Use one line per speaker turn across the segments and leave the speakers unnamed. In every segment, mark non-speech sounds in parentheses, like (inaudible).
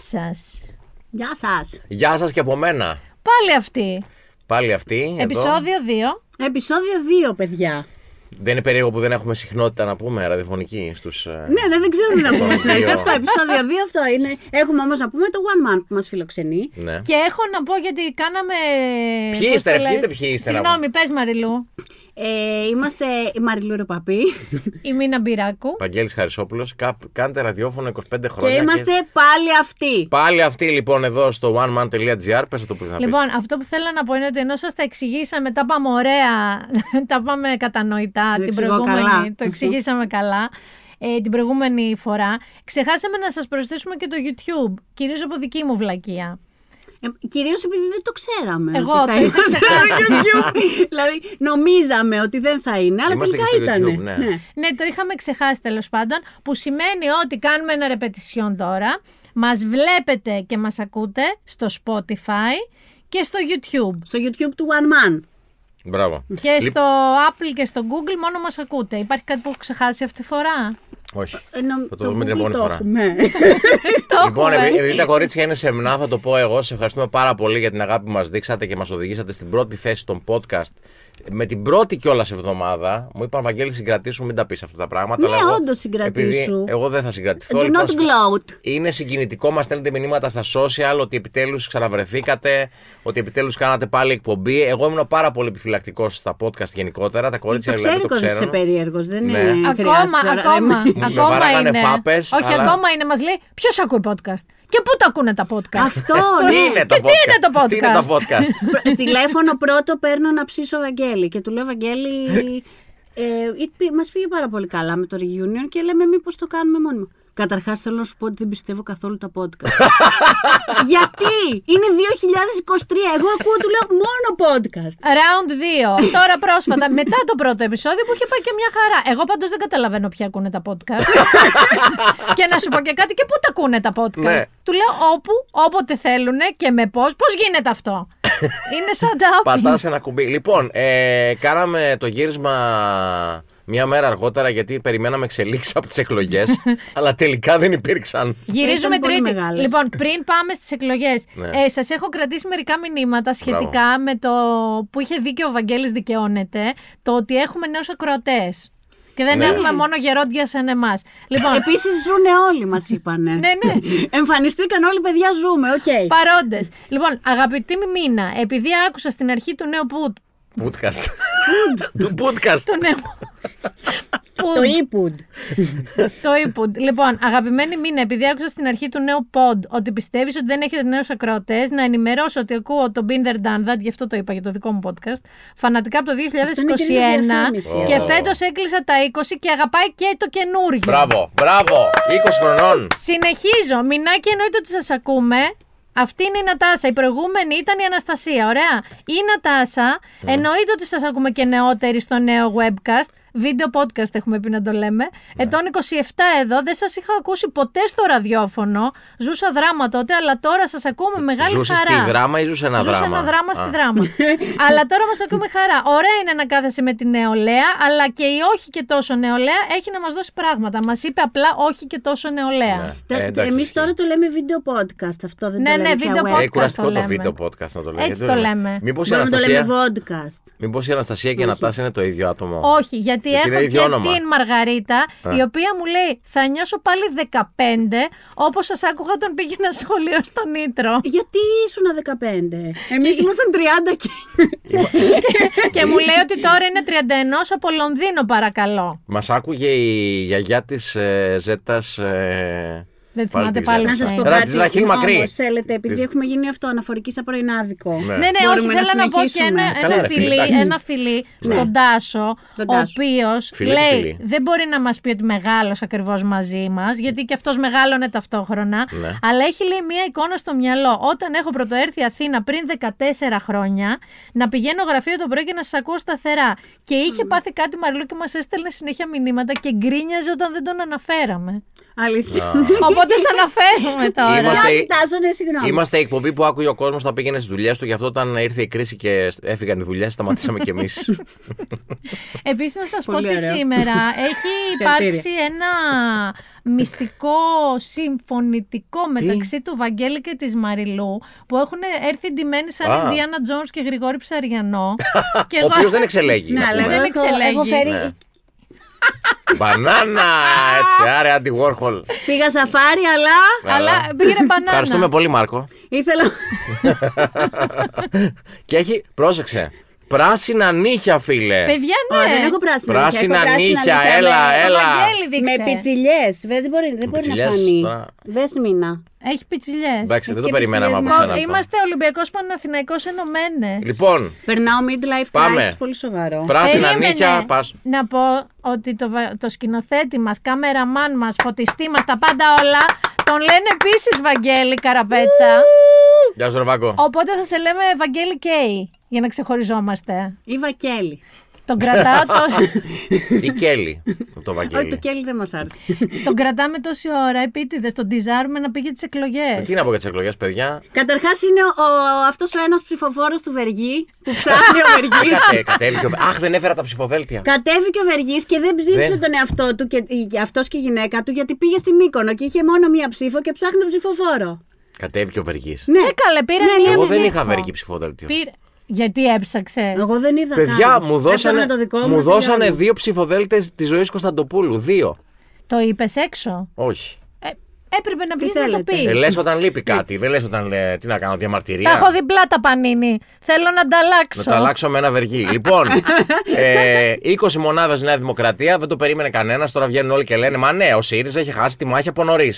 σας.
Γεια σας.
Γεια σας και από μένα.
Πάλι αυτή.
Πάλι αυτή. εδώ.
Επισόδιο 2.
Επισόδιο 2, παιδιά.
Δεν είναι περίεργο που δεν έχουμε συχνότητα να πούμε ραδιοφωνική στους... ε,
Ναι, ναι, δεν ξέρουμε να πούμε στην αρχή.
Δύο.
Αυτό, επεισόδιο 2, αυτό είναι. Έχουμε όμως να πούμε το One Man που μας φιλοξενεί.
ναι.
Και έχω να πω γιατί κάναμε.
Ποιοι
πώς
είστε,
το
ρε,
λες?
πείτε ποιοι είστε, να
Συγγνώμη, πες Μαριλού.
Ε, είμαστε η Μαριλού Ρεπαπή
Η Μίνα Μπυράκου.
Παγγέλης Χαρισόπουλος, κάπ- κάντε ραδιόφωνο 25
και
χρόνια.
είμαστε πάλι αυτοί.
Πάλι αυτή λοιπόν εδώ στο oneman.gr. Πες το που θα πεις.
Λοιπόν, αυτό που θέλω να πω είναι ότι ενώ σας τα εξηγήσαμε, τα πάμε ωραία, (laughs) τα πάμε κατανοητά
Το
την
εξηγώ
προηγούμενη.
καλά.
Το εξηγήσαμε καλά. Ε, την προηγούμενη φορά. Ξεχάσαμε να σας προσθέσουμε και το YouTube, κυρίως από δική μου βλακεία.
Ε, Κυρίως επειδή δεν το ξέραμε.
Εγώ
ότι
το
θα
είχα
είμαστε στο
ξεχάσει.
YouTube. δηλαδή, νομίζαμε ότι δεν θα είναι, αλλά
Είμαστε και
τελικά
στο
ήταν.
YouTube, ναι.
Ναι, το είχαμε ξεχάσει τέλος πάντων, που σημαίνει ότι κάνουμε ένα ρεπετισιόν τώρα. Μας βλέπετε και μας ακούτε στο Spotify και στο YouTube.
Στο YouTube του One Man.
Μπράβο.
Και
Λι-
στο Apple και στο Google μόνο μας ακούτε. Υπάρχει κάτι που έχω ξεχάσει αυτή τη φορά.
Όχι.
Ε, νο-
Θα το δούμε την
Google
επόμενη
το
φορά. (laughs)
έχουμε. (laughs)
Το
Λοιπόν,
έχουμε.
επει- επειδή τα κορίτσια είναι σεμνά, θα το πω εγώ. Σε ευχαριστούμε πάρα πολύ για την αγάπη που μας δείξατε και μας οδηγήσατε στην πρώτη θέση των podcast. Με την πρώτη κιόλας εβδομάδα, μου είπαν Βαγγέλη, συγκρατήσου, μην τα πεις αυτά τα πράγματα.
Ναι,
αλλά εγώ-
όντος, συγκρατήσου.
επειδή Εγώ δεν θα συγκρατηθώ.
Do
λοιπόν,
not gloat.
είναι συγκινητικό, μας στέλνετε μηνύματα στα social ότι επιτέλους ξαναβρεθήκατε, ότι επιτέλους κάνατε πάλι εκπομπή. Εγώ ήμουν πάρα πολύ επιφυλακτικός στα podcast γενικότερα. Τα κορίτσια
Το
δηλαδή
ξέρει
το
ότι είσαι
ξέρουν.
περίεργος. Δεν
Ναι.
είναι.
Ακόμα,
χρειάζεται τώρα.
ακόμα,
(laughs)
Ναι.
με
ακόμα
βαράγανε
είναι.
φάπες,
Όχι,
αλλά-
ακόμα είναι. Μας λέει ποιος ακούει podcast και πού τα ακούνε τα podcast.
Αυτό,
Τι
ναι.
είναι το
Και τι είναι το
podcast. Τι είναι το podcast.
(laughs) Πρω- Τηλέφωνο πρώτο παίρνω να ψήσω Βαγγέλη και του λέω Βαγγέλη ε, μας πήγε πάρα πολύ καλά με το reunion και λέμε μήπως το κάνουμε μόνιμο. Καταρχάς θέλω να σου πω ότι δεν πιστεύω καθόλου τα
(laughs)
podcast. Γιατί είναι 2023, εγώ ακούω του λέω μόνο podcast.
Round 2. Τώρα πρόσφατα, μετά το πρώτο επεισόδιο που είχε πάει και μια χαρά. Εγώ πάντως δεν καταλαβαίνω ποια ακούνε τα podcast. και να σου πω και κάτι, και πού τα ακούνε τα podcast.
Ναι.
Του λέω όπου, όποτε θέλουν και με πώς. Πώς γίνεται αυτό. Είναι σαν τα
Πατάς ένα κουμπί. Λοιπόν, ε, κάναμε το γύρισμα μια μέρα αργότερα γιατί περιμέναμε εξελίξεις από τις εκλογές.
(laughs)
αλλά τελικά δεν υπήρξαν.
Γυρίζουμε
Ήταν πολύ
τρίτη.
μεγάλες.
Λοιπόν, πριν πάμε στις εκλογές,
Ναι.
ε, σας έχω κρατήσει μερικά μηνύματα σχετικά με το που είχε δίκιο ο Βαγγέλης δικαιώνεται, το ότι έχουμε νέους ακροατές. Και δεν
Ναι.
έχουμε μόνο γερόντια σαν εμάς. Λοιπόν,
Επίσης ζουνε όλοι μας είπανε.
Ναι, ναι.
Εμφανιστήκαν όλοι παιδιά ζούμε, οκ.
Παρόντες. Λοιπόν, αγαπητή μου Μίνα, επειδή άκουσα στην αρχή του νέου πουτ.
Podcast. (laughs) του podcast.
Το νέο.
Το
Πουτ,
input.
Ε,
το input. Λοιπόν, αγαπημένη Μίνα, επειδή άκουσα στην αρχή του νέου pod ότι πιστεύεις ότι δεν έχετε νέους ακροατές, να ενημερώσω ότι ακούω το Binder Done That, γι' αυτό το είπα για το δικό μου podcast, φανατικά από το 2021
διαφήμιση.
και
Ω.
φέτος έκλεισα τα 20 και αγαπάει και το καινούριο.
μπράβο, μπράβο. 20 χρονών.
Συνεχίζω. Μινάκι εννοείται ότι σας ακούμε. Αυτή είναι η Νατάσα. Η προηγούμενη ήταν η Αναστασία. Ωραία. Η Νατάσα εννοείται ότι σας ακούμε και νεότεροι στο νέο webcast. Βίντεο podcast έχουμε πει να το λέμε.
Ναι.
Ετών 27 εδώ. Δεν σας είχα ακούσει ποτέ στο ραδιόφωνο. Ζούσα δράμα τότε, αλλά τώρα σας ακούμε με μεγάλη
Ζούσες
χαρά.
τη δράμα ή ζούσε ένα
Ζούσα
δράμα.
ένα δράμα στη
Α. (laughs)
δράμα. αλλά τώρα μας ακούμε χαρά. Ωραία είναι να κάθεσαι με τη νεολαία, αλλά και η όχι και τόσο νεολαία έχει να μας δώσει πράγματα. Μας είπε απλά όχι και τόσο νεολαία.
Ναι. Ε,
Τα-
εντάξει,
Εμείς τώρα το λέμε βίντεο podcast, αυτό δεν
Ναι,
το
ναι,
λέμε πια
βίντεο
web.
Ε,
podcast το
κουραστικό το
λέμε.
βίντεο podcast να το λέμε.
Έτσι
Γιατί
το λέμε.
Μήπως η
Μπορούμε να το λέμε
Αναστασία.
podcast.
Μήπως η Αναστασία και η Νατάσα είναι το ίδιο άτομο.
Όχι, γιατί
Γιατί
έχω
είναι
και
ίδιο όνομα.
την Μαργαρίτα, η οποία μου λέει θα νιώσω πάλι 15, όπως σας άκουγα όταν πήγαινα (laughs) σχολείο στο Νίτρο.
Γιατί ήσουν 15. Εμείς ήμασταν 30 και.
και μου λέει ότι τώρα είναι 31 από Λονδίνο παρακαλώ.
Μας άκουγε η γιαγιά της ε, Ζέτας. Ε,
Δεν
πάλι
θυμάται
τη
πάλι
Ζέτα.
να σας πω
Ρα-
κάτι. Λοιπόν,
της Ραχήλ Μακρύ.
Όμως, θέλετε, επειδή
Της-
έχουμε γίνει αυτό αναφορική σαν πρωινάδικο.
Ναι.
Ναι, ναι, όχι,
Μπορούμε να
θέλω να, πω και
συνεχίσουμε.
ένα,
Καλά,
ένα
ρε φίλε,
φιλί,
εντάξει. Ναι.
ένα φιλί στον Τάσο,
Τον
ο
Τάσο.
οποίος
Φιλί και
λέει
φιλί.
δεν μπορεί να μας πει ότι μεγάλος ακριβώς μαζί μας, γιατί και αυτός μεγάλωνε ταυτόχρονα.
Ναι.
Αλλά έχει λέει μία εικόνα στο μυαλό. Όταν έχω πρωτοέρθει Αθήνα πριν 14 χρόνια, να πηγαίνω γραφείο το πρωί και να σας ακούω σταθερά. Και είχε πάθει κάτι μαλλού και μας έστελνε συνέχεια μηνύματα και γκρίνιαζε όταν δεν τον αναφέραμε.
Αλήθεια.
Οπότε σε αναφέρουμε τώρα.
Είμαστε-
Να κοιτάζω, ναι, συγγνώμη.
Είμαστε η εκπομπή που άκουγε ο κόσμος να πήγαινε στις δουλειές του, γι' αυτό όταν ήρθε η κρίση και έφυγαν οι δουλειές, σταματήσαμε κι εμείς.
Επίσης, να σας πω
Πολύ
ότι
ωραίο.
σήμερα έχει υπάρξει
(laughs) Συγχαρητήρια.
ένα μυστικό συμφωνητικό μεταξύ του Βαγγέλη και της Μαριλού που έχουν έρθει ντυμένοι σαν
Α.
Ιντιάνα Τζόν και Γρηγόρη
(laughs)
Ψαριανό. (laughs) και
ο οποίο δεν εξελέγει.
Ναι,
να
αλλά
πούμε.
δεν
Εγώ έχω,
εξελέγει.
έχω φέρει.
Ναι. Μπανάνα! Έτσι, άρε, Άντι Warhol.
Πήγα σαφάρι, αλλά
Αλλά
(laughs)
πήγαινε μπανάνα.
Ευχαριστούμε πολύ, Μάρκο. (laughs)
ήθελα.
και έχει, πρόσεξε, πράσινα νύχια, φίλε.
Παιδιά, ναι.
Ω, δεν έχω πράσινα.
Πράσινα
έχω
νύχια, έλα,
Στο
έλα.
Βαγγέλη δείξε.
Με πιτσιλιές. Δεν μπορεί, δεν μπορεί
πιτσιλιές,
να φανεί.
τώρα.
Δεν σμίνα.
Έχει πιτσιλιές.
Εντάξει, δεν το
και
περιμέναμε από
τις
σένα αυτό.
Είμαστε Ολυμπιακός Παναθηναϊκός Ενωμένες.
Λοιπόν,
Περνάω midlife
Πάμε.
crisis πολύ σοβαρό.
πράσινα νύχια, πας.
Να πω ότι το, βα- το σκηνοθέτη μας, κάμεραμάν μας, φωτιστή μας, τα πάντα όλα, τον λένε επίσης Βαγγέλη Καραπέτσα.
Γεια σου, Ρεβάκο.
Οπότε θα σε λέμε Βαγγέλη Κέι, για να ξεχωριζόμαστε.
Η Βακέλη.
Τον κρατάω, τόσ-
Η Κέλλη, από το
Όχι, το
Βαγγέλη.
Κέλλη δεν μας άρεσε. (laughs)
τον κρατάμε τόση ώρα επίτηδες, τον τυζάρουμε να πήγε τις εκλογές.
Τι να πω για τις εκλογές, παιδιά.
Καταρχάς είναι ο, αυτός ο ένας ψηφοφόρος του Βεργή που
(laughs)
ψάχνει ο Βεργής.
Κατε- κατέβηκε ο- Αχ, δεν έφερα τα ψηφοδέλτια.
Κατέβηκε ο Βεργής και δεν ψήφισε
Δεν.
τον εαυτό του και αυτός και η γυναίκα του γιατί πήγε στη Μύκονο και είχε μόνο μία ψήφο και ψάχνει ψηφοφόρο.
Κατέβηκε ο Βεργής.
Ναι,
Ε, καλέ, πήρε
Ναι, ναι,
μία
Εγώ
ψήφο.
δεν είχα Βεργή ψηφοδέλτιο.
Πήρε- Γιατί έψαξες.
εγώ δεν είδα.
Παιδιά,
καν.
μου
Έψαχνα
δώσανε,
το δικό
μου δώσανε
δεν
δύο ψηφοδέλτες της ζωής Κωνσταντοπούλου. Δύο.
Το είπες έξω.
Όχι.
Ε, έπρεπε να βγεις να το
θέλετε.
πεις.
Ε, λες όταν λείπει κάτι. Δεν λες όταν. λέ, τι να κάνω,
Τα
διαμαρτυρία.
έχω διπλά τα πανίνι. Θέλω να
Να
ανταλλάξω.
τα αλλάξω με ένα βεργί.
(laughs)
Λοιπόν, ε, 20 μονάδες Νέα Δημοκρατία, δεν το περίμενε κανένας. Τώρα βγαίνουν όλοι και λένε Μα ναι, ο ΣΥΡΙΖΑ έχει χάσει τη μάχη από νωρίς.
Ναι, οι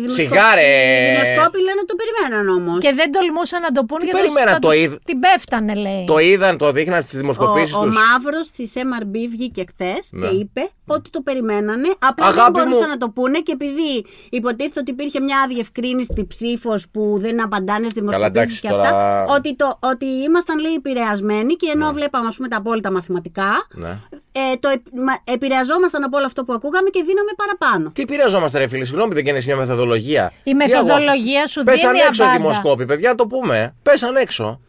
δημοσκόποι-
Σιγά, ρε.
Οι δημοσκόποι λένε ότι το περιμέναν όμως.
Και δεν τολμούσαν να το πούν γιατί
περιμένα,
θα
το
τους-
είδ-
την πέφτανε, λέει.
Το είδαν, το δείχναν στις δημοσκοπήσεις
Ο, ο
τους.
μαύρος της MRB βγήκε χθες
Ναι.
και είπε ότι το περιμένανε. Απλά
Αγάπη
δεν μπορούσαν
μου.
να το πούνε και επειδή υποτίθεται ότι υπήρχε μια αδιευκρίνηστη ψήφος που δεν απαντάνε στι
εντάξει,
δημοσκοπήσει και
τώρα-
αυτά. Ότι, το, ότι ήμασταν λέει επηρεασμένοι και ενώ βλέπαμε ας πούμε, τα απόλυτα μαθηματικά,
Ναι.
ε, το, επ- μα- επηρεαζόμασταν από όλο αυτό που ακούγαμε και δίναμε παραπάνω.
Τι πειραζόμαστε, ρε φίλοι, συγγνώμη, δεν καίνεσαι μια μεθοδολογία.
Η μεθοδολογία σου
Πέσαν
δίνει
έξω οι
απάντα.
δημοσκόποι, παιδιά, το πούμε. Πέσαν έξω.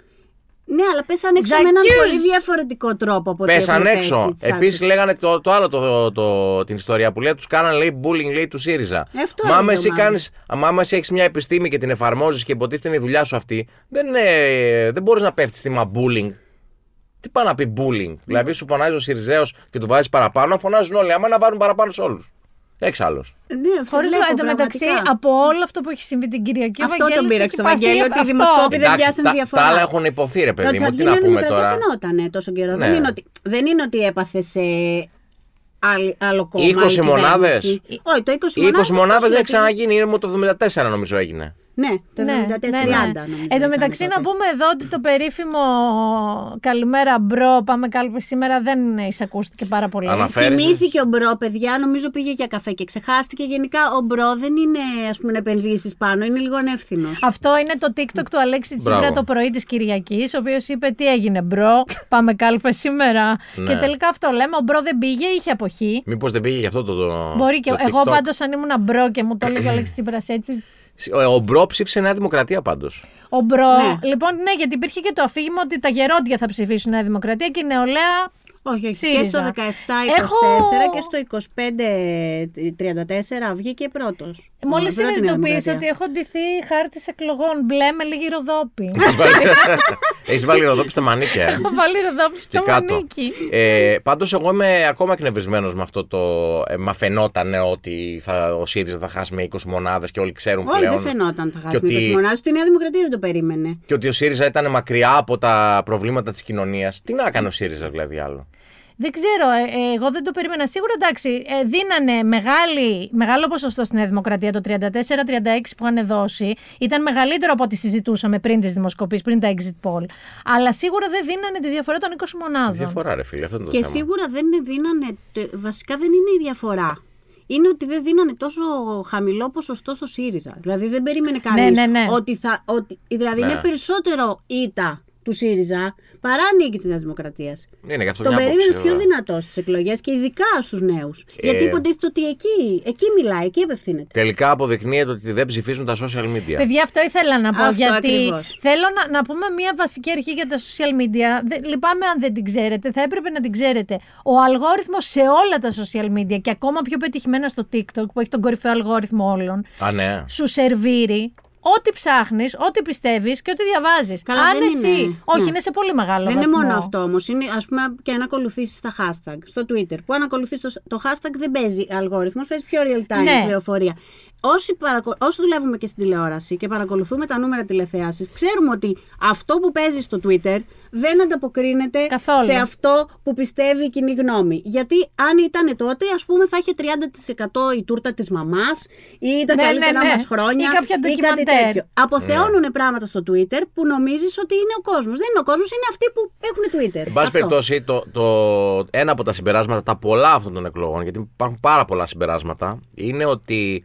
Ναι, αλλά πέσαν έξω με έναν
Ζακιούς.
πολύ διαφορετικό τρόπο από ό,τι
Πέσαν
έχουν πέσει
έξω.
τις άλλες
Επίση, λέγανε το, το άλλο το, το, την ιστορία που λέει, τους κάνανε λέει bullying λέει του ΣΥΡΙΖΑ.
Ε, αυτό
Μα
είναι
άμα
το
εσύ,
μάλλον.
κάνεις, άμα άμα εσύ έχεις μια επιστήμη και την εφαρμόζεις και υποτίθεται είναι η δουλειά σου αυτή, δεν, ε, δεν μπορείς να πέφτεις θύμα bullying. Τι πάει να πει
Ναι.
bullying. Δηλαδή, σου φωνάζει ο ΣΥΡΙΖΑΕΟ και του βάζει παραπάνω, φωνάζουν όλοι. Άμα να βάλουν παραπάνω σε όλους. Έξαλλος.
Ναι,
Χωρίς
βλέπω
εν τω μεταξύ,
πραγματικά.
από όλο αυτό που έχει συμβεί την Κυριακή, ο
Αυτό
Βαγγέλης
τον πήρα
έχει
στο
πάθει
Βαγγέλη, ότι οι
αυτό.
δημοσκόποι δεν
Εντάξει,
πιάσαν
τα-
διαφορά.
Τα άλλα έχουν υποθεί, ρε παιδί
Ότι
μου.
θα
Τι
βγει
να
Νέα
πούμε
Δημοκρατία
τώρα.
φαινότανε ε, τόσο καιρό.
Ναι.
Δεν, είναι ότι, δεν είναι ότι έπαθε σε άλλη- άλλο κόμμα.
20
η
μονάδες.
κυβέρνηση. Όχι, το 20
Οι 20
μονάδες.
μονάδες δεν έχει ξαναγίνει, είναι μου το 74 νομίζω έγινε.
Ναι, το 74-30.
Ναι, ναι, ναι.
νομίζω
Εν τω
ήταν
μεταξύ,
τότε.
να πούμε εδώ ότι το περίφημο Καλημέρα Μπρο, πάμε κάλπη σήμερα δεν εισακούστηκε πάρα πολύ.
Αναφέρ-
Κοιμήθηκε ο Μπρο, παιδιά, νομίζω πήγε για καφέ και ξεχάστηκε. Γενικά ο Μπρο δεν είναι ας πούμε επενδύσεις πάνω, είναι λίγο ανεύθυνος.
Αυτό είναι το TikTok του Αλέξη Τσίπρα
Μπράβο.
το πρωί της Κυριακής, ο οποίος είπε τι έγινε, μπρο. Πάμε κάλπε
(laughs)
σήμερα.
Ναι.
Και τελικά αυτό λέμε. Ο μπρο δεν πήγε, είχε αποχή.
Μήπως δεν πήγε γι' αυτό το. το
Μπορεί και
το
εγώ
TikTok.
πάντως αν ήμουν μπρο και μου το έλεγε ο Αλέξη Τσίπρας έτσι.
Ο Μπρο ψήφισε Νέα Δημοκρατία πάντως.
(laughs)
Ο μπρο.
Ναι.
Λοιπόν, ναι, γιατί υπήρχε και το αφήγημα ότι τα γερόντια θα ψηφίσουν Νέα Δημοκρατία και η νεολαία.
Όχι, όχι. Και
ΣΥΡΙΖΑ.
στο 17-24
Έχω-
και στο 25-34 βγήκε πρώτος.
Μόλι συνειδητοποίησε ότι έχω ντυθεί χάρτη εκλογών, μπλε με λίγη
(laughs)
ροδόπη.
Έχεις βάλει ροδόπι στα μανίκια. ε.
Έχω βάλει ροδόπη
Και
στο
κάτω.
μανίκι.
Ε, Πάντως, εγώ είμαι ακόμα εκνευρισμένος με αυτό το. Ε, μα φαινότανε ότι θα, ο ΣΥΡΙΖΑ θα χάσει με 20 μονάδες και όλοι ξέρουν
Όχι,
πλέον.
δεν φαινόταν τα
Και
χάσματα
ότι-
τη μονάδα του. Η Νέα Δημοκρατία δεν το περίμενε.
Και ότι ο ΣΥΡΙΖΑ ήταν μακριά από τα προβλήματα της κοινωνίας. Τι να έκανε ο ΣΥΡΙΖΑ δηλαδή άλλο.
Δεν ξέρω, ε, ε, εγώ δεν το περίμενα. Σίγουρα εντάξει, ε, δίνανε μεγάλη, μεγάλο ποσοστό στη Νέα Δημοκρατία, το 34-36 που είχαν δώσει. Ήταν μεγαλύτερο από ό,τι συζητούσαμε πριν τις δημοσκοπήσεις, πριν τα exit poll. Αλλά σίγουρα δεν δίνανε τη διαφορά των 20 μονάδων.
Διαφορά, ρε φίλε, αυτό είναι το
Και
θέμα.
σίγουρα δεν δίνανε. τε- Βασικά δεν είναι η διαφορά. Είναι ότι δεν δίνανε τόσο χαμηλό ποσοστό στο ΣΥΡΙΖΑ. Δηλαδή δεν περίμενε κανείς
ναι, ναι.
ότι θα. Ότι, δηλαδή
Ναι.
είναι περισσότερο ήττα του ΣΥΡΙΖΑ παρά νίκη της Νέας Δημοκρατίας.
Είναι γι' αυτό
Τον
μια άποψη,
περίμενε πιο
βέβαια. Ε,
δυνατό στις εκλογές και ειδικά στους νέους. Γιατί υποτίθεται ότι εκεί, εκεί μιλάει, εκεί απευθύνεται.
Τελικά αποδεικνύεται ότι δεν ψηφίζουν τα social media.
Παιδιά, αυτό ήθελα να πω.
Αυτό
γιατί
ακριβώς.
θέλω να, να πούμε μία βασική αρχή για τα social media. Δεν- λυπάμαι αν δεν την ξέρετε, θα έπρεπε να την ξέρετε. Ο αλγόριθμος σε όλα τα social media και ακόμα πιο πετυχημένα στο TikTok που έχει τον κορυφαίο αλγόριθμο όλων,
Α, ναι.
σου σερβίρει ό,τι ψάχνεις, ό,τι πιστεύεις και ό,τι διαβάζεις.
Καλά,
Αν
δεν
εσύ.
είναι.
Όχι,
Ναι.
είναι σε πολύ μεγάλο
Δεν είναι
βαθμό.
μόνο αυτό όμως. Είναι ας πούμε και αν ακολουθήσεις τα hashtag στο Twitter. Που αν ακολουθήσεις το, το hashtag δεν παίζει αλγόριθμος, παίζει πιο real time
Ναι.
πληροφορία. Όσοι, παρακο- όσοι δουλεύουμε και στην τηλεόραση και παρακολουθούμε τα νούμερα τηλεθεάσεις, ξέρουμε ότι αυτό που παίζει στο Twitter δεν ανταποκρίνεται
Καθόλου.
σε αυτό που πιστεύει η κοινή γνώμη. Γιατί αν ήταν τότε, ας πούμε, θα είχε 30% η τούρτα της μαμάς ή τα
Ναι,
καλύτερα
ναι, ναι.
μας χρόνια
Ή κάποια
κάτι
ντοκιμαντέρ.
τέτοιο. Αποθεώνουν
Ναι.
πράγματα στο Twitter που νομίζεις ότι είναι ο κόσμος. Δεν είναι ο κόσμος, είναι αυτοί που έχουν Twitter.
Εν πάση
Αυτό.
περιπτώσει, το, το, ένα από τα συμπεράσματα, τα πολλά αυτών των εκλογών, γιατί υπάρχουν πάρα πολλά συμπεράσματα, είναι ότι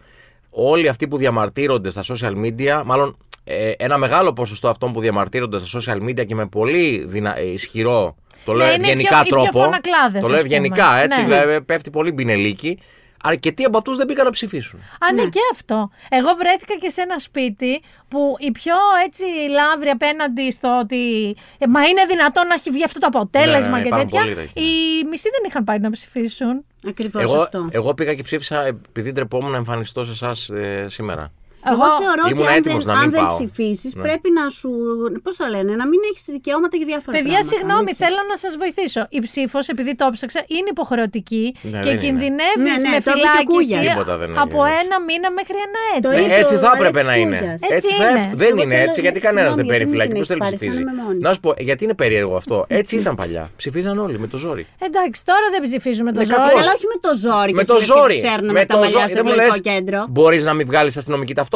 όλοι αυτοί που διαμαρτύρονται στα social media, μάλλον ε, ένα μεγάλο ποσοστό αυτών που διαμαρτύρονται στα social media και με πολύ δυνα... ε, ισχυρό, το
Ναι,
λέω
είναι
ευγενικά
οι πιο- οι πιο
τρόπο.
φωνακλάδες,
το λέω
ας πούμε.
ευγενικά, έτσι,
Ναι.
δηλαδή πέφτει πολύ μπινελίκι. Αρκετοί από αυτούς δεν πήγαν να ψηφίσουν.
Α, ναι, και αυτό. Εγώ βρέθηκα και σε ένα σπίτι που η πιο έτσι λαύρη απέναντι στο ότι. «Ε, Μα είναι δυνατόν να έχει βγει αυτό το αποτέλεσμα
Ναι, ναι,
και
υπάρχουν
τέτοια.
πολλοί ναι. τέτοια.
Οι μισοί δεν είχαν πάει να ψηφίσουν.
Ακριβώς
Εγώ,
αυτό.
εγώ πήγα και ψήφισα επειδή τρεπόμουν να εμφανιστώ σε εσάς σήμερα.
Εγώ, θεωρώ
Ήμουν
ότι αν
έτοιμος
δεν,
να μην
αν δεν
πάω. Ναι.
ψηφίσει, πρέπει να σου. Πώς το λένε, να μην έχεις δικαιώματα για διάφορα
Παιδιά,
πράγματα.
συγγνώμη,
Αλήθεια.
θέλω να σας βοηθήσω. Η ψήφος, επειδή το ψάξα, είναι υποχρεωτική
Ναι, δεν
και
είναι.
κινδυνεύεις
Ναι, ναι,
με
το είπε και ο Κούγιας.
φυλάκιση
Τίποτα δεν είναι,
από
εντάξει.
ένα μήνα μέχρι ένα
Το
έτος.
είπε
Ναι, έτσι
ο
θα έπρεπε
Αλέξης
να
Κούγιας.
είναι.
Έτσι
θα
είναι.
έπρεπε. Δεν
Εγώ
είναι
θέλω-
έτσι, γιατί
συγγνώμη,
κανένα δεν
γιατί
παίρνει
μου
φυλάκι.
την
Πώς θέλει να
έχεις πάρει,
ψηφίζει.
αισθάνομαι μόνη.
Να σου πω, γιατί είναι περίεργο αυτό. Έτσι ήταν παλιά. Ψηφίζαν όλοι με το ζόρι.
Εντάξει, τώρα δεν ψηφίζουμε το
Ναι,
ζώο.
κακός.
Αλλά όχι με το ζόρι.
Με
και
το
συνέχεια
ζόρι.
Ξέρουν με τα μαλλιά στο εκλογικό κέντρο.
Μπορείς να μην βγάλεις αστυνομική ταυτότητα.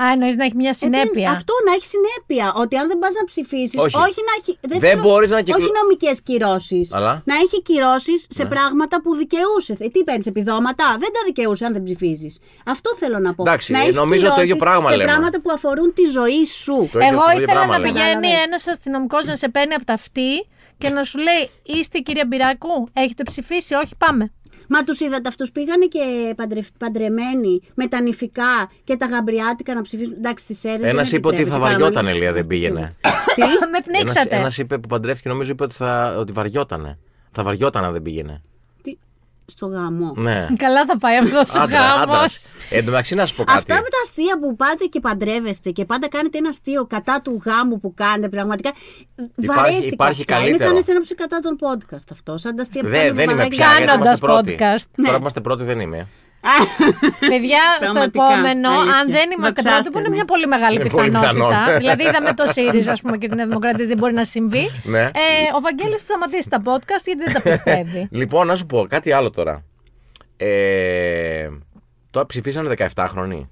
Α, εννοείς να έχει μια
Ε, τι-
συνέπεια.
Αυτό να έχει συνέπεια. Ότι αν δεν πας να ψηφίσεις,
Όχι.
όχι. να έχει.
Δεν
θέλω-
μπορείς να κυκλο-
Όχι νομικές κυρώσεις.
Αλλά? Ναι.
Να έχει κυρώσεις σε πράγματα που δικαιούσες. Ε, Τι παίρνεις, επιδόματα. Δεν τα δικαιούσε αν δεν ψηφίζεις. Αυτό θέλω να πω.
Εντάξει,
να έχεις
νομίζω το ίδιο
κυρώσεις
πράγμα
σε
λέμε.
πράγματα που αφορούν τη ζωή σου.
Το ίδιο-
Εγώ
το ίδιο
ήθελα
πράγμα
να
λέμε.
πηγαίνει
Κατάλαβες.
ένας αστυνομικός να σε παίρνει από τα αυτή και να σου λέει Είστε η κυρία Μπυράκου, έχετε ψηφίσει, όχι πάμε.
Μα τους είδατε αυτούς πήγανε και παντρευ- παντρεμένοι με τα νηφικά και τα γαμπριάτικα να ψηφίσουν. Εντάξει, τις αίρες.
Ένα είπε ότι θα βαριόταν, Ελία, δεν πήγαινε.
Με πνίξατε.
Ένας είπε που παντρεύτηκε, νομίζω είπε ότι, θα, ότι βαριότανε. Θα βαριόταν αν δεν πήγαινε.
Στο γαμό.
Ναι.
(laughs)
Καλά θα πάει αυτό ο
Άντρα,
γάμος.
άντρας. Εν τω μεταξύ, να σου πω κάτι.
Αυτά με τα αστεία που πάτε και παντρεύεστε και πάντα κάνετε ένα αστείο κατά του γάμου που κάνετε πραγματικά.
Υπάρχει-
βαρέθηκα.
υπάρχει
πια.
καλύτερο.
Είναι σαν εσένα που είσαι κατά τον podcast αυτό. Σαν τα αστεία που
Δεν,
κάνετε
δεν είμαι
μαλάκια.
πια. γιατί είμαστε
Κάνοντας
πρώτοι.
podcast.
Ναι.
Τώρα που είμαστε πρώτοι δεν είμαι.
Παιδιά, στο
Πραγματικά,
επόμενο,
αλήθεια.
αν δεν είμαστε
Δοξάστε
πρώτοι, που είναι
με.
μια πολύ μεγάλη
Είναι πολύ
πιθανότητα.
πιθανό.
δηλαδή, είδαμε το ΣΥΡΙΖΑ ας πούμε, και την Νέα Δημοκρατία, δεν μπορεί να συμβεί.
Ναι.
ε, ο Βαγγέλης θα σταματήσει τα podcast γιατί
(laughs)
δεν τα πιστεύει.
Λοιπόν, να σου πω κάτι άλλο τώρα. Ε, τώρα ψηφίσανε 17χρονοι.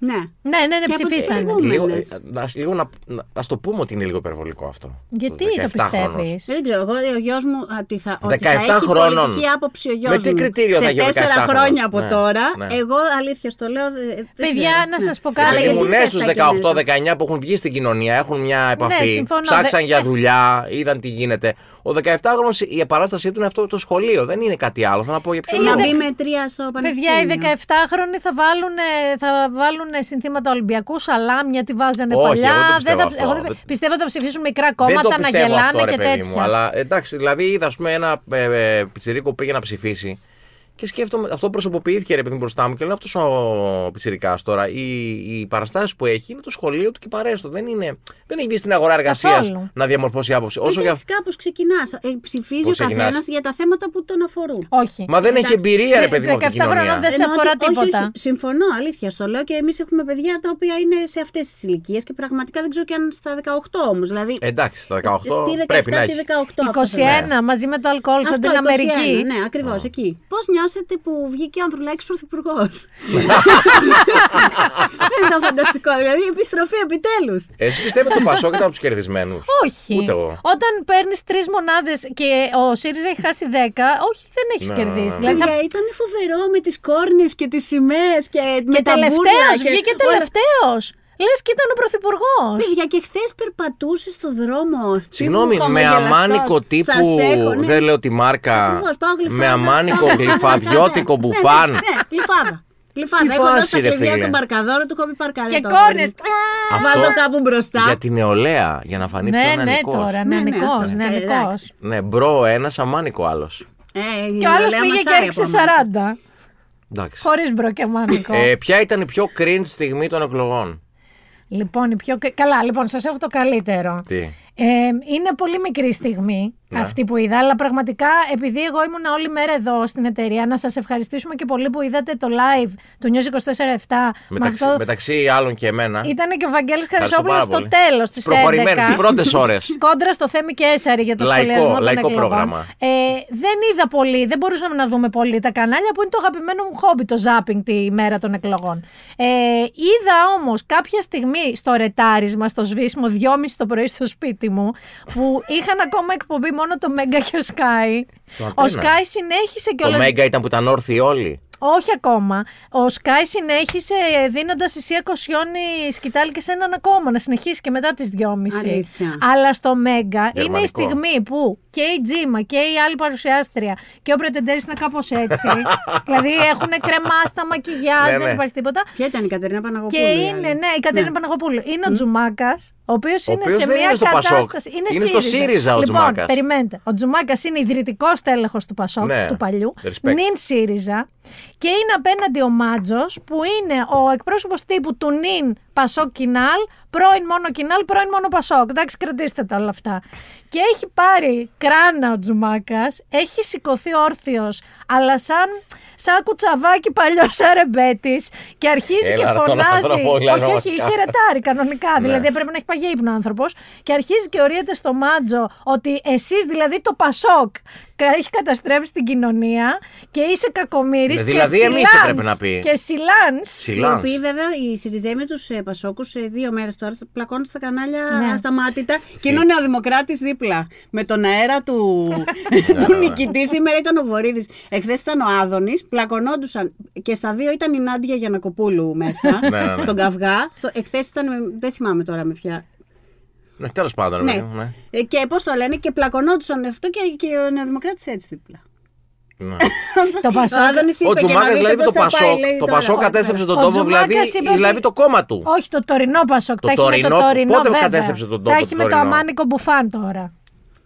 Ναι.
ναι, ναι, ναι,
Και από τις
ψηφίσανε.
προηγούμενες.
Λίγο,
Μένες.
ε, να, λίγο να, να, ας το πούμε ότι είναι λίγο υπερβολικό αυτό.
Γιατί
Ο
το
17χρονος.
πιστεύει.
Ε, Δεν ξέρω, εγώ ο γιος μου ότι θα, ότι θα
17
έχει
χρόνων.
πολιτική άποψη ο γιος
Με
μου.
τι κριτήριο
σε
θα γίνει ο
4
17 χρόνος.
χρόνια από
Ναι,
τώρα,
ναι. εγώ
εγώ αλήθεια στο λέω. δε- δεν
Παιδιά,
ξέρω.
να
Ναι.
σας πω
Ρε
κάτι.
Αλλά
παιδί
γιατί
μου,
γιατί δεν
ναι, στου
τα κινητά.
18-19 που έχουν βγει στην κοινωνία, έχουν μια επαφή,
Ναι, συμφωνώ,
ψάξαν
δε-
για
ε.
δουλειά, είδαν τι γίνεται. Ο 17χρονο η επανάστασή του είναι αυτό το σχολείο, δεν είναι κάτι άλλο. Θα να πω για ποιο
Να
λόγο.
μπει με τρία στο πανεπιστήμιο.
Παιδιά, οι 17χρονοι θα βάλουν, θα βάλουνε συνθήματα Ολυμπιακούς, σαλάμια, τι βάζανε
Όχι,
παλιά.
εγώ δεν το πιστεύω
θα,
αυτό.
εγώ δεν-
Δεν-
πιστεύω ότι θα ψηφίσουν μικρά
Δεν το
κόμματα, να
πιστεύω
γελάνε
αυτό, ρε
και
παιδί
τέτοια.
μου. Αλλά εντάξει, δηλαδή είδα ας πούμε, ένα ε, ε, πιτσιρίκο που πήγε να ψηφίσει και σκέφτομαι, αυτό προσωποποιήθηκε ρε παιδί μου μπροστά μου και λέω αυτός ο πιτσιρικάς τώρα. Οι, οι παραστάσεις που έχει είναι το σχολείο του και οι παρέες του. Δεν, είναι, δεν έχει βγει στην αγορά εργασίας
Καθόλου.
να διαμορφώσει άποψη. Όσο για...
Εντάξει, κάπως ξεκινάς. Ε, Ψηφίζει ο
Πώς ξεκινάς?
καθένα για τα θέματα που τον αφορούν.
Όχι.
Μα δεν έχει εμπειρία, ρε
Ναι,
παιδί μου. από την
17 χρονών
κοινωνία.
δεν σε
Εννοώ
αφορά
ότι- όχι,
τίποτα.
όχι, συμφωνώ, αλήθεια στο λέω και εμείς έχουμε παιδιά τα οποία είναι σε αυτές τις ηλικίες και πραγματικά δεν ξέρω και αν στα 18 όμως. Δηλαδή.
Εντάξει, στα 18
τι 17,
Ε, πρέπει να
τι
έχει.
18. αυτό θα λέω.
21 μαζί με το αλκοόλ σαν την
Αυτό, 21,
Αμερική.
Ναι, ακριβώς εκεί. Πώς νιώσετε που βγήκε ο Ανδρουλάκης πρωθυπουργός.
(laughs)
Δεν ήταν φανταστικό. Δηλαδή, επιστροφή επιτέλους.
Εσύ πιστεύετε το Πασόκ ήταν από τους κερδισμένους.
Όχι.
Ούτε εγώ.
Όταν παίρνεις τρεις μονάδες και ο ΣΥΡΙΖΑ έχει χάσει 10, όχι, δεν έχεις
Ναι,
κερδίσει.
ναι, ναι.
Δηλαδή, θα-
Ήταν φοβερό με τις κόρνες και τις σημαίες και, με
και
τα μπουρλα
τελευταίο,
και
βγήκε
όλα
τελευταίος. Λες και ήταν ο πρωθυπουργός.
Παιδιά, και χθες περπατούσες στο δρόμο.
Συγγνώμη, με αμάνικο τύπου.
ναι,
Δεν λέω τη μάρκα.
Ακριβώς, πάω ναι. γλυφάδα.
Με αμάνικο γλυφαδιώτικο μπουφάν.
Ναι, γλυφάδα. Γλυφάδα. Έχω
φάση,
δώσει τα
ρε
κλειδιά
φίλε.
στον παρκαδόρο, του έχω πει παρκαδόρο.
Και κόρνες.
Βάλ το κάπου μπροστά.
Για την νεολαία, για να φανεί
Ναι,
πιο
ναι,
νεανικός.
τώρα.
Ναι, ναι,
Νεανικό,
αυτό.
νεανικό.
Εντάξει.
Ναι, μπρο, ένας αμάνικο άλλος.
Ε,
Και ο άλλος πήγε και έριξε 40.
Εντάξει.
Χωρίς μπροκεμάνικο.
Ε, ποια ήταν η πιο cringe στιγμή των εκλογών.
Λοιπόν, η πιο. κα- Καλά, λοιπόν, σας έχω το καλύτερο.
Τι.
Ε, είναι πολύ μικρή στιγμή
Ναι.
αυτή που είδα, αλλά πραγματικά επειδή εγώ ήμουν όλη μέρα εδώ στην εταιρεία, να σας ευχαριστήσουμε και πολύ που είδατε το live του News 24-7. με
Μεταξύ,
αυτό
μεταξύ άλλων και εμένα.
Ήταν και ο Βαγγέλης
Ευχαριστώ
Χαρισόπουλος
πάρα
στο
πολύ.
τέλος της
Προχωρημένη, τις
11. (laughs)
πρώτες ώρες.
Κόντρα στο Θέμη και Έσαρη για το
Λαϊκό-
σχολιασμό των
λαϊκό
εκλογών.
πρόγραμμα.
Ε, δεν είδα πολύ, δεν μπορούσαμε να δούμε πολύ τα κανάλια που είναι το αγαπημένο μου χόμπι, το ζάπινγκ τη μέρα των εκλογών. Ε, είδα όμως κάποια στιγμή στο ρετάρισμα, στο σβήσιμο, δυόμιση το πρωί στο σπίτι μου, που είχαν ακόμα εκπομπή μόνο το Μέγκα και ο Σκάι.
Το
Ο
Αντένα.
Σκάι συνέχισε
Το
κιόλας.
Μέγκα ήταν που ήταν όρθιοι όλοι.
Όχι ακόμα. Ο Σκάι συνέχισε δίνοντας η Σία Κοσιόνι σκητάλη και σε έναν ακόμα να συνεχίσει και μετά τις δυόμιση.
Αλήθεια.
Αλλά στο Μέγκα είναι η
Γερμανικό.
στιγμή που και η Τζίμα και η άλλη παρουσιάστρια και ο Πρετεντέρης είναι κάπως
(laughs)
έτσι. δηλαδή έχουν κρεμάστα μακιγιά,
Ναι, ναι.
δεν υπάρχει τίποτα.
Ποια ήταν η Κατερίνα Παναγοπούλου.
Και είναι, ναι, η Κατερίνα Παναγοπούλου. Είναι ο Τζουμάκας, ο οποίος είναι
οποίος
σε
δεν
μια
είναι στο Πασόκ.
κατάσταση.
Είναι στο ΣΥΡΙΖΑ ο
λοιπόν,
Τζουμάκας.
Περιμένετε. Ο Τζουμάκας είναι ιδρυτικός τέλεχο του Πασόκ,
Ναι.
του παλιού.
Respect.
Νυν ΣΥΡΙΖΑ. Και είναι απέναντι ο Μάτζος, που είναι ο εκπρόσωπος τύπου του νυν Πασόκ Κινάλ, πρώην μόνο Κινάλ, πρώην μόνο Πασόκ. Εντάξει, κρατήστε τα όλα αυτά. Και έχει πάρει κράνα ο Τζουμάκας, έχει σηκωθεί όρθιος, αλλά σαν, σαν κουτσαβάκι (laughs) παλιό σαρεμπέτη και αρχίζει αρχίζει
Έλα,
και
ρε, τον
φωνάζει.
άνθρωπο, Ναι.
όχι,
λέω,
όχι,
πραγματικά.
είχε ρετάρει κανονικά. δηλαδή έπρεπε να έχει παγεί ύπνο ο άνθρωπος. Και αρχίζει και ορίεται στο μάτζο ότι εσείς δηλαδή το Πασόκ κα- έχει καταστρέψει την κοινωνία και είσαι κακομοίρης.
Δηλαδή,
και
εμείς
σιλάνς,
πρέπει να πει.
Και σιλάν.
Οι
Σιλάν.
οποίοι βέβαια οι Σιριζέοι με τους ε, Πασόκους σε δύο μέρες τώρα στα- πλακώνουν στα κανάλια
Ναι.
ασταμάτητα. Και είναι ο Νεοδημοκράτης δίπλα. Με τον αέρα του,
Ναι,
του νικητή. Σήμερα ήταν ο Βορύδης. Εχθές ήταν ο Άδωνης. Πλακωνόντουσαν. Και στα δύο ήταν η Νάντια Γιανακοπούλου μέσα.
Ναι, ναι, ναι.
στον καυγά. Στο- Εχθές ήταν. με- Δεν θυμάμαι τώρα με ποια.
Ναι, τέλος πάντων.
Ναι.
Ναι. Ναι.
Ε, Και πώς το λένε, και πλακωνόντουσαν αυτό και, και ο Νεοδημοκράτης έτσι δίπλα.
ναι.
Το Πασόκ. Ναι.
Ο Άδωνης
Ο
είπε και να
Τζουμάκας
δείτε
δηλαδή
πώς
το
θα πάει,
Πασόκ.
λέει,
Το
τώρα.
Πασόκ
Όχι,
κατέστρεψε
τώρα.
Ο
τον τόπο,
Τζουμάκας
δηλαδή,
είπε ότι-
δηλαδή το κόμμα του.
Όχι, το τωρινό Πασόκ.
Το
τα έχει με το
τωρινό.
τωρινό.
Πότε
βέβαια.
κατέστρεψε τον τόπο
Τα
το
έχει με το
τωρινό.
αμάνικο μπουφάν τώρα.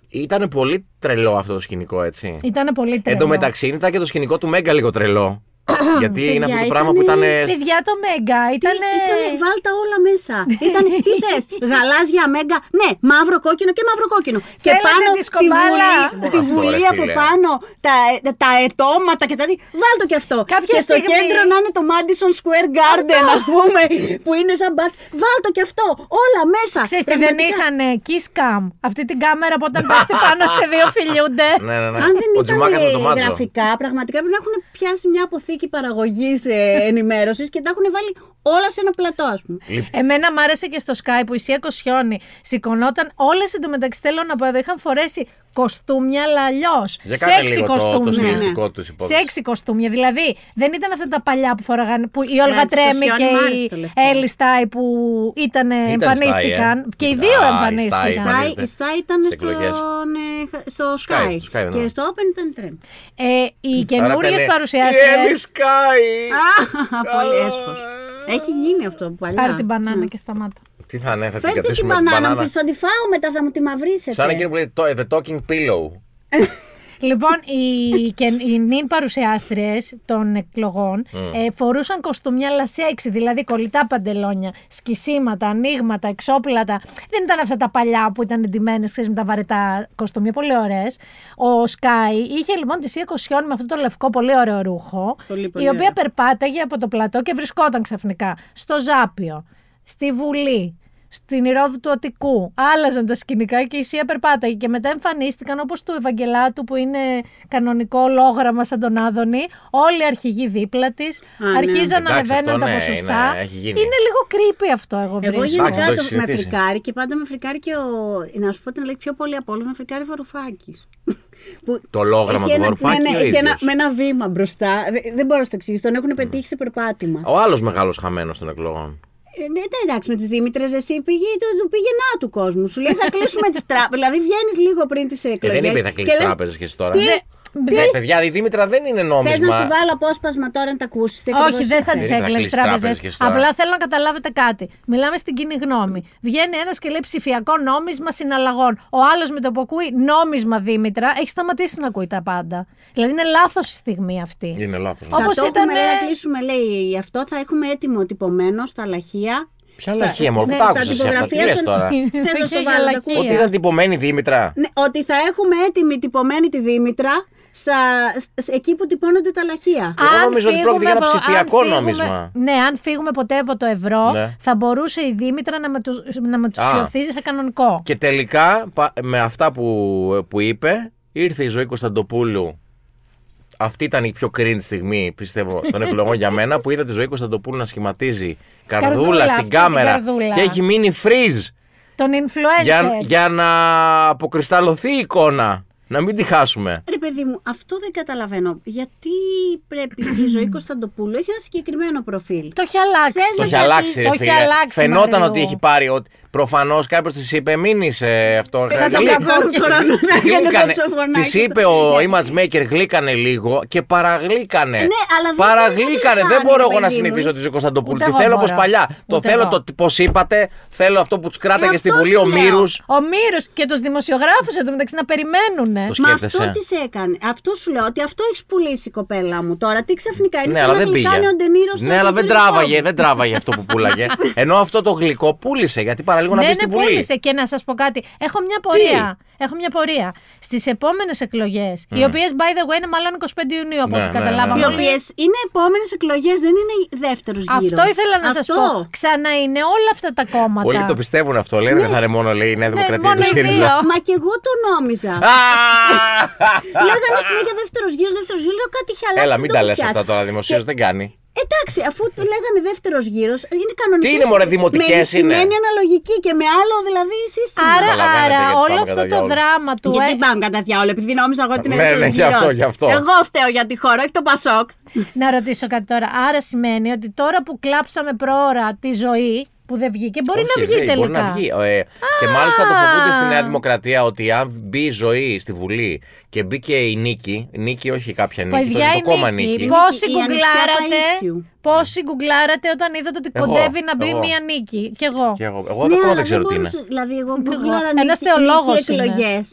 Ήταν πολύ τρελό αυτό το σκηνικό, έτσι.
Ήταν πολύ
Εν τω
τρελό.
μεταξύ ήταν και το σκηνικό του Μέγκα λίγο
(coughs)
τρελό. Γιατί είναι αυτό το
Παιδιά,
πράγμα που ήταν.
Παιδιά, το Μέγκα ήταν.
Ήτανε, βάλτα όλα μέσα. Ήταν,
(laughs)
τι θες, γαλάζια, μέγκα. Ναι, μαύρο κόκκινο και μαύρο κόκκινο. Και
Θέλετε
πάνω
τη
τη
σκομπάλα?
βουλή,
Μόνο
τη
αυτό,
βουλή
ρε
από
φίλε.
πάνω, τα, ε- τα ετώματα και τα τι. Βάλτο και αυτό.
Κάποια
και στο
στιγμή-
κέντρο να είναι το Madison Square Garden, α πούμε, που είναι σαν μπάσκετ. Βάλτο και αυτό. Όλα μέσα.
Ξέρεις τι δεν
Πραγματικά.
είχαν kiss cam. Αυτή την κάμερα που όταν πέφτει πάνω σε δύο φιλιούνται.
Ναι, ναι, ναι.
Αν δεν
Ο
ήταν
Τζουμάκας με το
ε,
μάτζο.
γραφικά, πραγματικά πρέπει να έχουν πιάσει μια αποθήκη παραγωγή ενημέρωσης και τα έχουν βάλει όλα σε ένα πλατό, ας πούμε.
Εμένα μ' άρεσε και στο Skype που η Σία Κοσιόνι σηκωνόταν. Όλες εντωμεταξύ θέλω να πω εδώ είχαν φορέσει κοστούμια, αλλά αλλιώς.
Για κάνε λίγο το- το, στυλιστικό
Ναι,
του υπόψη.
Σεξι κοστούμια. Δηλαδή δεν ήταν αυτά τα παλιά που φοράγανε. Που η Όλγα
της
Τρέμι
Κοσιόνι μ'
και
άρεσε
η
το λευκό.
Έλλη Στάι που ήταν, εμφανίστηκαν.
Στάι, ε.
Και οι
Α, η
δύο
Στάι
εμφανίστηκαν.
ήταν.
Στάι,
εμφανίζεται
η Στάι ήταν
σε
στον,
ναι. εκλογές.
ε, χα- στο
Sky,
Sky.
Sky, ναι.
και στο Open ήταν τρέμ.
Ε, οι
Άρα
καινούριες
ήταν,
παρουσιάστρες.
«Η Έλλη Σκάι».
Πολύ έσχος. Έχει γίνει αυτό που παλιά.
Πάρε την μπανάνα
Ναι.
και σταμάτα.
Τι θα είναι, θα την
Φέρτε την
καθίσουμε την
μπανάνα μου
μπανάνα.
πίσω, θα τη φάω μετά, θα μου τη μαυρίσετε.
Σαν εκείνο που λέει το- The Talking Pillow.
Λοιπόν, οι, και, οι νυν παρουσιάστριες των εκλογών ε, φορούσαν κοστούμια αλλά σεξι, δηλαδή κολλητά παντελόνια, σκισίματα, ανοίγματα, εξόπλατα. Δεν ήταν αυτά τα παλιά που ήταν εντυμένες, ξέρεις, με τα βαρετά κοστούμια, πολύ ωραίες. Ο Σκάι είχε λοιπόν τη Σία Κοσιόν με αυτό το λευκό πολύ ωραίο ρούχο,
Πολύ, πολύ
η οποία
Ναι.
ωραίο.
περπάταγε από το πλατό και βρισκόταν ξαφνικά στο Ζάπιο, στη Βουλή, στην Ηρόδου του Αττικού. Άλλαζαν τα σκηνικά και η Σία περπάταγε. Και μετά εμφανίστηκαν όπως του Ευαγγελάτου που είναι κανονικό λόγραμμα σαν τον Άδωνη. Όλοι οι αρχηγοί δίπλα της.
ναι.
Αρχίζαν να
Εντάξει,
ανεβαίνουν
αυτό
τα
ναι,
ποσοστά.
είναι- έχει γίνει.
Είναι λίγο creepy αυτό, εγώ
Εγώ
βρίσκω.
Εντάξει, το
γενικά
έχεις
το, με
συζητήσει.
φρικάρει και πάντα με φρικάρει και ο. Να σου πω την αλήθεια, πιο πολύ από όλους με φρικάρει Βαρουφάκης.
Το λόγραμμα του Βαρουφάκη
Ναι, ναι,
ή ο
έχει
ίδιος?
ένα, με ένα βήμα μπροστά. Δε- Δεν, μπορώ να το εξηγήσω. Τον έχουν πετύχει σε περπάτημα.
Ο άλλος μεγάλος χαμένος των εκλογών.
Ε, ναι, ναι, εντάξει, με τις Δήμητρες, εσύ πήγε, του, του πήγαινα του κόσμου. Σου λέει θα κλείσουμε τις τράπεζε. Δηλαδή βγαίνεις λίγο πριν τις
Ε,
εκλογέ.
δεν είπε θα κλείσει τράπεζες και εσύ τώρα.
Τι-
τι-
Ναι, παιδιά, η Δήμητρα δεν είναι
Θες να σου
νόμισμα.
βάλω απόσπασμα τώρα να τα ακούσεις.
Όχι, δεν θα τι
Δεν θα
έκλεψει
κλείσει
τράπεζε.
τράπεζες και τώρα.
Απλά θέλω να καταλάβετε κάτι. Μιλάμε στην κοινή γνώμη. Βγαίνει ένας και λέει ψηφιακό νόμισμα συναλλαγών. Ο άλλος με το που ακούει νόμισμα Δήμητρα έχει σταματήσει να ακούει τα πάντα. Δηλαδή είναι λάθος η στιγμή αυτή.
Είναι ναι. λάθο.
Όπως
Όπως θα το
ήταν-
έχουμε, λέει, να κλείσουμε, λέει, αυτό θα έχουμε έτοιμο τυπωμένο στα λαχεία.
Ποια λαχεία μου,
ναι,
που τα
στα
άκουσες εσύ αυτά, τι
τυπογραφία
λες
των-
(laughs)
τώρα.
(laughs) Θες να στο
Και
βάλω, τα
γαλακία.
ακούω.
Ότι ήταν τυπωμένη η Δήμητρα.
Ναι, ότι θα έχουμε έτοιμη τυπωμένη τη Δήμητρα στα, σ- εκεί που τυπώνονται τα λαχεία.
Εγώ νομίζω ότι
φύγουμε
πρόκειται για ένα
από- αν
ψηφιακό
φύγουμε-
νόμισμα.
Ναι, αν φύγουμε ποτέ από το ευρώ,
Ναι.
θα μπορούσε η Δήμητρα να, μετου, να μετουσιωθεί σε κανονικό.
Και τελικά, πα- με αυτά που, που είπε, ήρθε η ζωή Κωνσταντοπούλου. Αυτή ήταν η πιο cringe στιγμή, πιστεύω, των εκλογών για μένα, που είδα τη ζωή Κωνσταντοπούλου να σχηματίζει καρδούλα,
Καρδούλα, αυτή
στην
την
κάμερα
καρδούλα.
και έχει μείνει freeze
Τον influencer.
για, για να αποκρισταλωθεί η εικόνα. Να μην τη χάσουμε.
Ρε παιδί μου, αυτό δεν καταλαβαίνω. Γιατί πρέπει η
(clears throat)
ζωή Κωνσταντοπούλου έχει ένα συγκεκριμένο προφίλ.
Το έχει αλλάξει.
Θες
Το
να
έχει
γιατί-
αλλάξει, ρε
το έχει
φίλε.
αλλάξει,
Φαινόταν
Μαριού.
ότι έχει πάρει. Ότι... Προφανώς κάποιος της είπε: Μην είσαι αυτό.
Σαν τον
γλύκ-
κακό του κορονοϊού Ναι, να έκανε το ψοφονάκι.
Τη
του.
είπε ο image maker γλύκανε λίγο και παραγλύκανε.
Ναι, αλλά δεν
παραγλύκανε.
μπορεί να
Δεν μπορώ
κάνει,
εγώ να
παιδί μου.
συνηθίσω τη ζωή Κωνσταντοπούλου.
Ούτε
Τη
εγώ
θέλω
μπορώ.
όπως παλιά. Το
Ούτε
θέλω
εγώ.
το πώς είπατε. Θέλω αυτό που τους κράταγε
Ε,
στη
αυτός
Βουλή
σου
ο
λέω.
Μύρους.
Ο Μύρο και τους δημοσιογράφους εντωμεταξύ να περιμένουν.
Το
Μα αυτό
σκέφτεσαι.
τι έκανε. Αυτό σου λέω ότι αυτό έχεις πουλήσει κοπέλα μου τώρα. Τι ξαφνικά είναι
Ναι,
σαν
αλλά
να
δεν πήγε.
γλυκάνει ο Ντενίρος
Ναι, αλλά δεν τράβαγε, δεν τράβαγε αυτό που
(laughs)
πούλαγε. Ενώ αυτό το γλυκό πούλησε, γιατί παραλίγο να
ναι,
μπει
ναι,
στη Βουλή.
πούλησε. Και να σας πω κάτι. Έχω μια πορεία. Έχω μια πορεία. Στις επόμενες εκλογές, οι οποίες, by the way, είναι μάλλον 25 Ιουνίου από
Ναι,
ό,τι
ναι, ναι,
καταλάβαμε.
Οι
ναι.
όλοι.
οποίες είναι επόμενες εκλογές, δεν είναι δεύτερο γύρο.
Αυτό ήθελα να σας πω. Ξανά είναι όλα αυτά τα κόμματα.
Όλοι το πιστεύουν αυτό.
Ναι.
Λένε δεν θα είναι μόνο λέει, η Νέα Δημοκρατία
Ναι, μόνο
του
οι
ΣΥΡΙΖΑ. (laughs)
δύο.
Μα και εγώ το νόμιζα.
Α!
Λέγανε συνέχεια δεύτερος γύρος, δεύτερος γύρος. Λέω κάτι είχε αλλάξει.
Έλα,
δεν
μην
το
τα
έχω
λε
πιάσει.
αυτά τώρα δημοσίως, δεν κάνει.
Εντάξει, αφού το λέγανε δεύτερος γύρος, είναι κανονικό.
Τι είναι, μωρέ, δημοτικές
Με ενισχυμένη
είναι.
αναλογική και με άλλο δηλαδή σύστημα.
Άρα,
Καταλαβαίνετε
άρα,
γιατί πάμε
όλο
κατά
αυτό το
διάολο.
δράμα του.
Γιατί
ε,
πάμε κατά διάολο, επειδή νόμιζα εγώ ότι είναι
Ναι,
δεύτερος
ναι, γι' αυτό,
γύρος.
γι' αυτό.
Εγώ φταίω για τη χώρα, όχι το Πασόκ.
να ρωτήσω κάτι τώρα. Άρα σημαίνει ότι τώρα που κλάψαμε προώρα τη ζωή που δεν βγήκε, μπορεί
Όχι,
να βγει
δεν,
τελικά.
Μπορεί να βγει. Ε, και μάλιστα το φοβούνται στη Νέα Δημοκρατία ότι αν μπει η ζωή στη Βουλή και μπήκε η νίκη, νίκη όχι κάποια νίκη,
Παιδιά,
το, το κόμμα
η Νίκη,
νίκη.
πόσοι
Η Ανοιξιά
γκουγκλάρατε,
Παΐσιου.
πόσοι γκουγκλάρατε όταν είδατε ότι
Εγώ,
κοντεύει να μπει
εγώ.
μία νίκη. Κι εγώ.
Και εγώ,
Ναι,
εγώ ακόμα δεν ξέρω τι είναι.
μπορούσε- Δηλαδή, εγώ
εγώ.
γκουγκλάρα
Ένας
νίκη,
θεολόγος
νίκη
είναι.
εκλογές,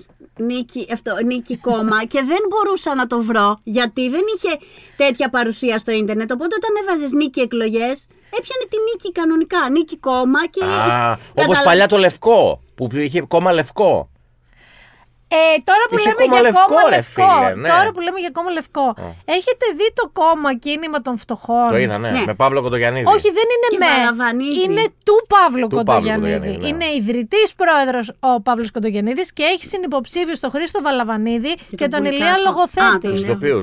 νίκη, αυτό, νίκη κόμμα και δεν μπορούσα να το βρω γιατί δεν είχε τέτοια παρουσία στο ίντερνετ. Οπότε όταν έβαζες νίκη εκλογές έπιανε τη νίκη κανονικά, νίκη κόμμα και...
Α, όπως
Κατάλαβες.
παλιά το λευκό, που είχε κόμμα λευκό.
Ε, τώρα που
Είχε
λέμε
κόμμα
για
λευκό,
κόμμα
ρε
λευκό.
φίλε, ναι.
Τώρα που λέμε για κόμμα λευκό. Έχετε δει το κόμμα κίνημα των φτωχών.
Το είδα, ναι,
Ναι.
με Παύλο Κοντογιαννίδη.
Όχι, δεν είναι
Και
με.
Βαραβανίδη.
Είναι του Παύλου
Του Παύλου
Κοντογιαννίδη.
Κοντογιαννίδη, ναι.
Είναι ιδρυτής πρόεδρος ο Παύλος Κοντογιαννίδης και έχει συνυποψήφιου τον Χρήστο Βαλαβανίδη και,
τον
τον
Πουλικάκο.
Ηλία
Α,
Λογοθέτη.
τον
Στου
Λέω.
οποίου.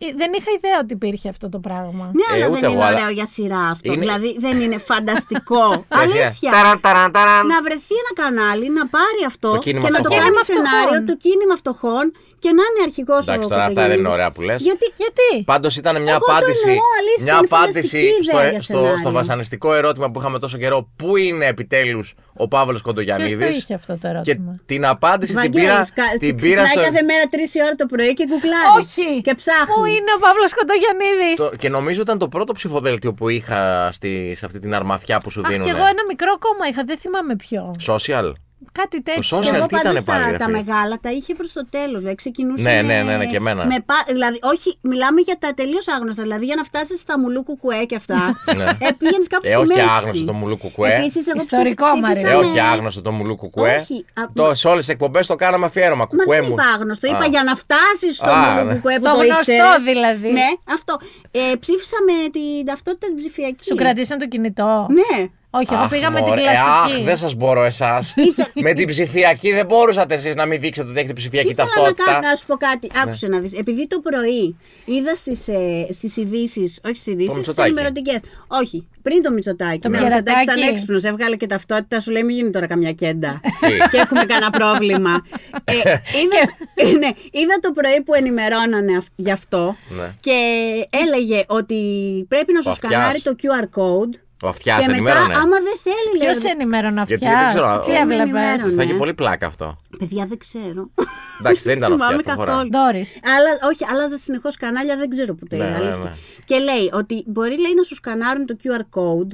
Ε, Δεν είχα ιδέα ότι υπήρχε αυτό το πράγμα.
Ναι,
Ε,
αλλά
ούτε
δεν
εγώ,
είναι
αλλά-
ωραίο για σειρά αυτό.
Είναι-
Δηλαδή δεν είναι
(laughs)
φανταστικό. Αλήθεια. να βρεθεί ένα κανάλι, να πάρει αυτό
Το
και
κίνημα
να το
φτωχών.
κάνει
Κίνημα
σενάριο
φτωχών.
το κίνημα φτωχών και να είναι αρχηγός ο
Εντάξει, τώρα αυτά δεν είναι
Κοπεγιανίδης.
ωραία που λες.
Γιατί
Γιατί.
Πάντως ήταν μια
Εγώ το
απάντηση,
εννοώ, αλήθεια,
μια
είναι
απάντηση
φανταστική
στο,
ιδέα για
στο,
σενάριο.
στο βασανιστικό ερώτημα που είχαμε τόσο καιρό. Πού είναι επιτέλους ο Παύλος
Ποιο
Κοντογιανίδη.
το είχε αυτό το
Και
ερώτημα.
την απάντηση την πήρα,
Βαγγέλης, κα-
την πήρα
ξυπνάει
στο.
κάθε μέρα 3 η ώρα το πρωί και γκουγκλάρει.
Όχι.
Και ψάχνει.
Πού είναι ο Παύλος Κοντογιαννίδης.
το- Και νομίζω ήταν το πρώτο ψηφοδέλτιο που είχα στη, σε αυτή την αρμαθιά που σου
Αχ,
δίνουν.
κι εγώ ένα μικρό κόμμα είχα, δεν θυμάμαι ποιο.
Social.
Κάτι τέτοιο.
Και
social.
εγώ
τι ήτανε
πάντως
πάλι, ρε
τα, τα
φίλε.
μεγάλα τα είχε προς το τέλος. Δηλαδή ξεκινούσε.
Ναι,
με-
ναι, ναι, ναι, και εμένα.
Με, πα- δηλαδή, όχι, μιλάμε για τα τελείως άγνωστα. Δηλαδή για να φτάσεις στα μουλού κουκουέ και αυτά.
Ναι.
ε, πήγαινες κάπου
Ε,
στη
όχι
μέση.
άγνωστο το μουλού κουκουέ.
Επίσης, εγώ
Ιστορικό,
ψήφισα
Μαρία.
Ε,
ναι.
όχι
με-
άγνωστο το μουλού κουκουέ.
Όχι, α,
το, σε όλες τις εκπομπές το κάναμε αφιέρωμα.
Μα
Κουκουέ
δεν
μου.
είπα άγνωστο.
Α.
Είπα για να φτάσεις στο
Α,
μόνο
ναι.
κουκουέ που
Στο
το
γνωστό
ήξερες.
δηλαδή.
Ναι, αυτό. Ε, ψήφισα με την ταυτότητα την ψηφιακής.
Σου κρατήσαν το κινητό.
Ναι.
Όχι, εγώ
Αχ,
πήγα με την
μωρέ,
κλασική.
Αχ, δεν σας μπορώ εσάς. με την ψηφιακή δεν μπορούσατε εσείς να μην δείξετε ότι έχετε ψηφιακή
Ήθελα
ταυτότητα.
να, κάνω, να σου πω κάτι.
Ναι.
Άκουσε να δεις. Επειδή το πρωί είδα στις ε, στις ειδήσεις, όχι στις ειδήσεις, στις
Μητσοτάκη.
ενημερωτικές. Όχι, πριν το Μητσοτάκι.
Το
Ναι, ο Μητσοτάκης ήταν
Μητσοτάκη.
έξυπνος, έβγαλε και ταυτότητα, σου λέει μην γίνει τώρα καμιά κέντα.
Τι?
και έχουμε κανένα πρόβλημα. ε, είδα, ναι, είδα το πρωί που ενημερώνανε αυ- γι' αυτό
Ναι.
και έλεγε ότι πρέπει να σου
Ο αυτιάς.
σκανάρει το QR code.
Ο αυτιάς
και μετά,
ενημέρωνε.
άμα δεν θέλει, λέει.
Ποιο ενημέρωνε
Γιατί
αυτιάς.
δεν ξέρω, ε,
Τι
ο-
έβλεπες.
ενημέρωνε.
Θα είχε
ναι.
πολύ πλάκα αυτό.
Παιδιά, δεν ξέρω.
Εντάξει, δεν
(laughs)
ήταν ο
Θυμάμαι
αυτιάς. δεν φορά.
καθόλου.
Ντόρις.
Αλλά όχι, άλλαζα συνεχώς κανάλια, δεν ξέρω που το
Ναι,
είδα.
ναι,
αλήθεια.
ναι.
Και λέει ότι μπορεί λέει, να σου σκανάρουν το QR code,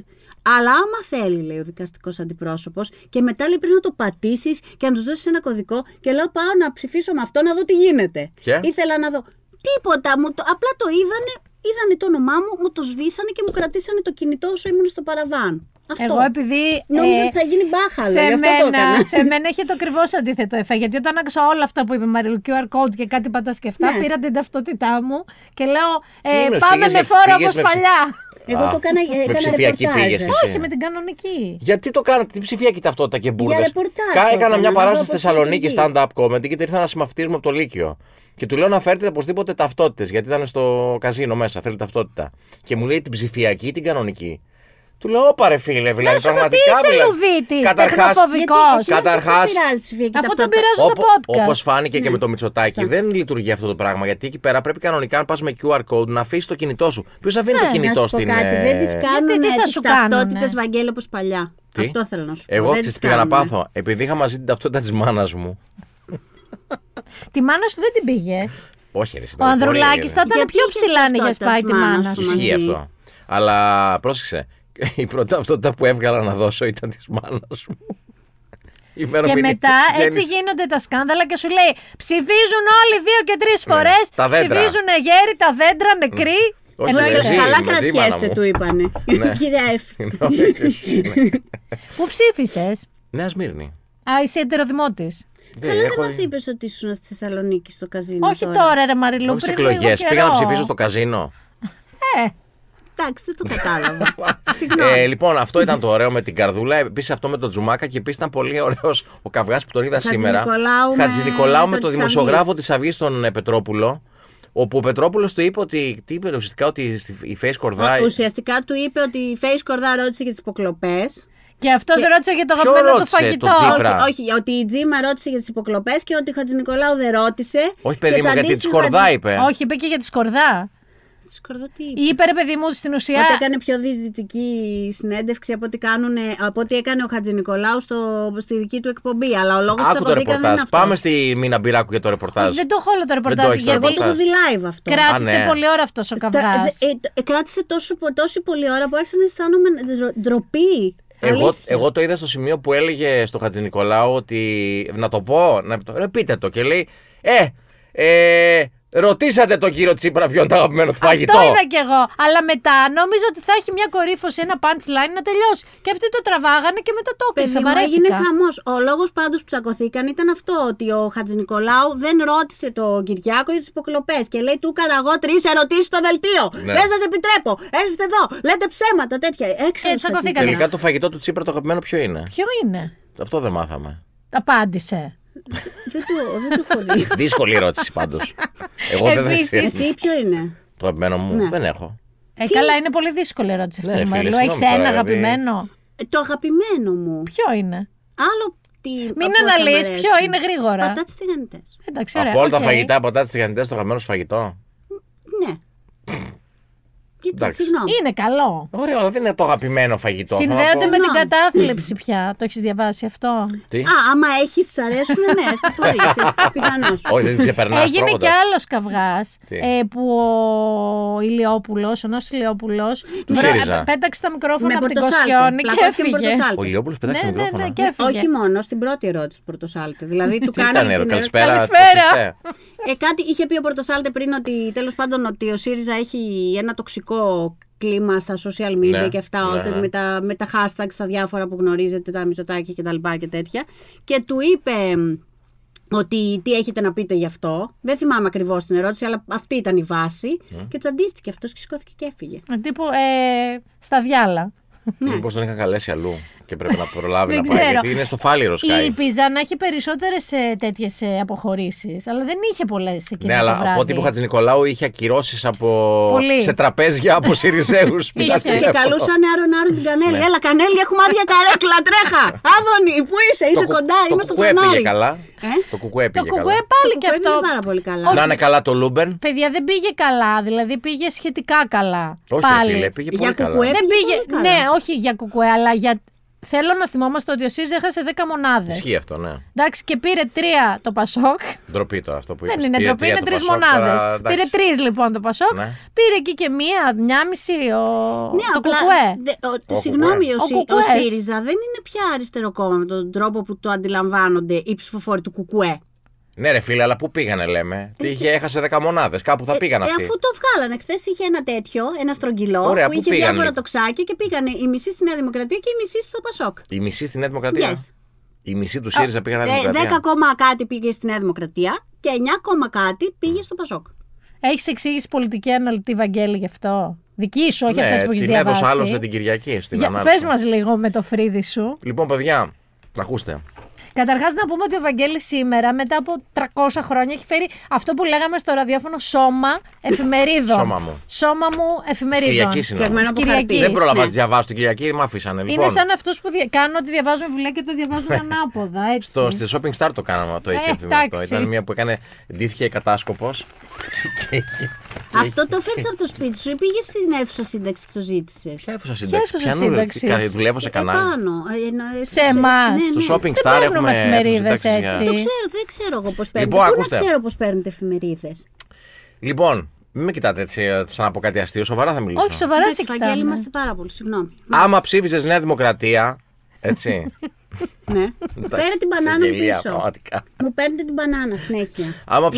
αλλά άμα θέλει, λέει ο δικαστικός αντιπρόσωπος, και μετά λέει πρέπει να το πατήσεις και να τους δώσεις ένα κωδικό. Και λέω πάω να ψηφίσω με αυτό να δω τι γίνεται.
Και?
Ήθελα να δω. Τίποτα, μου το, απλά το είδανε, είδανε το όνομά μου, μου το σβήσανε και μου κρατήσανε το κινητό όσο ήμουν στο παραβάν. Αυτό.
Εγώ επειδή.
Νόμιζα
ε,
ότι θα γίνει μπάχαλο.
σε
γι' αυτό το έκανα.
μένα, (laughs) σε μένα έχει το ακριβώς αντίθετο εφέ. Γιατί όταν άκουσα όλα αυτά που είπε η Μαριλ, QR code και κάτι πατάς και αυτά,
Ναι.
πήρα την ταυτότητά μου και λέω ε,
Κίνος,
πάμε
πήγες
με
με-
φόρο
πήγες
όπω
με Ναι. ψη- (laughs)
παλιά.
Εγώ
Α.
το έκανα,
Με
έκανα
ψηφιακή
ρεπορτάζ.
πήγες και
Όχι, με την κανονική.
Γιατί το κάνατε, την ψηφιακή ταυτότητα και μπουρδες.
ρεπορτάζ το
Έκανα
έκανα,
μια
να δω
παράσταση
πώς
στη Θεσσαλονίκη
λειτουργεί.
stand-up comedy και ήρθα ένα συμμαθητή μου από το Λύκειο. Και του λέω να φέρετε οπωσδήποτε ταυτότητες, γιατί ήταν στο καζίνο μέσα, θέλει ταυτότητα. Και μου λέει την ψηφιακή ή την κανονική. Του λέω, όπα ρε φίλε, δηλαδή
σου πω, τι
πραγματικά.
είσαι
δηλαδή.
λουβίτης,
Καταρχάς-
τεχνοφοβικός.
Γιατί εσύ
Καταρχάς-
δεν σε πειράζει ψηφιακή
Αφού τον
ταυτότητα.
πειράζω το podcast.
Όπως φάνηκε και
Ναι.
με το Μητσοτάκι, δεν λειτουργεί αυτό το πράγμα. Γιατί εκεί πέρα πρέπει κανονικά, αν πας με QR code, να αφήσεις το κινητό σου. Ποιος αφήνει το
Ναι, Να
κινητό
σου πω
στην.
κάτι,
ε,
δεν τις κάνουν
τι θα
τις
σου κάνουνε.
ταυτότητες Βαγγέλη όπως παλιά.
Τι?
Αυτό θέλω να σου πω.
Εγώ
δεν
ξέρεις τις
τις
πήγα να
κάνουνε.
πάθω. Επειδή είχα μαζί την ταυτότητα της μάνας μου.
Τη μάνα σου δεν την πήγες.
Όχι, ρε, εσύ,
Ο
ήταν πολύ-
Ανδρουλάκη θα ήταν
Γιατί
πιο
είχες
ψηλά αν είχε
ταυτότητα
πάει
της
τη μάνα
μάνας
σου.
σου. μαζί.
Ισχύει αυτό. Αλλά πρόσεξε. (laughs) Η πρώτη ταυτότητα που έβγαλα να δώσω ήταν της μάνας μου. (laughs)
Και
Ημερομηνία
μετά έτσι
γέννησης.
γίνονται τα σκάνδαλα και σου λέει ψηφίζουν όλοι δύο και τρεις φορέ.
Ναι, τα δέντρα.
Ψηφίζουν γέροι, τα δέντρα, νεκροί.
Όχι,
Εννοείται.
Εσύ,
Ε, Καλά
μαζί, μάνα
κρατιέστε,
μου. Ναι.
του είπανε.
(laughs)
(laughs) Κύριε Εφ.
Πού ψήφισες.
Νέα Ναι, Σμύρνη.
Α, είσαι ετεροδημότης.
Δεν
Καλά δεν
Ε, έχω-
μας είπες ότι ήσουν στη Θεσσαλονίκη στο καζίνο
Όχι τώρα, ρε Μαριλού,
Όχι σε
πριν λίγο
εκλογέ.
καιρό.
Πήγα να ψηφίσω στο καζίνο.
Ε,
Εντάξει, δεν το κατάλαβα. Συγγνώμη.
(laughs) Ε, λοιπόν, αυτό ήταν το ωραίο με την καρδούλα. Επίσης αυτό με τον Τζουμάκα και επίσης ήταν πολύ ωραίος ο καυγάς που τον είδα σήμερα.
Χατζηνικολάου με
Χατζηνικολάου με
τον
το
της Αυγής.
δημοσιογράφο της Αυγής, τον ε, Πετρόπουλο. Όπου ο Πετρόπουλος του είπε ότι. Τι είπε ουσιαστικά, ότι στη- η Face Κορδάει.
Ουσιαστικά του είπε ότι η Face Κορδά ρώτησε για τις υποκλοπές.
και αυτός ρώτησε για το
Ποιο
αγαπημένο του
ρώτησε, το
φαγητό.
Τζίπρα.
Όχι,
Μπράβο.
Όχι, όχι, ότι η Τζίμα ρώτησε για τις υποκλοπές και ότι ο Χατζηνικολάου δεν ρώτησε.
Όχι,
Και
παιδί μου, γιατί
τσαντίστηκε ο
τη Κορδά
Χατζη-
είπε.
Όχι, είπε και για τη σκορδά.
Της Κορδά τι είπε.
Ή Είπε ρε παιδί μου στην ουσία.
Ότι έκανε πιο διεισδυτική συνέντευξη από ό,τι, κάνουνε- από ό,τι έκανε ο Χατζηνικολάου στο, στη δική του εκπομπή. Αλλά ο λόγος που
Άκου το
τσακωθήκαν δεν
ρεπορτάζ.
είναι αυτός.
Πάμε στη Μίνα Μπυράκου για το ρεπορτάζ.
Δεν το έχω όλο το
το
ρεπορτάζ.
έχεις το
Γιατί
Εγώ το έχω
ρεπορτάζ.
δει live αυτό.
κράτησε
Α, ναι.
πολύ ώρα αυτός ο
Τα-
καυγά.
δε- ε, το- ε, κράτησε τόσο, πο- τόση πολλή ώρα που άρχισα να αισθάνομαι ντρο- ντροπή.
Εγώ,
Αλήθεια.
εγώ το είδα στο σημείο που έλεγε στο Χατζηνικολάου ότι. Να το πω, να το- ρε, πείτε το. Και λέει, Ε, ε, ρωτήσατε τον κύριο Τσίπρα ποιο είναι το αγαπημένο του φαγητό.
Αυτό είδα κι εγώ. Αλλά μετά νόμιζα ότι θα έχει μια κορύφωση, ένα punchline να τελειώσει. Και αυτοί το τραβάγανε και μετά το έκλεισα.
Παιδί μου, έγινε
Βαρέθηκα.
χαμός. Ο λόγος πάντως που τσακωθήκαν ήταν αυτό. Ότι ο Χατζηνικολάου δεν ρώτησε τον Κυριάκο για τις υποκλοπές. Και λέει: Του έκανα εγώ τρεις ερωτήσεις στο δελτίο.
Ναι.
Δεν σας επιτρέπω. Έρχεστε εδώ. Λέτε ψέματα. Τέτοια. Έξω.
Ε, τσακωθήκανε.
Τελικά το φαγητό του Τσίπρα το αγαπημένο ποιο είναι.
Ποιο είναι.
Αυτό δεν μάθαμε.
Απάντησε.
Δεν το, δεν το έχω δει.
Δύσκολη ερώτηση πάντως.
(laughs)
Εγώ δεν
Επίσης,
ξέρω.
Εσύ ποιο είναι.
Το αγαπημένο μου
Ναι.
δεν έχω.
Ε, καλά, είναι πολύ δύσκολη ερώτηση
Ναι,
αυτή.
ρε,
Ναι,
φίλε,
Μαριλού, έχει
συγγνώμη τώρα,
ένα
δηλαδή.
αγαπημένο.
Ε, Το αγαπημένο μου.
Ποιο είναι.
Άλλο τι.
Μην αναλύει ποιο είναι γρήγορα.
Πατάτες τηγανιτέ.
Εντάξει, ωραία.
Από όλα τα
οκ.
φαγητά, πατάτες τηγανιτέ, το αγαπημένο σου φαγητό.
Ναι. Γιατί,
Εντάξει.
συγγνώμη.
Είναι καλό.
Ωραία, αλλά δεν είναι το αγαπημένο φαγητό. θέλω να
Συνδέονται
πω.
με την
Συγγνώμη.
κατάθλιψη πια. Το έχεις διαβάσει αυτό.
Τι?
Α, άμα έχεις, σ' αρέσουν, ναι. Μπορεί, πιθανώς.
(laughs) Όχι, δεν ξεπερνάς
Έγινε κι άλλος καυγάς
Τι?
ε, που ο Ηλιόπουλος, ο Νό Ηλιόπουλο,
ΣΥΡΙΖΑ.
πέταξε τα μικρόφωνα
Με
από την
πορτοσάλτε.
Κοσιόνη και
Πλακώθηκε
έφυγε.
με πορτοσάλτε.
Ο Ηλιόπουλος πετάξε
Ναι, ναι,
μικρόφωνα.
ναι, και έφυγε.
Όχι μόνο, στην πρώτη ερώτηση του Πορτοσάλτε. Δηλαδή του
Τι ήταν,
κάνει
ρε,
την
καλησπέρα.
Καλησπέρα. (laughs)
τουφιστέ.
Ε, κάτι είχε πει ο Πορτοσάλτε πριν ότι τέλος πάντων ότι ο ΣΥΡΙΖΑ έχει ένα τοξικό κλίμα στα social media
Ναι,
και αυτά,
ναι,
ότι
ναι.
Με, τα, με τα hashtags, τα διάφορα που γνωρίζετε, τα μισοτάκια και τα λοιπά και τέτοια. Και του είπε μ, ότι τι έχετε να πείτε γι' αυτό. Δεν θυμάμαι ακριβώς την ερώτηση, αλλά αυτή ήταν η βάση.
Ναι.
Και τσαντίστηκε αυτός και σηκώθηκε και έφυγε.
Τύπου ε, στα διάλα.
Μήπως τον είχαν καλέσει αλλού. και πρέπει να προλάβει
(laughs)
να
Δεν
πάει.
ξέρω.
Γιατί είναι στο φάληρο Sky.
Ήλπιζα να έχει ε, περισσότερε τέτοιε αποχωρήσεις, αλλά δεν είχε πολλές εκείνη
Ναι, αλλά
το βράδυ.
από ό,τι που Χατζηνικολάου είχε ακυρώσεις από...
Πολύ.
σε τραπέζια
(laughs)
από Σιριζέους. Ε,
Είχε.
Και καλούσαν άρον άρον την Κανέλη.
ναι.
Έλα, Κανέλη, έχουμε άδεια καρέκλα, τρέχα. Άδωνη, πού είσαι, είσαι κοντά, είμαι στο
κουκουέ πήγε
φανάρι.
καλά.
Ε?
Το κουκουέ
Το
πήγε
κουκουέ
καλά.
Το
πάλι και
κουκουέ
αυτό.
πήγε πάρα πολύ καλά.
Να είναι καλά το Λούμπεν.
Παιδιά δεν πήγε καλά, δηλαδή πήγε σχετικά καλά.
Όχι, ρε
πάλι.
φίλε, πήγε
Για
πολύ καλά.
κουκουέ.
Δεν
Πήγε
πήγε.
πολύ καλά.
ναι, όχι για κουκουέ, αλλά για. Θέλω να θυμόμαστε ότι ο ΣΥΡΙΖΑ έχασε 10 μονάδες.
Ισχύει αυτό, ναι.
Εντάξει, και πήρε 3 το Πασόκ.
Ντροπή τώρα αυτό που είπες.
Δεν είναι
Πήρε
Ναι, ντροπή,
τρία
είναι
το
τρεις
Πασόκ, τώρα,
μονάδε.
εντάξει.
Πήρε τρεις λοιπόν το Πασόκ.
Ναι.
Πήρε εκεί και μία, μία μισή ο...
Ναι,
το
απλά,
κουκουέ.
δε- ο-
Ο
συγγνώμη, ο,
κουκουέ.
Συ-
Ο
ο
κουκουές.
ΣΥΡΙΖΑ δεν είναι πια αριστερό κόμμα με τον τρόπο που το αντιλαμβάνονται οι ψηφοφόροι του Κουκουέ.
Ναι, ρε φίλε, αλλά πού πήγανε,
Ε,
λέμε. Είχε, έχασε 10 μονάδες. Κάπου θα πήγαν
ε,
αυτοί.
αφού το βγάλανε, χθες είχε ένα τέτοιο, ένα στρογγυλό
Ωραία,
που
πού
είχε
πήγαν,
διάφορα
λοιπόν?
τοξάκια και πήγανε η μισή στη Νέα Δημοκρατία και η μισή στο Πασόκ.
Η μισή στη Νέα Δημοκρατία.
Yes.
Η μισή του ΣΥΡΙΖΑ πήγαν
Ε,
στη Δημοκρατία.
10 κόμμα κάτι πήγε στη Νέα Δημοκρατία και 9 κόμμα κάτι πήγε στο Πασόκ.
Έχεις εξήγηση πολιτική αναλυτή, Βαγγέλη, γι' αυτό. Δική σου, όχι αυτέ
Ναι,
που έχεις
την
διαβάσει.
έδωσα άλλωστε την Κυριακή στην
Για,
ανάλυση.
πες μας λίγο με το φρύδι σου.
Λοιπόν, παιδιά, ακούστε.
Καταρχάς να πούμε ότι ο Βαγγέλης σήμερα μετά από 300 χρόνια έχει φέρει αυτό που λέγαμε στο ραδιόφωνο σώμα εφημερίδων.
Σώμα μου.
Σώμα μου εφημερίδων.
Κυριακής είναι. όμως.
Φτιαγμένο από
Κυριακής.
χαρτί.
Κυριακής,
Δεν πρόλαβα να
Ναι.
τη διαβάσω την Κυριακή, με αφήσανε.
Είναι
Λοιπόν,
σαν αυτούς που δια... κάνουν ότι διαβάζουν βιβλία και τα διαβάζουν ανάποδα. Έτσι.
Ναι. στο, στη Shopping Star το κάναμε το
Ε,
έχει πει αυτό.
εντάξει.
Ήταν μια που έκανε ντύθηκε κατάσκοπος.
Αυτό το φέρεις από το σπίτι σου ή πήγες στην αίθουσα σύνταξης και το ζήτησες.
Ποια αίθουσα σύνταξη.
αίθουσα
Ποια νου-
σύνταξης?
τι- κα- Δουλεύω σε κανάλι.
Επάνω. ε, εννοώ,
Σε
ε,
εμάς.
ναι, ναι.
Στο Shopping
Δεν
Star
παίρνουμε
έχουμε
εφημερίδες
σύνταξη για-
έτσι.
Το ξέρω, δεν ξέρω εγώ πώς παίρνετε.
Ε. Λοιπόν,
Πού
ακούστε.
να ξέρω πώς παίρνετε εφημερίδες.
Λοιπόν, μην με κοιτάτε έτσι ε, σαν να πω κάτι αστείο. Σοβαρά θα μιλήσω.
Όχι, σοβαρά σε
Βαγγέλη,
κοιτάμε.
είμαστε πάρα πολύ. Συγγνώμη.
Άμα ψήφιζες Νέα Δημοκρατία. Έτσι.
Ναι. Φέρε την μπανάνα μου
γελία,
πίσω.
πραγματικά.
Μου παίρνετε την μπανάνα συνέχεια.
Άμα
Είναι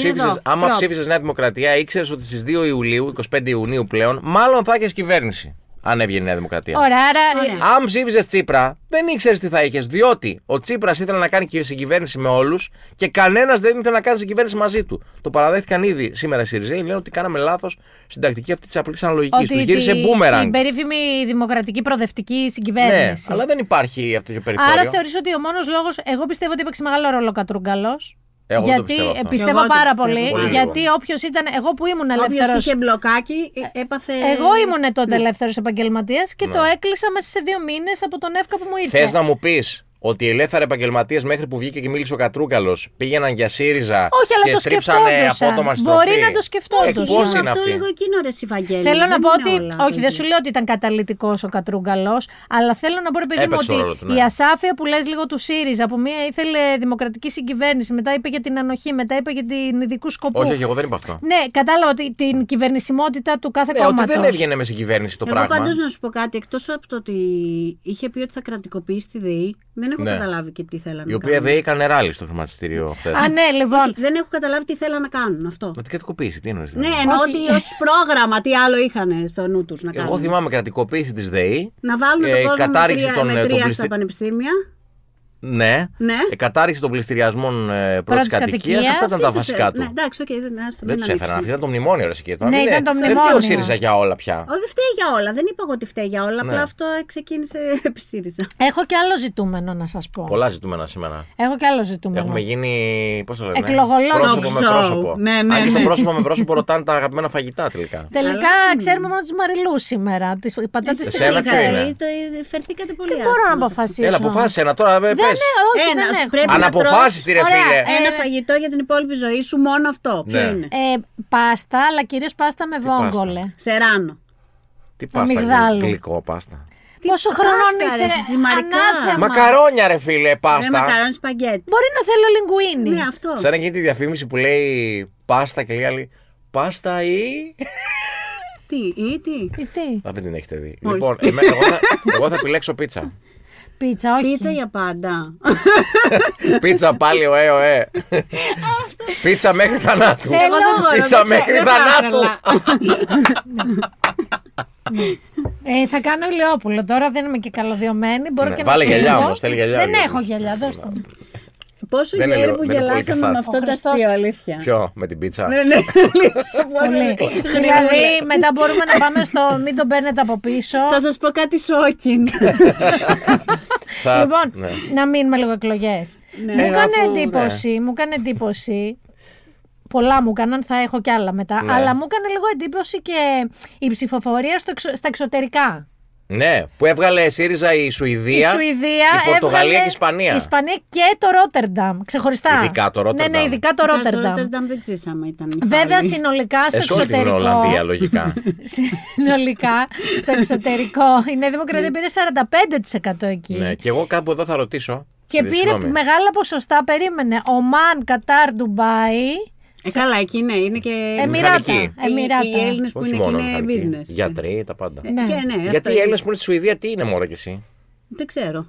ψήφιζε
εδώ. Προπ.
Νέα Δημοκρατία, ήξερες ότι στις 2 Ιουλίου, 25 Ιουνίου πλέον, μάλλον θα έχεις κυβέρνηση. Αν έβγαινε η Νέα Δημοκρατία.
Ωραία, άρα
Ωραία.
Αν ψήφιζες Τσίπρα, δεν ήξερες τι θα είχες. Διότι ο Τσίπρας ήθελε να κάνει και συγκυβέρνηση με όλους και κανένας δεν ήθελε να κάνει συγκυβέρνηση μαζί του. Το παραδέχτηκαν ήδη σήμερα οι Σιριζέοι, λένε ότι κάναμε λάθος στην τακτική αυτή της απλή αναλογική. Του
ότι
γύρισε
τη-
μπούμερανγκ.
την περίφημη δημοκρατική προοδευτική
Ναι,
συγκυβέρνηση.
αλλά δεν υπάρχει αυτό το περιθώριο.
Άρα θεωρείς ότι ο μόνος λόγος, εγώ πιστεύω ότι έπαιξε μεγάλο ρόλο ο Κατρούγκαλος.
Εγώ δεν το
γιατί
πιστεύω αυτό.
ε,
Εγώ το
πάρα
πιστεύω.
πολύ,
Πολύ
γιατί
λίγο.
όποιος ήταν, εγώ που ήμουν
Όποιος
ελεύθερος,
είχε Ναι. μπλοκάκι, ε, έπαθε.
εγώ ήμουν τότε ελεύθερος επαγγελματίας και το έκλεισα μέσα σε δύο μήνες από τον Εύκα που μου ήρθε.
Θες Ναι. να μου πεις ότι οι ελεύθεροι επαγγελματίες μέχρι που βγήκε και μίλησε ο Κατρούκαλο πήγαιναν για ΣΥΡΙΖΑ
Όχι, αλλά
και
το
στρίψανε
σκεφτόντουσαν.
απότομα στην
Μπορεί να το σκεφτόντουσαν.
Πώ
Αυτό
είναι αυτή.
λίγο εκείνο ρε Σιβαγγέλη.
Θέλω
δεν
να πω
είναι
ότι.
όλα
όχι, δεν
ίδια.
σου λέω ότι ήταν καταλητικός ο Κατρούγκαλος, αλλά θέλω να πω, ρε παιδί μου,
Έπαιξε
ότι
ρόλο του, ναι.
η ασάφεια που λες λίγο του ΣΥΡΙΖΑ, που μία ήθελε δημοκρατική συγκυβέρνηση, μετά είπε για την ανοχή, μετά είπε για την ειδικού σκοπού.
Όχι, όχι, εγώ δεν είπα αυτό.
Ναι, κατάλαβα ότι την κυβερνησιμότητα του κάθε
Ναι, ότι
κόμματος.
δεν έβγαινε με συγκυβέρνηση το
Εγώ
πράγμα.
πάντως να σου πω κάτι, εκτός από το ότι είχε πει ότι θα κρατικοποιήσει τη ΔΕΗ, δεν έχω
Ναι.
καταλάβει και τι θέλανε.
Η
να
οποία
κάνουν.
δεν έκανε ράλι στο χρηματιστήριο χθες.
Α, ναι, λοιπόν.
Δεν έχω καταλάβει τι θέλανε να κάνουν αυτό.
Να την κρατικοποίηση, τι δηλαδή? εννοεί.
Ναι, ενώ ότι ως πρόγραμμα τι άλλο είχαν στο νου τους να κάνουν.
Εγώ θυμάμαι κρατικοποίηση της ΔΕΗ.
Να βάλουν
Ε,
τον κόσμο με
κατάργηση
τρία,
των,
με
ε, των
τρία
πληστη-
στα πανεπιστήμια.
Ναι.
Ναι.
Ε, Κατάργηση των πληστηριασμών πρώτης
Πρώτης
κατοικίας.
κατοικίας.
Αυτά ήταν τα
Σύντουσε.
βασικά του.
Ναι, εντάξει, οκ, δεν, ας το
Δεν
μην
του έφεραν.
ανοίξουμε.
Αυτή ήταν το μνημόνιο, ρε Σικέ. Τώρα
Ναι,
μην
ήταν
ε-
το
Δεν φταίει ο
μνημόνιο.
ΣΥΡΙΖΑ για όλα πια.
Ω, δεν φταίει για όλα. Δεν είπα εγώ ότι φταίει για όλα.
Ναι.
Απλά αυτό ξεκίνησε (laughs) επί ΣΥΡΙΖΑ.
Έχω και άλλο ζητούμενο να σας πω.
Πολλά ζητούμενα σήμερα.
Έχω και άλλο ζητούμενο.
Έχουμε γίνει. Πώς το λέμε.
Εκλογολόγοι.
Πρόσωπο με
Talk show.
πρόσωπο.
Ναι, ναι,
Αν και
ναι.
στο πρόσωπο με πρόσωπο ρωτάνε τα αγαπημένα φαγητά τελικά.
Τελικά ξέρουμε μόνο τη Μαριλούς σήμερα. Τις πατάτε
Εσείς
τη
σε εσένα
φερθήκατε ή Δηλαδή,
ποιο είναι?
το- ε, Φερθήκατε πολύ
Δεν μπορώ να
άσχημα.
αποφασίσω.
Έλα, αποφάσισε ένα τώρα, πες.
Δεν, ναι, όχι,
Ένας,
δεν έχω.
πρέπει να
Αναποφάσιστη, ρε
Ωραία,
φίλε.
ε,
Ένα φαγητό για την υπόλοιπη ζωή σου, μόνο αυτό. Ποιο
Ναι.
είναι.
Ε, πάστα, αλλά κυρίως πάστα με
πάστα?
βόγγολε.
Σεράνο.
Τι πάστα,
αμυγδάλου.
γλυκό πάστα.
Πόσο
πάστα,
χρόνο
ρε,
είσαι,
εσύ, ζυμαρικά.
ανάθεμα.
Μακαρόνια, ρε φίλε,
Ρε
πάστα.
Ε, μακαρόνι σπαγκέτι.
Μπορεί να θέλω λιγκουίνι.
Ναι, αυτό.
Σαν εκείνη τη διαφήμιση που λέει πάστα και λέει άλλη, Πάστα ή.
Τι, ή τι.
Ή τι,
Α, δεν την έχετε δει. Λοιπόν, εμέ- εγώ, θα, εγώ θα επιλέξω πίτσα.
πίτσα, όχι.
Πίτσα για πάντα.
πίτσα πάλι, ωέ, ωέ. πίτσα μέχρι θανάτου.
Θέλω.
Εγώ δεν μπορώ,
Πίτσα
δεν
μέχρι
θε- δεν θα
θανάτου.
ήθελα.
Ε, θα κάνω ηλιόπουλο τώρα, δεν είμαι και καλωδιωμένη. Μπορώ
Ναι,
και
βάλε
να φύγω.
γυαλιά όμως, θέλει γυαλιά
Δεν
ο
έχω
ηλιόπουλος.
γυαλιά, δώσ' το. μου.
Πόσο
Δεν είναι
γέροι
λίγο-
που
δεν είναι πολύ
γελάσαμε
καθαρό.
με
Ο
αυτό το
Χριστός-
αστείο, αλήθεια.
Ποιο, με την πίτσα.
Ναι, ναι, αλήθεια.
Πολύ.
Πολύ.
δηλαδή, μετά μπορούμε να πάμε στο μην τον παίρνετε από πίσω.
Ναι, Θα σας πω κάτι σόκιν.
Θα-
Λοιπόν,
ναι.
να μείνουμε λίγο εκλογές. Μου
Ε,
έκανε
αφού-
εντύπωση, μου έκανε εντύπωση. Πολλά μου έκαναν, θα έχω κι άλλα μετά.
Ναι.
Αλλά μου έκανε λίγο εντύπωση και η ψηφοφορία στο εξω- στα εξωτερικά.
Ναι, που έβγαλε ΣΥΡΙΖΑ η Σουηδία.
Η Σουηδία,
η Πορτογαλία
έβγαλε
και η Ισπανία.
Η Ισπανία και το Ρότερνταμ. Ξεχωριστά.
Ειδικά το Ρότερνταμ.
Ναι, ναι, ειδικά το
Καλά, Στο
Ρότερνταμ.
Ρότερνταμ δεν ξύσαμε ήταν. οι
Βέβαια,
φάλοι.
συνολικά στο
Ε, σε όλη την
εξωτερικό.
Ολλανδία, λογικά.
συνολικά στο εξωτερικό. Η Νέα Δημοκρατία πήρε 45% εκεί.
ναι, και εγώ κάπου εδώ θα ρωτήσω.
Και
Δηλαδή,
πήρε
συγγνώμη.
μεγάλα ποσοστά, περίμενε. Ομάν, Κατάρ, Ντουμπάι.
Ε, καλά, εκεί ναι, είναι και.
Εμμυράτα.
Μηχανική.
Οι-
Εμμυράτα.
Οι Έλληνες που
Όχι
είναι εκεί
μόνο
είναι
μηχανική.
business.
Γιατροί, τα πάντα.
Ε, και ναι, αυτό
Γιατί οι
είναι.
Έλληνες που είναι στη Σουηδία τι είναι μωρέ κι εσύ.
Δεν ξέρω.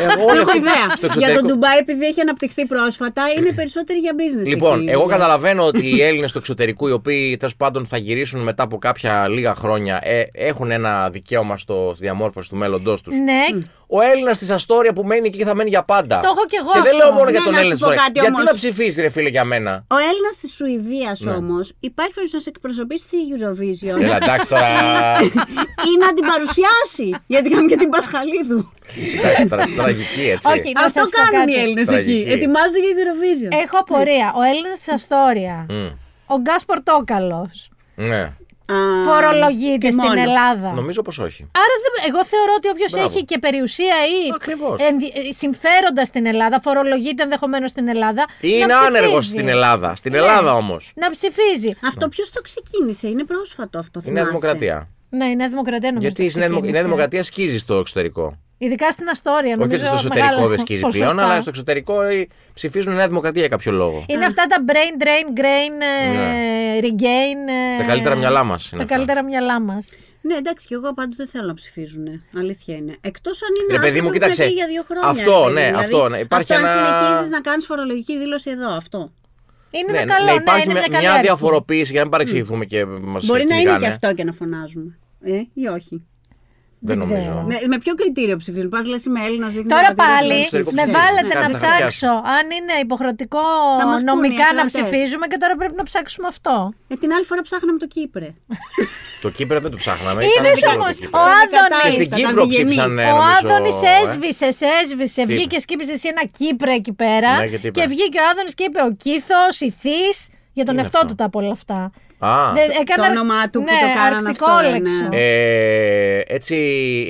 Ε, όλοι
Δεν έχω
έχουν-
ιδέα.
στο
Για
εξωτερικό- Ε,
τον Ντουμπάι, επειδή έχει αναπτυχθεί πρόσφατα, είναι περισσότεροι για business.
Λοιπόν,
εκεί.
εγώ καταλαβαίνω ότι οι Έλληνες του εξωτερικού, οι οποίοι τέλος πάντων θα γυρίσουν μετά από κάποια λίγα χρόνια, ε, έχουν ένα δικαίωμα στο, στη διαμόρφωση του μέλλοντός τους.
Ναι,
Ο Έλληνας της Αστόρια που μένει εκεί και θα μένει για πάντα.
Το έχω κι εγώ
Και δεν
αυτό.
λέω μόνο για
Ναι,
τον
να σου
Έλληνα. της
πω
Αστόρια.
κάτι
Γιατί
όμως.
να ψηφίσει, ρε φίλε, για μένα.
Ο Έλληνας της Σουηδίας
Ναι.
όμως υπάρχει περίπτωση να σε εκπροσωπήσει στη Eurovision
Έλα, εντάξει
(laughs)
τώρα.
ή να την παρουσιάσει. Γιατί κάνουν και την Πασχαλίδου.
εντάξει, τρα- τραγική έτσι.
όχι, να
Αυτό
σας πω
κάνουν
κάτι. Ε,
οι Έλληνες εκεί.
Τραγική.
Ετοιμάζονται για Eurovision.
Έχω απορία. Ο Έλληνας τη Αστόρια.
Μμ,
Ο Γκάς Πορτόκαλος.
Ναι.
Α,
Φορολογείται
και
στην
μόνο.
Ελλάδα.
Νομίζω πως όχι.
Άρα δεν- εγώ θεωρώ ότι όποιος
Μπράβο.
έχει και περιουσία ή
Ακριβώς.
ενδυ- ε, συμφέροντα στην Ελλάδα, φορολογείται ενδεχομένως στην Ελλάδα. να
Είναι
ψηφίζει.
άνεργος στην Ελλάδα. Στην
Ναι.
Ελλάδα όμως.
Να ψηφίζει.
Αυτό ποιος το ξεκίνησε, είναι πρόσφατο αυτό.
Η Νέα
θυμάστε.
Δημοκρατία.
Ναι, η Νέα Δημοκρατία νομίζω.
Γιατί η
το
Νέα Δημο- η Νέα
ξεκίνησε.
Δημοκρατία σκίζει στο εξωτερικό.
Ειδικά στην Αστόρια,
Όχι
Ε, νομίζω.
ότι στο εσωτερικό
μεγάλο
δεν σκίζει
ποσοστά.
πλέον, αλλά στο εξωτερικό ε, ψηφίζουν Νέα Δημοκρατία για κάποιο λόγο.
Είναι αυτά τα brain drain, grain, ε, regain. ε,
Ναι. Τα καλύτερα μυαλά μας
Τα καλύτερα μυαλά μας.
Ναι, εντάξει, και εγώ πάντως δεν θέλω να ψηφίζουν. Αλήθεια είναι. Εκτός αν είναι.
Ρε παιδί μου,
άνθρωποι που
κοίταξε.
είναι εκεί για δύο χρόνια.
Αυτό,
ρε παιδί μου. δηλαδή,
ναι, αυτό, ναι. Υπάρχει
αυτό,
ένα-
Αν συνεχίζεις να κάνεις φορολογική δήλωση εδώ, αυτό.
Είναι
Ναι,
ένα καλό,
να υπάρχει
ναι, είναι
μια-
μια,
μια διαφοροποίηση για να μην παρεξηγηθούμε και μας
Μπορεί να είναι και
ναι.
αυτό και να φωνάζουμε. Ε, ή όχι.
Δεν
Δεν
νομίζω.
ξέρω.
Ναι, με ποιο κριτήριο ψηφίζουν. Πας λες, είμαι Έλληνας, δεν
Τώρα
δεν
πάλι
ξέρω πώς
με
είναι.
Ναι.
βάλετε
Ναι, Κάτι
να
θα
ψάξω αν είναι υποχρεωτικό
Θα μας πούνε οι
νομικά να
ακροατές.
ψηφίζουμε και τώρα πρέπει να ψηφίσουμε αυτό.
Ε, την άλλη φορά ψάχναμε το Κύπρε.
Το Κύπρο δεν το ψάχναμε. ήταν
Είδες
δικό
όμως,
το Κύπρο.
ο
Και
Άδωνη.
στην
Ήταν
Κύπρο
διγενή.
ψήφισαν. ε,
ο
νομίζω,
Άδωνης
ε.
έσβησε, έσβησε.
είπε?
Βγήκε και είπε εσύ ένα Κύπρε εκεί πέρα.
Ναι, και τι είπε?
βγήκε ο Άδωνης και είπε ο Κίθος, η Θη. Για τον
είναι
εαυτό
αυτό?
του τα από όλα αυτά.
Α,
Ε, Δεν- έκανε
το όνομά του που
ναι,
το κάνανε αυτό,
αρκτικόλεξο.
ναι.
ε, έτσι,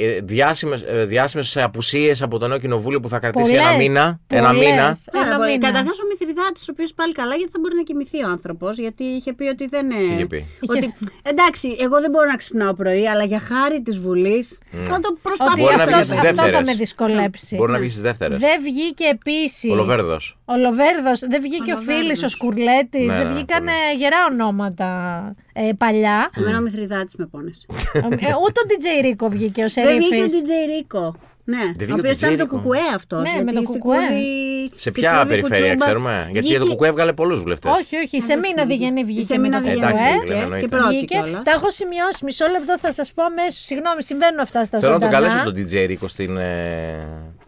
ε, διάσημες, ε, διάσημες απουσίες από το νέο κοινοβούλιο που θα κρατήσει ένα
Πολλές,
μήνα. Ένα
πολλές.
μήνα.
Ένα μήνα.
Καταρχάς ο Μηθριδάτη, ο οποίος πάλι καλά, γιατί θα μπορεί να κοιμηθεί ο άνθρωπος, γιατί είχε πει ότι δεν. ε,
είχε πει?
Ότι, εντάξει, εγώ δεν μπορώ να ξυπνάω πρωί, αλλά για χάρη της Βουλής θα το
Ότι
Μπορεί να
αυτό,
βγει
προσπαθήσω.
στις
αυτό θα
δεύτερες.
με δυσκολέψει.
Μπορεί να βγει στις δεύτερες.
Δεν βγήκε επίσης.
Ο Λοβέρδος.
Ο Λοβέρδος. Δεν βγήκε ο,
Ο
Φίλης, ο
Λοβέρδος.
Σκουρλέτης.
Ναι,
δεν
ναι,
βγήκαν ε, γερά ονόματα ε,
(laughs)
παλιά.
Εμένα ο Μηθριδάτη με πόνεσε.
Ε, Ούτε ο DJ Ρίκο βγήκε ο
Δεν βγήκε ο
Σερίφη.
DJ Ρίκο. Ναι,
βγήκε
ο
ο
οποίος
DJ
ήταν το
Rico.
κουκουέ αυτός.
Ναι, με το κουκουέ.
Σε ποια περιφέρεια ξέρουμε. Γιατί το κουκουέ έβγαλε πολλούς βουλευτές.
Όχι, όχι. Σε μήνα διγενή ε. βγήκε.
Σε
με
μήνα
το
διγενή.
κουκουέ.
Ε, Εντάξει,
διαβάζεται
δεν
και
εννοείται.
πρώτη
Βγήκε.
κιόλας.
Τα έχω σημειώσει. Μισό λεπτό θα σας πω αμέσως. Συγγνώμη, συμβαίνουν αυτά στα
Θέλω να τον
ζωντανά.
καλέσω τον DJ Ρίκο στην, ε,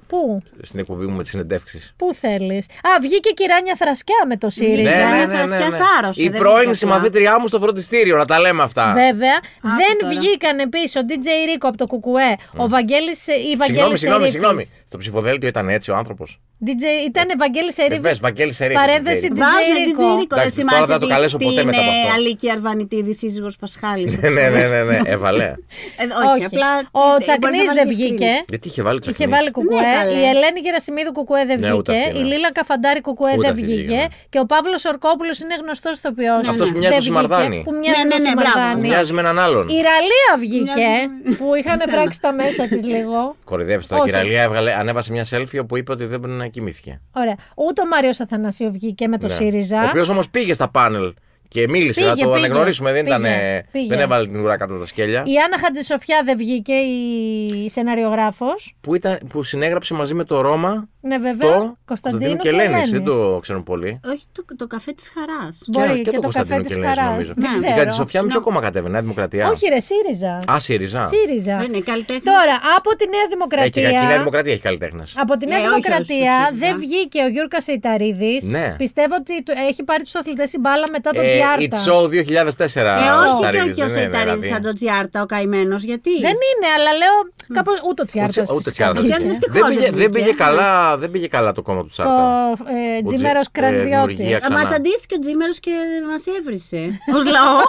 Πού,
στην εκπομπή μου με τις συνεντεύξεις.
πού θέλεις. Α, βγήκε η Κυράνια Θρασκιά με το ΣΥΡΙΖΑ.
Ναι, ναι, Θρασκιάς άρρωσε,
Η
δεν
πρώην
βγήκε
συμμαθήτριά μου στο φροντιστήριο, να τα λέμε αυτά.
Βέβαια. δεν
τώρα.
βγήκαν επίσης ο DJ Ρίκο από το Κουκουέ, ο Βαγγέλης, η
Συγγνώμη,
Βαγγέλης
συγγνώμη,
Σερίφης.
συγγνώμη. Στο ψηφοδέλτιο ήταν έτσι ο Ε, άνθρωπο.
DJ, ήταν Βαγγέλη
Βεβαίω,
Σερίφη.
Βαγγέλη Σερή.
Παρένθεση, DJ
Βάζουν
Rico.
DJ Rico. Δεν
Εντάξει, τώρα
θυμάσαι
θα το
τι-
καλέσω
τι
ποτέ μετά από
είναι
αυτό.
Αλίκη Αρβανιτίδη, σύζυγος Πασχάλης.
Ναι, ναι,
(laughs)
ναι, ναι, ναι. έβαλε.
Ε, όχι, απλά...
Ο
τι- μπορείς να
Τσακνής
βάλεις
δεν βγήκε.
διευκρίνηση.
Γιατί είχε βάλει
Είχε
τσακνί.
βάλει κουκουέ.
Ναι, καλέ.
η Ελένη Γερασιμίδου κουκουέ δεν
Ναι, ούτε
βγήκε.
αυτή, ναι.
Η Λίλα Καφαντάρη κουκουέ
Ούτε
δεν
αυτή
βγήκε.
βγήκε. ναι.
Και ο Παύλος Ορκόπουλος είναι γνωστός ηθοποιό.
Αυτός που μοιάζει στο Σμαρδάνι.
Που μοιάζει με
Ναι, ναι, ναι, μπράβο.
Σμαρδάνι.
Μοιάζει με έναν άλλον.
Η Ραλία βγήκε.
Μοιάζει-
που είχαν θράξει τα μέσα
(laughs)
της λίγο.
Κορυδεύει τώρα.
Όχι.
Η Ραλία έβγαλε, ανέβασε μια selfie όπου είπε ότι δεν κοιμήθηκε.
Ωραία. Ούτε ο Μάριος Αθανασίου βγήκε με το
Ναι.
ΣΥΡΙΖΑ.
Ο οποίος όμως πήγε στα πάνελ και μίλησε,
Πήγε,
να το
πήγε.
αναγνωρίσουμε. Δεν,
Πήγε,
ήταν, ε,
πήγε.
δεν έβαλε την ουρά κάτω από τα σκέλια.
Η Άννα Χατζησοφιά δεν βγήκε, η σεναριογράφο.
Που, ήταν, που συνέγραψε μαζί με το Ρώμα
Ναι, βέβαια.
το
Κωνσταντίνο
και Ελένη. Δεν
Ελένης.
το ξέρουν πολύ.
Όχι, το- το καφέ της χαράς.
Μπορεί
και
και,
το
το καφέ
Κωνσταντίνο
της
Κελένης,
χαράς.
νομίζω.
Δεν
Ναι.
Η
ξέρω.
Κατσοφιά με ποιο κόμμα κατέβαινε, Νέα Δημοκρατία.
Όχι, ρε, ΣΥΡΙΖΑ.
Α, ΣΥΡΙΖΑ.
ΣΥΡΙΖΑ.
Δεν είναι καλλιτέχνης.
Ναι. Τώρα, από τη Νέα
Ε, και κακή Νέα
Δημοκρατία.
Δημοκρατία έχει καλλιτέχνες.
από τη Νέα
Ε, όχι,
Δημοκρατία
όχι,
δεν
όχι.
βγήκε ο Γιούρκας Ιταρίδη.
Ναι.
Πιστεύω ότι του- έχει πάρει τους αθλητές η μπάλα μετά τον
Ε,
Τζιάρτα.
It's show 2004.
Ε,
ο
όχι και
Σιταρίδης,
ο- και ο
δεν είναι,
Σεϊταρίδης
δηλαδή.
σαν τον Τζιάρτα, ο καημένος, γιατί.
Δεν είναι, Ναι, αλλά λέω Κάπως ούτε τσιάρτα.
Ούτε- Ούτε τσιάρτα.
Τσιάρτας
Δεν
ευτυχώς
πήγε,
δεν
δεν
βγήκε.
πήγε καλά, δεν πήγε καλά το κόμμα του
Το
Τσάρτα.
ε,
Ο Τζι-
Τζιμέρος
ε, δημιουργία.
Κρανδιώτη.
ξανά.
Μα τσαντίστηκε ο Τζίμερο και μας έβρισε ως
(laughs)
λαό.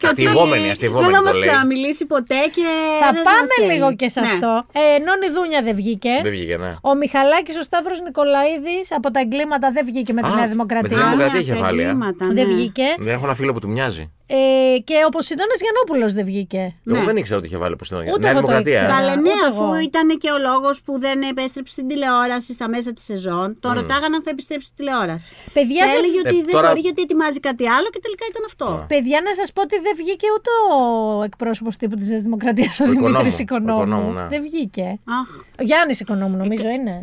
Και ότι
Αστιγόμενη, αστιγόμενη
Δεν θα
το
μας
λέει.
ξαναμιλήσει ποτέ και.
Θα
Ε, δεν μας
πάμε
θέλει.
λίγο και σε
Ναι.
αυτό. Ε, ενώ η Δούνια δεν βγήκε.
Δεν βγήκε, ναι.
Ο Μιχαλάκης ο Σταύρος Νικολαίδης από τα εγκλήματα δεν βγήκε με τη Νέα
Α, με τη Νέα
Δημοκρατία.
Δημοκρατία.
Α,
τι είχε
τα
βάλει, ε?
εγκλήματα,
Δεν
ναι.
βγήκε.
Δεν έχω ένα φίλο που του μοιάζει.
Ε, και ο Ποσειδώνας Γιαννόπουλος δεν βγήκε.
Εγώ
Ναι.
δεν ήξερα ότι είχε βάλει Ποσειδώνα.
Ούτε
Νέα
εγώ το
Δημοκρατία.
ήξερα.
ε.
Καλέ, ναι,
Ούτε εγώ.
αφού ήταν και ο λόγος που δεν επέστρεψε στην τηλεόραση στα μέσα της σεζόν. Τον ρωτάγανε αν θα επιστρέψει στην τηλεόραση.
Παιδιά,
Και
δεν-
έλεγε ότι
Ε,
δεν
τώρα-
μπορεί γιατί ετοιμάζει κάτι άλλο και τελικά ήταν αυτό.
Παιδιά, να σας πω ότι δεν βγήκε ούτε ο εκπρόσωπος τύπου της Νέας Δημοκρατίας, ο,
Ο Οικονόμου.
Δημήτρης
Ο
Οικονόμου.
Οικονόμου, ναι.
Δεν βγήκε.
Αχ.
Ο Γιάννης Οικονόμου νομίζω είναι.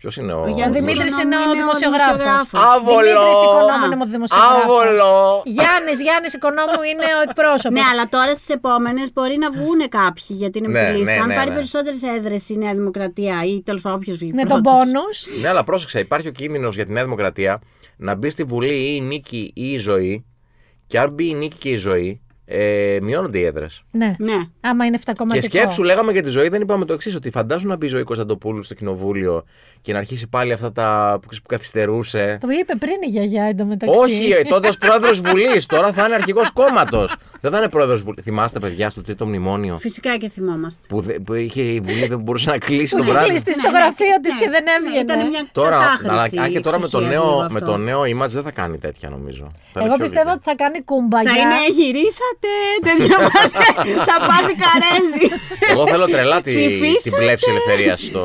Ποιο είναι ο.
Ο Γιάννης
Δημήτρης
Οικονόμου
είναι ο δημοσιογράφος.
δημοσιογράφος.
Άβολο!
Δημήτρης Οικονόμου είναι ο δημοσιογράφος.
Άβολο!
Γιάννης, Γιάννης Οικονόμου είναι ο εκπρόσωπος.
Ναι, αλλά τώρα στις επόμενες μπορεί να βγουν κάποιοι γιατί είναι με
Ναι,
τη λίστα.
ναι, ναι,
Αν πάρει
ναι.
περισσότερες έδρες η Νέα Δημοκρατία ή τέλος πάντων όποιος βγει.
με τον
πρώτος.
πόνους.
Ναι, αλλά πρόσεξα, υπάρχει ο κίνδυνο για τη Νέα Δημοκρατία να μπει στη Βουλή ή η νίκη ή η ζωή. Και αν μπει η νίκη και η ζωή, ε, μειώνονται οι έδρες.
Ναι.
Ναι.
Άμα είναι 7
Και σκέψου, λέγαμε για τη ζωή, δεν είπαμε το εξής: Ότι φαντάζομαι να μπει η ζωή Κωνσταντοπούλου στο κοινοβούλιο και να αρχίσει πάλι αυτά τα που, ξέρεις, που καθυστερούσε.
Το είπε πριν η γιαγιά εντωμεταξύ.
Όχι, ε, τότε ως πρόεδρος Βουλής, τώρα θα είναι αρχηγός κόμματος. δεν θα είναι πρόεδρος Βουλής. Θυμάστε, παιδιά, στο τρίτο μνημόνιο
Φυσικά και θυμόμαστε.
που, δε- που είχε η Βουλή δεν μπορούσε να κλείσει
Που
το
είχε
βράδυ.
Ναι,
κλειστεί στο γραφείο της και δεν
Ήταν
έβγαινε.
μια
Τώρα,
κατάχρηση.
αλλά- α, και τώρα με το,
εξουσίας
νέο,
λίγο
με
αυτό.
το νέο image δεν θα κάνει τέτοια νομίζω. Θα είναι
Εγώ
πιο
πιστεύω
γλυκά.
ότι θα κάνει κούμπαγια.
Θα είναι γυρίσατε,
(laughs)
τέτοια βάζε, θα πάθει καρέζι.
Εγώ θέλω τρελά τη, την
Ψηφίσατε.
πλεύση ελευθερίας στο.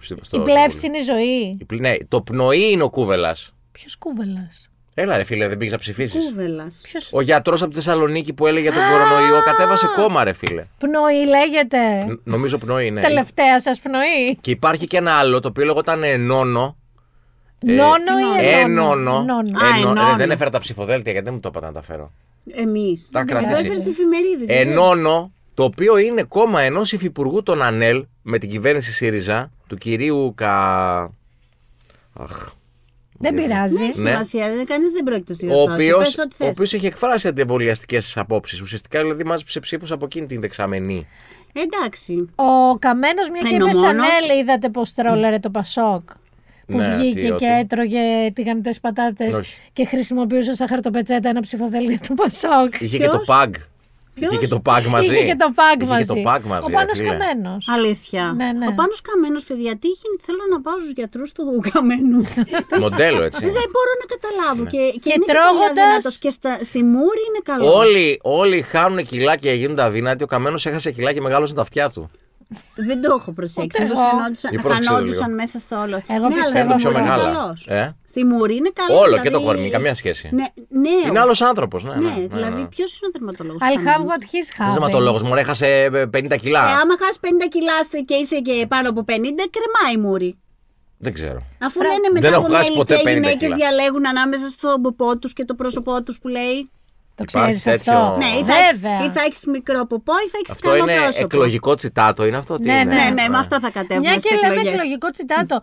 στο
Η
στο-
πλεύση είναι η ζωή.
Η πλη- Ναι, το πνοή είναι ο κούβελας.
Ποιος κούβελας.
Έλα, ρε φίλε, δεν πήγες να ψηφίσεις.
Κούβελας.
Ποιος.
Ο γιατρός από τη Θεσσαλονίκη που έλεγε για τον κορονοϊό κατέβασε κόμμα, ρε φίλε.
Πνοή λέγεται.
Ε.
Ν- Νομίζω πνοή είναι.
Τελευταία σας πνοή.
Και υπάρχει και ένα άλλο το οποίο λέγονταν ενώνω.
Νόνο ή
ε,
ενώνο.
Ενώνω.
Νόνο.
Α,
Ενώνω.
ενώνω.
Ε, Δεν έφερα τα ψηφοδέλτια γιατί δεν μου το είπα να τα φέρω.
Εμείς.
Τα κρατάς
έφερε
εσύ.
εφημερίδε.
Ενώνω, το οποίο είναι κόμμα ενός υφυπουργού των Ανέλ με την κυβέρνηση ΣΥΡΙΖΑ του κυρίου Κα. Αχ.
Δεν πειράζει.
Ναι.
Ε, Σημασία, δεν κανείς δεν πρόκειται στη
Ο
διορθώση.
οποίο
Πες ό,τι θες.
είχε εκφράσει αντιεμβολιαστικές απόψεις. Ουσιαστικά δηλαδή μάζεψε ψήφους από εκείνη την δεξαμενή.
Εντάξει.
Ο καμένος μια και είπε
Ενωμόνος.
Σανέλ, είδατε πώ τρόλερε το Πασόκ. Που
Ναι, τι,
βγήκε
ότι-
και έτρωγε τηγανιτές πατάτες
Όχι.
και χρησιμοποιούσε σαν χαρτοπετσέτα ένα ψηφοδέλτιο του Πασόκ.
Είχε
Ποιος?
και το παγ.
Ποιος?
Είχε και το παγ μαζί.
Είχε και το πάγ
Είχε και
μαζί.
το παγ μαζί,
Ο
ρε
Πάνος
φίλε.
Καμένος.
Αλήθεια.
Ναι, ναι.
Ο Πάνος Καμένος, παιδιά, τι είχε, θέλω να πάω στους γιατρούς του
(laughs)
Καμένου.
Μοντέλο, έτσι.
δεν μπορώ να καταλάβω.
Ναι.
Και, και,
Και
είναι
τρώγοντας-
πολύ αδύνατος Και στα, στη μούρη είναι καλός.
όλοι, όλοι χάνουν κιλά και γίνονται αδύνατοι. Ο καμένος έχασε κιλά και μεγάλωσε τα αυτιά του.
Δεν το έχω προσέξει.
Ούτε
Μήπως
εγώ.
χανόντουσαν-
Ή πρόσεξε το
χανόντουσαν
λίγο.
μέσα στο όλο. Ναι,
Εγώ πιστεύω
αλλά
Είναι πιο
στη μούρη είναι
μεγάλα.
Ε, καλός.
Ε.
Στη μούρη είναι καλό.
Όλο και το κορμί, καμία σχέση.
Ναι, ναι,
Είναι άλλος άνθρωπος, ναι.
ναι, δηλαδή ποιος είναι ο δερματολόγο.
I'll have what he's having.
Δεν ζηματολόγο, μου έχασε ε, 50
Ε,
κιλά.
άμα χάσεις 50 κιλά στε- και είσαι και πάνω από 50, κρεμάει η μούρη.
Δεν ξέρω.
Αφού λένε μετά
Δεν έχω
από μια
χάσει ποτέ
ηλικία
50
οι γυναίκες
κιλά.
διαλέγουν ανάμεσα στον ποπό τους και το πρόσωπό τους που λέει.
Το
Υπάρχει
ξέρεις αυτό.
τέτοιο-
Ναι, ή θα έχεις-
βέβαια.
ή θα έχεις μικρό ποπό ή θα έχεις
Αυτό
καλό
είναι
πρόσωπο.
εκλογικό τσιτάτο, είναι αυτό. Τι
Ναι,
είναι?
Ναι, ναι, με αυτό θα κατέβουμε
Μια
στις
και λέμε
εκλογές.
εκλογικό τσιτάτο.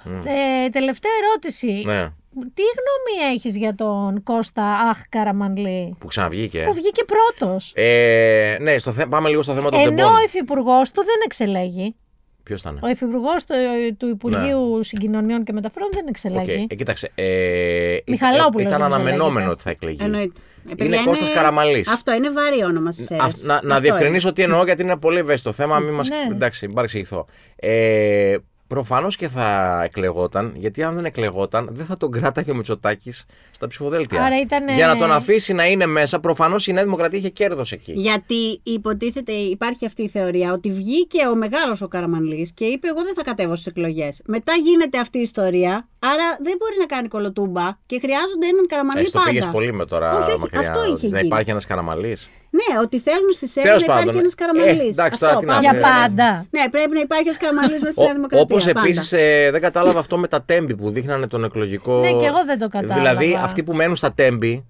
Ε, τελευταία ερώτηση.
Ναι,
Τι γνώμη έχεις για τον Κώστα Αχ Καραμανλή
που ξαναβγήκε.
που βγήκε πρώτος.
Ε, ναι, στο θε... πάμε λίγο στο θέμα των
Ενώ ο
τεμπών.
υφυπουργός του δεν εξελέγει.
Ποιος ήταν.
Ο υφυπουργός του, του Υπουργείου Συγκοινωνιών και Μεταφορών δεν
Ναι. Οκ,
εξελέγει.
Ε, κοίταξε. Ε, ήταν-
Μιχαλόπουλος
Ήταν
δεν
αναμενόμενο
λέγεται.
ότι θα εκλεγεί.
Εννοείται. Ε, παιδιά,
Είναι Κώστας Καραμαλής.
Αυτό είναι βαρύ όνομα στις
Αυ-
αίρες.
να να
Αυτό
διευκρινίσω τι εννοώ γιατί είναι πολύ ευαίσθητο θέμα. Μην μας...
Ναι.
Εντάξει, μην παρεξηγηθώ. Ε, Προφανώς και θα εκλεγόταν, γιατί αν δεν εκλεγόταν, δεν θα τον κράταγε ο Μητσοτάκης στα ψηφοδέλτια.
Άρα ήτανε-
Για να τον αφήσει να είναι μέσα, προφανώς η Νέα Δημοκρατία είχε κέρδος εκεί.
είναι. Γιατί υποτίθεται, υπάρχει αυτή η θεωρία ότι βγήκε ο μεγάλος ο Καραμανλής και είπε: Εγώ δεν θα κατέβω στις εκλογές. Μετά γίνεται αυτή η ιστορία, άρα δεν μπορεί να κάνει κολοτούμπα και χρειάζονται έναν Καραμανλή
Εσύ το πήγες
πάντα.
πολύ με τώρα
Όχι, όχι,
μακριά.
αυτό είχε
να
γίνει.
υπάρχει ένας καραμαλή.
Ναι, ότι θέλουν στι αίρε να
Τέλος
υπάρχει
πάντων.
ένας
Ε,
Καραμανλής.
εντάξει, τώρα
Αυτό,
τι να
πάντα.
Για
Ε,
πάντα.
Ναι, πρέπει να υπάρχει ένας Καραμανλής μέσα στη Νέα Δημοκρατία.
Όπως
πάντα.
επίσης ε, δεν κατάλαβα αυτό με τα τέμπη που δείχνανε τον εκλογικό.
Ναι, και εγώ δεν το κατάλαβα.
Δηλαδή αυτοί που μένουν στα τέμπη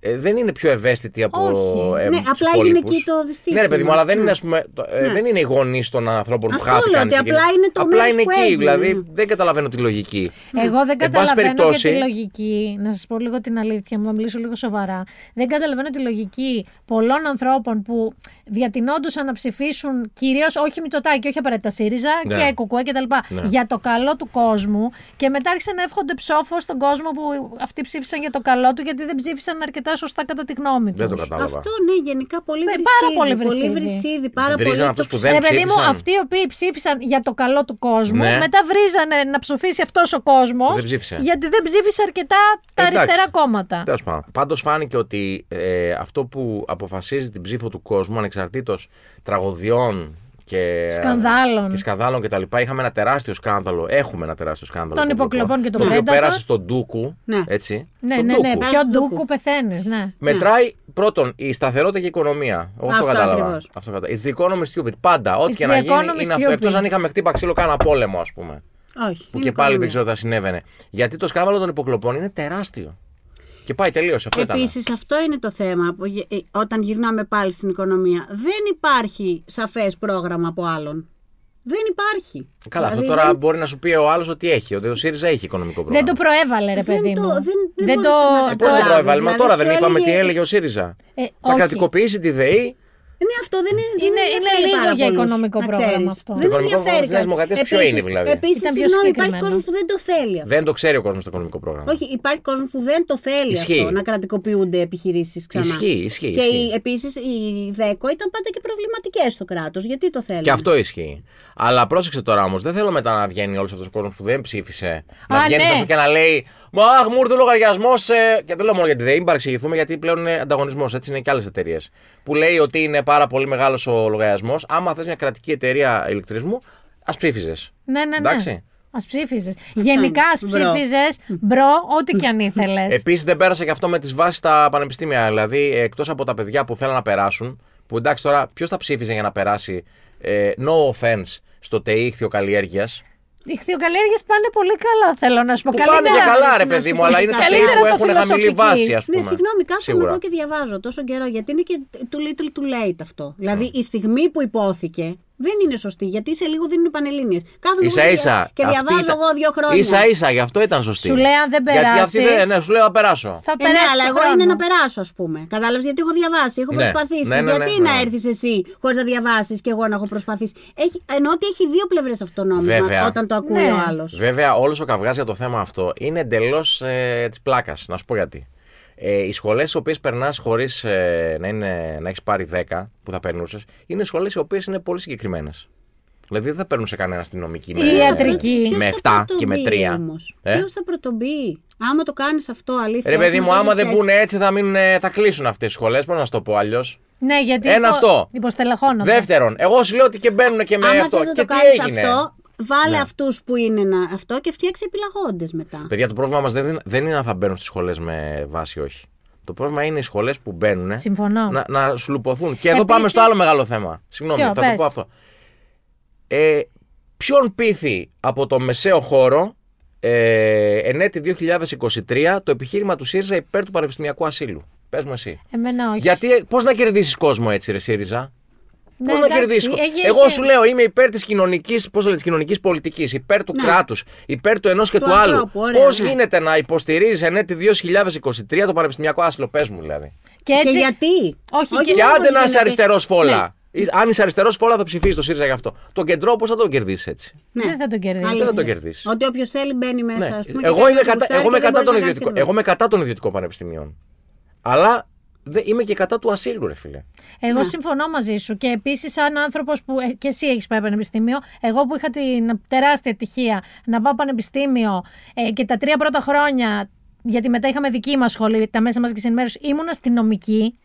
ε, δεν είναι πιο ευαίσθητη από.
Όχι.
Ναι,
Ε, τους
απλά έγινε
υπόλοιπους.
εκεί το δυστύχημα.
Ναι, ρε παιδί μου, αλλά δεν
Ναι.
είναι, ας πούμε, το- ε, δεν είναι οι γονείς των ανθρώπων που
Αυτό
χάθηκαν.
λέω, ότι
στην
απλά
κίνηση.
είναι το
Απλά
μέρος
είναι
που
εκεί,
έγινε,
δηλαδή
ναι.
δεν καταλαβαίνω τη λογική.
Εγώ δεν
Εν πάση
καταλαβαίνω
περιπτώσει-
για τη λογική. Να σας πω λίγο την αλήθεια μου, θα μιλήσω λίγο σοβαρά. Δεν καταλαβαίνω τη λογική πολλών ανθρώπων που διατηνόντουσαν να ψηφίσουν κυρίως όχι Μητσοτάκη, όχι απαραίτητα ΣΥΡΙΖΑ
Ναι.
και Κουκουέ κτλ. Για το καλό του κόσμου και μετά άρχισαν να εύχονται ψόφος στον κόσμο που αυτοί ψήφισαν για το καλό του γιατί δεν ψήφισαν αρκετά σωστά κατά τη γνώμη του.
Δεν το κατάλαβα.
Αυτό ναι, γενικά πολύ
Ναι,
βρυσίδι.
πάρα πολύ βρυσίδι.
βρυσίδι, πάρα
Βρίζανε
πολύ
αυτούς που
τοξι-
δεν
Ρε παιδί μου,
ψήφισαν.
αυτοί οι οποίοι ψήφισαν για το καλό του κόσμου,
Ναι.
μετά βρίζανε να ψηφίσει αυτός ο κόσμος.
Δεν ψήφισε.
Γιατί δεν ψήφισε αρκετά τα
Εντάξει.
αριστερά κόμματα.
Τέλος πάντων. Πάντως φάνηκε ότι ε, αυτό που αποφασίζει την ψήφο του κόσμου ανεξαρτήτως τραγωδιών και
Σκανδάλων.
και σκανδάλων κτλ. Είχαμε ένα τεράστιο σκάνδαλο. Έχουμε ένα τεράστιο σκάνδαλο.
Των
στο Ευρωπαϊκό,
υποκλοπών και των
Το οποίο
Πρέντατο.
πέρασε στον Ντούκου.
Ναι.
Έτσι,
Ναι,
στον
ναι, ναι.
Ντούκου.
Πιο
Στον ντούκου.
ντούκου πεθαίνεις, ναι.
Μετράει πρώτον η σταθερότητα και η οικονομία. Εγώ αυτό,
Αυτό
κατάλαβα.
ακριβώς.
Αυτό κατάλαβα. It's the economy stupid. Πάντα. Ό,τι
It's
και
the
να γίνει
economy
είναι αυτό.
stupid.
Εκτός αν είχαμε χτύπα ξύλο κάνα πόλεμο, ας πούμε.
Όχι.
Που
είναι
και πάλι δεν
οικονομία.
ξέρω τι θα συνέβαινε. Γιατί το σκάνδαλο των υποκλοπών είναι τεράστιο. Και πάει τελείως αυτό. ήταν.
Επίσης αυτό είναι το θέμα που, γε- ε, όταν γυρνάμε πάλι στην οικονομία. Δεν υπάρχει σαφές πρόγραμμα από άλλον. Δεν υπάρχει.
Καλά, αυτό
Δηλαδή,
τώρα
δεν-
μπορεί να σου πει ο άλλος ότι έχει. Ότι το ΣΥΡΙΖΑ έχει οικονομικό
Δεν
πρόγραμμα.
το προέβαλε, ρε
Ε, Δεν
παιδί
το-
μου.
δεν- δεν
το.
μπορούσες
το-
να
Πώ δεν
καταλάβεις,
προέβαλε, μα
δηλαδή,
τώρα
σου
δεν είπαμε
έλεγε-
τι έλεγε ο ΣΥΡΙΖΑ.
Ε,
θα
όχι.
κρατικοποιήσει τη ΔΕΗ.
Ναι, αυτό δεν είναι.
Είναι-
δεν
είναι
ενδιαφέρει
λίγο
πάρα
για
πολλούς,
οικονομικό
να
πρόγραμμα
ξέρεις.
αυτό.
Δεν
Το οικονομικό
ενδιαφέρει.
πρόγραμμα της Νέας Δημοκρατίας ποιο
Επίσης-
είναι, δηλαδή.
Επίσης,
Ήταν πιο
συγγνώμη, υπάρχει
συγκεκριμένο.
κόσμος που δεν το θέλει αυτό.
Δεν το ξέρει ο κόσμος το οικονομικό πρόγραμμα.
Όχι, υπάρχει κόσμος που δεν το θέλει
Ισχύει.
αυτό, να κρατικοποιούνται επιχειρήσεις ξανά.
Ισχύει, ισχύει,
Και
ισχύει.
οι- επίσης η ΔΕΚΟ ήταν πάντα και προβληματικές στο κράτος. Γιατί το θέλουν.
Και αυτό ισχύει. Αλλά πρόσεξε τώρα όμως, δεν θέλω μετά να βγαίνει όλος αυτός ο κόσμος που δεν ψήφισε. να
Α,
βγαίνει
ναι.
ναι. και να λέει Μα αχ, μου ήρθε ο λογαριασμός. Ε... Και δεν λέω μόνο για τη ΔΕΗ, μην παρεξηγηθούμε, γιατί πλέον είναι ανταγωνισμός. Έτσι είναι και άλλες εταιρείες. Που λέει ότι είναι πάρα πολύ μεγάλος ο λογαριασμός. Άμα θες μια κρατική εταιρεία ηλεκτρισμού, ας ψήφιζες.
Ναι, ναι, ναι.
Εντάξει.
Ας ψήφιζες. Γενικά, ας
Μπρο.
ψήφιζες μπρο, ό,τι κι αν ήθελες.
Επίσης δεν πέρασε και αυτό με τις βάσεις στα πανεπιστήμια. Δηλαδή, εκτός από τα παιδιά που θέλουν να περάσουν, που εντάξει τώρα, ποιος θα ψήφιζε για να περάσει ε, no offense στο ΤΕΙ καλλιέργειας.
Οι χθιοκαλλιέργειες πάνε πολύ καλά, θέλω να σου πω.
Που πάνε και
Καλύτερα.
καλά,
να
ρε
σου
παιδί
πω
μου, αλλά είναι τα
καλύτερα
ΤΕΙ που
το
έχουν χαμηλή
φιλοσοφικής.
βάση, α
Ναι,
πούμε.
Ναι, συγγνώμη, κάθομαι
Σίγουρα.
εγώ και διαβάζω τόσο καιρό. Γιατί είναι και too little too late αυτό. Δηλαδή η στιγμή που υπόθηκε δεν είναι σωστή. Γιατί σε λίγο δίνουν οι πανελλήνιες. Κάθομαι εγώ
σα
και
ίσα.
δια- και διαβάζω εγώ δύο χρόνια.
σα ίσα, γι' αυτό ήταν σωστή.
Σου λέει, αν δεν
Γιατί αυτή
περάσεις-
δεν, ναι, σου λέω να περάσω.
Θα
Ε, ναι,
περάσεις.
αλλά
το
εγώ
χρόνο.
είναι να περάσω, ας πούμε. Κατάλαβες γιατί έχω διαβάσει, έχω
Ναι.
προσπαθήσει.
Ναι, ναι,
γιατί
ναι,
να
ναι.
έρθεις εσύ χωρίς να διαβάσεις και εγώ να έχω προσπαθήσει. Έχει, ενώ ότι έχει δύο πλευρές αυτό το νόμισμα
Βέβαια.
όταν το ακούει
Ναι.
ο άλλος.
Βέβαια, όλος ο καυγάς για το θέμα αυτό είναι εντελώς ε, της πλάκας. Να σου πω γιατί. Ε, οι σχολές οι οποίες περνάς χωρίς ε, να, είναι- να έχεις πάρει 10 που θα περνούσες, είναι σχολές οι οποίες είναι πολύ συγκεκριμένες. Δηλαδή δεν θα περνούσε κανένα στην νομική με,
Η ιατρική.
με 7 και με 3. Ε?
Ποιος θα πρωτομπεί. Άμα το κάνεις αυτό, αλήθεια.
Ρε παιδί
έχουμε
μου, άμα
τόσες
δεν
θέσεις.
μπουν έτσι θα, μείνουν, ε, θα κλείσουν αυτές οι σχολές. Πώς να σου το πω αλλιώς.
Ναι, γιατί.
Ένα αυτό.
Υποστελεχώνονται.
Δεύτερον, εγώ σου λέω ότι και μπαίνουν και με
Άμα
ναι, αυτό.
θες να
Και
το
τι
κάνεις
έγινε. Ναι.
αυτό, βάλε αυτούς που είναι να, αυτό και φτιάξε επιλαγόντε μετά.
Παιδιά, το πρόβλημα μας δεν, δεν είναι αν θα μπαίνουν στις σχολές με βάση ή όχι. Το πρόβλημα είναι οι σχολές που μπαίνουν
Συμφωνώ.
να, να σλουπωθούν. Και εδώ
Επίσης-
πάμε στο άλλο μεγάλο θέμα. Συγγνώμη,
Ποιο,
θα
πες.
το πω αυτό. Ε, ποιον πείθει από το μεσαίο χώρο ε, εν έτη 2023 το επιχείρημα του ΣΥΡΙΖΑ υπέρ του πανεπιστημιακού ασύλου. Πες μου εσύ.
Εμένα όχι.
Γιατί, ε, πώς να κερδίσεις κόσμο έτσι ρε ΣΥΡΙΖΑ.
Ναι,
Πώ να
εντάξει,
κερδίσει.
ε,
έχει-
Εγώ
έχει-
σου λέω, είμαι υπέρ της κοινωνικής πολιτικής, πολιτικής, υπέρ του κράτους, κράτους, υπέρ του ενός και του,
Ναι. Του
άλλου.
ανθρώπου, ωραία,
Πώς
ναι.
γίνεται να υποστηρίζεις εν έτη 2023 το πανεπιστημιακό άσυλο, πες μου δηλαδή.
Και έτσι.
Και γιατί.
Όχι, και-
και
μόνο Ε,
άντε να
ναι, γίνεται. Ναι.
είσαι αριστερός φόλα. Είσαι- Αν είσαι αριστερός φόλα, θα ψηφίσεις το ΣΥΡΙΖΑ γι' αυτό. Τον κεντρό, πώς θα τον κερδίσεις έτσι.
Ναι.
Δεν θα τον κερδίσεις.
Αλήθεια.
Δεν θα τον κερδίσεις.
Ότι όποιος θέλει μπαίνει μέσα. Ας πούμε, και
Εγώ,
κάνει
είμαι
ό,τι
κατά,
γουστάρει
εγώ, είμαι
και δεν
κατά
μπορείς
των
να κάνεις
ιδιωτικών,
τίποτα.
εγώ είμαι κατά των ιδιωτικών πανεπιστημίων. Αλλά δε- είμαι και κατά του ασύλου, ρε φίλε.
Ναι.
Εγώ συμφωνώ μαζί σου. Και επίσης, σαν άνθρωπος που. ε, και εσύ έχεις πάει πανεπιστήμιο. Εγώ που είχα την τεράστια τυχεία να πάω πανεπιστήμιο ε, και τα τρία πρώτα χρόνια. Γιατί μετά είχαμε δική μας σχολή, τα μέσα μα και ενημέρωση. Ήμουν στη νομική.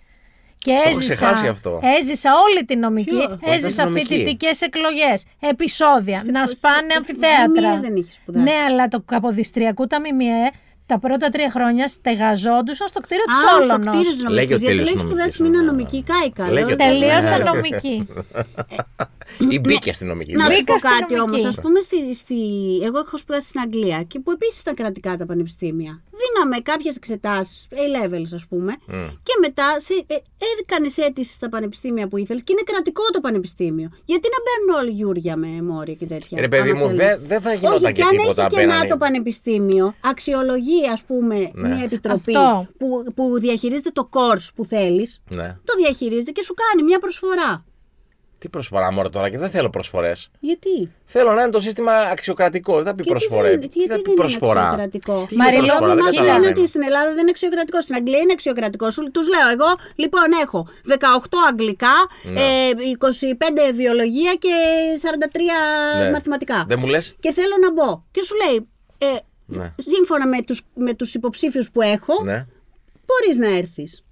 Και
έχω
έζησα,
ξεχάσει αυτό.
έζησα όλη την νομική.
Ποιο?
Έζησα
Ήταν νομική.
φοιτητικές εκλογές, επεισόδια, να σπάνε
στη
αμφιθέατρα.
ΜΜΕ δεν είχε σπουδάσει.
ναι, αλλά το καποδιστριακού τα ΜΜΕ τα πρώτα τρία χρόνια στεγαζόντουσαν στο κτίριο
Α,
τη
στο
Όλωνος.
κτίριο της νομικής,
Λέγει ο
Γιατί
τέλειος
λέει
νομικής,
σπουδάσει μήνα
ναι, ναι.
νομική κάηκα.
Λέγει ο
λέω,
τέλειος.
δεν
Τελείωσα
ξέρω.
νομική.
Ή μπήκε αστυνομική.
Ναι. Να
δηλαδή.
σου πω
Μπήκα στην
κάτι
νομική.
όμω. Ας πούμε, στη, στη... εγώ έχω σπουδάσει στην Αγγλία και που επίσης ήταν κρατικά τα πανεπιστήμια. Δίναμε κάποιες εξετάσεις, A-levels ας πούμε, και μετά σε... ε, έκανε αίτηση στα πανεπιστήμια που ήθελες και είναι κρατικό το πανεπιστήμιο. Γιατί να μπαίνουν όλοι γιούρια με μόρια και τέτοια.
Ρε παιδί
άμα
μου,
θέλουν.
δεν δεν θα γινόταν
Όχι,
και
αν
τίποτα
έχει κενά
απέναντι. Ναι.
το πανεπιστήμιο, αξιολογεί, ας πούμε, μια επιτροπή
Αυτό.
που, που διαχειρίζεται το course που θέλεις,
Ναι.
το διαχειρίζεται και σου κάνει μια προσφορά.
Τι προσφορά μόνο τώρα και δεν θέλω προσφορές.
Γιατί?
Θέλω να είναι το σύστημα αξιοκρατικό. Δεν θα
Και
πει
τι
προσφορέ.
δεν- τι-
θα
τι
πει
δεν είναι
προσφορά.
αξιοκρατικό?
Τι είναι
Μαριλό,
προσφορά, δεν
θυμάσαι
Μα
Καλά,
λένε
καταλαβαίνω.
ότι στην Ελλάδα δεν είναι αξιοκρατικό. Στην Αγγλία είναι αξιοκρατικό. Τους λέω εγώ, λοιπόν, έχω 18 αγγλικά, ε, 25 βιολογία και 43
Ναι.
μαθηματικά.
Δεν μου λες.
Και θέλω να μπω. Και σου λέει, ε,
Ναι.
σύμφωνα με τους, με τους υποψήφιους που έχω,
Ναι.
μπορείς να έρθεις.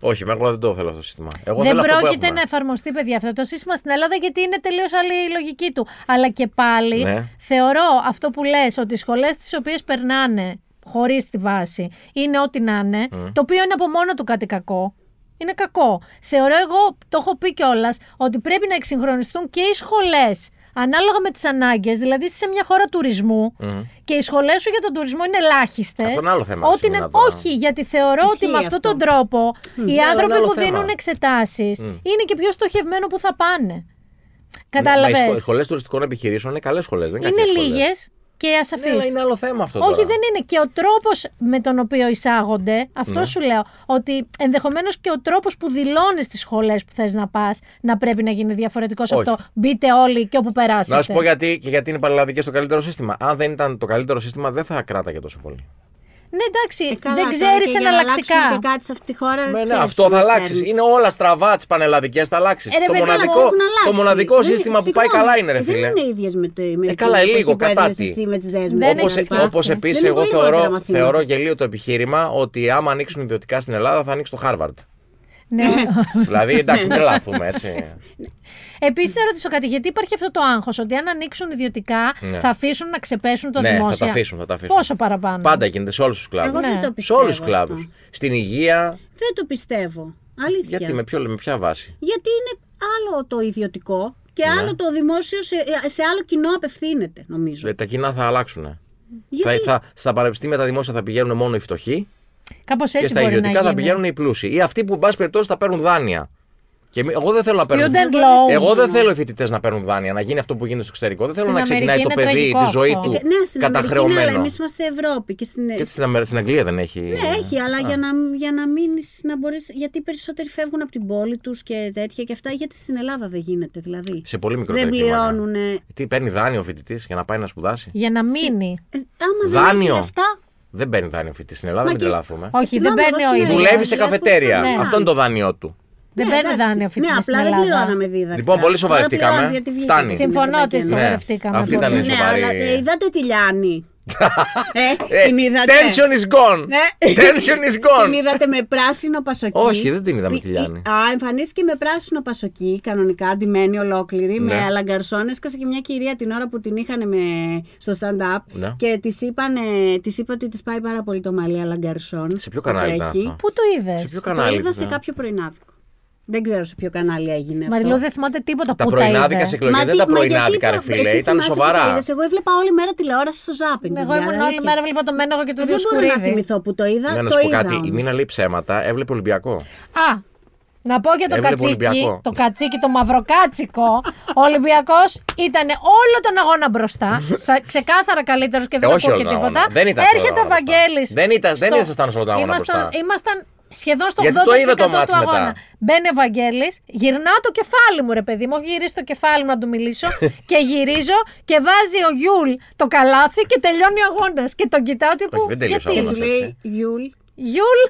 Όχι
Όχι, μα εγώ δεν το θέλω αυτό το σύστημα. Εγώ
Δεν
θέλω αυτό που
πρόκειται
έχουμε.
να εφαρμοστεί, παιδιά, αυτό το σύστημα στην Ελλάδα γιατί είναι τελείως άλλη η λογική του. Αλλά και πάλι
Ναι.
θεωρώ αυτό που λες ότι οι σχολές τις οποίες περνάνε χωρίς τη βάση είναι ό,τι να είναι, το οποίο είναι από μόνο του κάτι κακό. Είναι κακό. Θεωρώ εγώ, το έχω πει κιόλας, ότι πρέπει να εξυγχρονιστούν και οι σχολές ανάλογα με τις ανάγκες. Δηλαδή, είσαι σε μια χώρα τουρισμού και οι σχολές σου για τον τουρισμό είναι ελάχιστες.
Αυτό είναι άλλο θέμα σήμερα τώρα.
Όχι, γιατί θεωρώ
Ισχύει
ότι με αυτόν
αυτό.
τον τρόπο οι
Ναι, αλλά
άνθρωποι
είναι άλλο
που
θέμα.
δίνουν εξετάσεις είναι και πιο στοχευμένο που θα πάνε.
Ναι, μα Οι
Κατάλαβε.
σχολές τουριστικών επιχειρήσεων είναι καλές σχολές. Δεν
Είναι
κακές σχολές.
λίγες και ασαφεί.
Ναι, αλλά είναι άλλο θέμα αυτό.
Όχι,
τώρα.
δεν είναι. Και ο τρόπος με τον οποίο εισάγονται,
Ναι.
αυτό σου λέω. Ότι ενδεχομένως και ο τρόπος που δηλώνεις τις σχολές που θες να πας να πρέπει να γίνει διαφορετικός
Όχι.
από το μπείτε όλοι και όπου περάσετε.
Να σου πω γιατί, και γιατί είναι παραλλαδικές στο καλύτερο σύστημα. Αν δεν ήταν το καλύτερο σύστημα, δεν θα κράταγε τόσο πολύ.
Ναι, εντάξει,
Ε, Καλά,
δεν
τώρα
ξέρεις
και για να
εναλλακτικά.
αλλάξουμε και κάτι σε αυτή τη χώρα.
Με, ναι,
Ε, ξέρεις,
αυτό θα
μας
αλλάξει.
παίρνει.
Είναι όλα στραβά τη πανελλαδικές, θα αλλάξεις.
Ε, ρε,
το,
παιδιά,
Καλά,
μοναδικό,
έχουν αλλάξει.
το μοναδικό
Δεν-
σύστημα που πάει
συγγνώμη, Ε,
καλά είναι, ρε φίλε.
Δεν είναι ίδιες με το. με το-
Ε, καλά,
εκεί
λίγο,
που
κατά
έδινες
τι.
εσύ με τις δέσμες
Δεν
και
έχεις
τα
Όπως, ε-
έχει
λοιπά.
σπάσει.
όπως επίσης
Δεν
εγώ
είναι πολύ λιγότερα
θεωρώ,
μαθήματα.
θεωρώ γελίο το επιχείρημα ότι άμα ανοίξουν ιδιωτικά στην Ελλάδα θα ανοίξει το Χάρβαρντ.
Ναι.
δηλαδή
(laughs)
εντάξει μην λάθουμε έτσι.
Επίσης, θα ρωτήσω κάτι, γιατί υπάρχει αυτό το άγχος ότι αν ανοίξουν ιδιωτικά
Ναι.
θα αφήσουν να ξεπέσουν το
ναι
δημόσιο.
θα τα αφήσουν. Θα τα αφήσουν.
Πόσο παραπάνω.
Πάντα γίνεται σε όλους τους
Εγώ
κλάδους.
δεν το
Σε
πιστεύω.
όλους τους
αυτό.
κλάδους. Στην υγεία,
Δεν το πιστεύω. Αλήθεια.
γιατί με, ποιο, με ποια βάση.
Γιατί είναι άλλο το ιδιωτικό και
Ναι.
άλλο το δημόσιο σε, σε άλλο κοινό απευθύνεται, νομίζω.
Ε, Τα κοινά θα αλλάξουν.
Γιατί
Θα, θα, στα πανεπιστήμια τα δημόσια θα πηγαίνουν μόνο οι φτωχοί
Κάπως έτσι
και στα
μπορεί να
ιδιωτικά θα
γίνει.
πηγαίνουν οι πλούσιοι. Ή αυτοί που, εν πάση περιπτώσει, θα παίρνουν δάνεια. Και μη- εγώ δεν θέλω να παίρνω.
Student loan.
Εγώ δεν
Όμως.
θέλω οι φοιτητές να παίρνουν δάνεια, να γίνει αυτό που γίνεται στο εξωτερικό. Δεν θέλω
Στην
να ξεκινάει
Αμερική
το
είναι
παιδί
τραγικό
τη ζωή
αυτό.
Ε,
του
ναι, στην Αμερική ναι,
καταχρεωμένο.
αλλά εμείς είμαστε Ευρώπη. Και στην...
Και στην, Αμε- στην Αγγλία δεν έχει.
Ναι, έχει, αλλά για να, για να μείνεις, να μπορείς, γιατί οι περισσότεροι φεύγουν από την πόλη τους και τέτοια και αυτά, γιατί στην Ελλάδα δεν γίνεται δηλαδή.
Σε πολύ μικρό ναι.
Δεν πληρώνουν. Ε,
Τι παίρνει δάνειο ο φοιτητής για να πάει να σπουδάσει.
Για να μείνει.
Ναι, Ε, άμα δεν
Δάνειο.
έχει λεφτά,
Δεν παίρνει δάνειο ο φοιτητή στην Ελλάδα,
Μα
μην
και-
τρελαθούμε.
Όχι, δεν
ε, Συγγνώμη,
παίρνει
εγώ
ο
στην
ίδιος.
Ελβετία.
Δουλεύει σε
Ακούσα,
καφετέρια.
ναι.
Αυτό είναι το δάνειό του.
Δεν
ναι,
παίρνει
εντάξει.
δάνειο φοιτητή.
Ναι, απλά δεν πληρώναμε Ναι, δίδακτρα.
Λοιπόν, πολύ σοβαρευτήκαμε.
Τώρα πληρώνεις, γιατί
Φτάνει.
βγήκε στην
Συμφωνώ ότι
Ευρωπαϊκή Ένωση.
σοβαρευτήκαμε.
Ναι. Αυτή ήταν
πολύ.
η
Ναι,
σοβαρή.
αλλά ε, είδατε τη
(laughs)
Λιάννη. ε,
Ε,
την είδατε.
Tension is gone!
Ναι.
Tension is
Την
gone!
είδατε με πράσινο πασοκί.
Όχι, δεν την είδαμε
Πι-
τη Λιάννη.
Α, εμφανίστηκε με πράσινο πασοκί, κανονικά, ντυμένη ολόκληρη,
Ναι.
με αλαγκαρσόν. Έσκασε και μια κυρία την ώρα που την είχαν με... στο stand-up
Ναι.
και της της είπε ότι της πάει πάρα πολύ το μαλλί αλαγκαρσόν.
Σε ποιο κανάλι ήταν αυτό?
Πού το είδες.
Σε ποιο
Το
κανάλι.
είδα
ήταν?
σε κάποιο πρωινάδικο. Δεν ξέρω σε ποιο κανάλι έγινε
Μαριλού,
αυτό.
δεν θυμάται τίποτα
Τα
που τα
πρωινάδικα
είδες.
σε εκλογές δεν
τι-
τα
γιατί
πρωινάδικα, ρε
είπα-
φίλε.
εσύ
Ήταν
θυμάσαι που τα
σοβαρά.
είδες. Εγώ έβλεπα όλη μέρα τηλεόραση στο ζάπινγκ.
Εγώ
παιδιά,
ήμουν
αλήθεια.
όλη μέρα, βλέπα το Μένογο και το
Δεν μπορώ να
Διοσκουρίδη.
θυμηθώ που το είδα.
Ναι, να
ε, το
σου πω
είδα
κάτι.
όμως.
Η Μίνα λέει ψέματα, έβλεπε Ολυμπιακό.
Α, να πω για το
Έβλεπε
κατσίκι,
Ολυμπιακό.
το κατσίκι, το μαυροκάτσικο. Ο Ολυμπιακός ήταν όλο τον αγώνα μπροστά. σα- Ξεκάθαρα καλύτερος και
Ε,
δεν
όχι
ακούω
όλο
και
τον αγώνα.
τίποτα.
Δεν ήταν
Έρχεται ο
όλο τον αγώνα μπροστά.
Βαγγέλης
Δεν ήταν- δεν
στο-
ήσασταν όλο τον αγώνα
Ήμασταν-
μπροστά.
Ήμασταν σχεδόν στο 80%
Γιατί το είδα το μάτς
του
μετά.
αγώνα. Μπαίνει ο Βαγγέλης, γυρνάω το κεφάλι μου, ρε παιδί μου. Έχω γυρίσει το κεφάλι μου να του
(laughs)
μιλήσω και γυρίζω και βάζει ο Γιούλ το καλάθι και τελειώνει ο αγώνας. Και τον κοιτάω τύπου.
Όχι, δεν τελείωσε
γιατί?
ο
Και
αγώνας.
του λέει Γιούλ.
Γιούλ,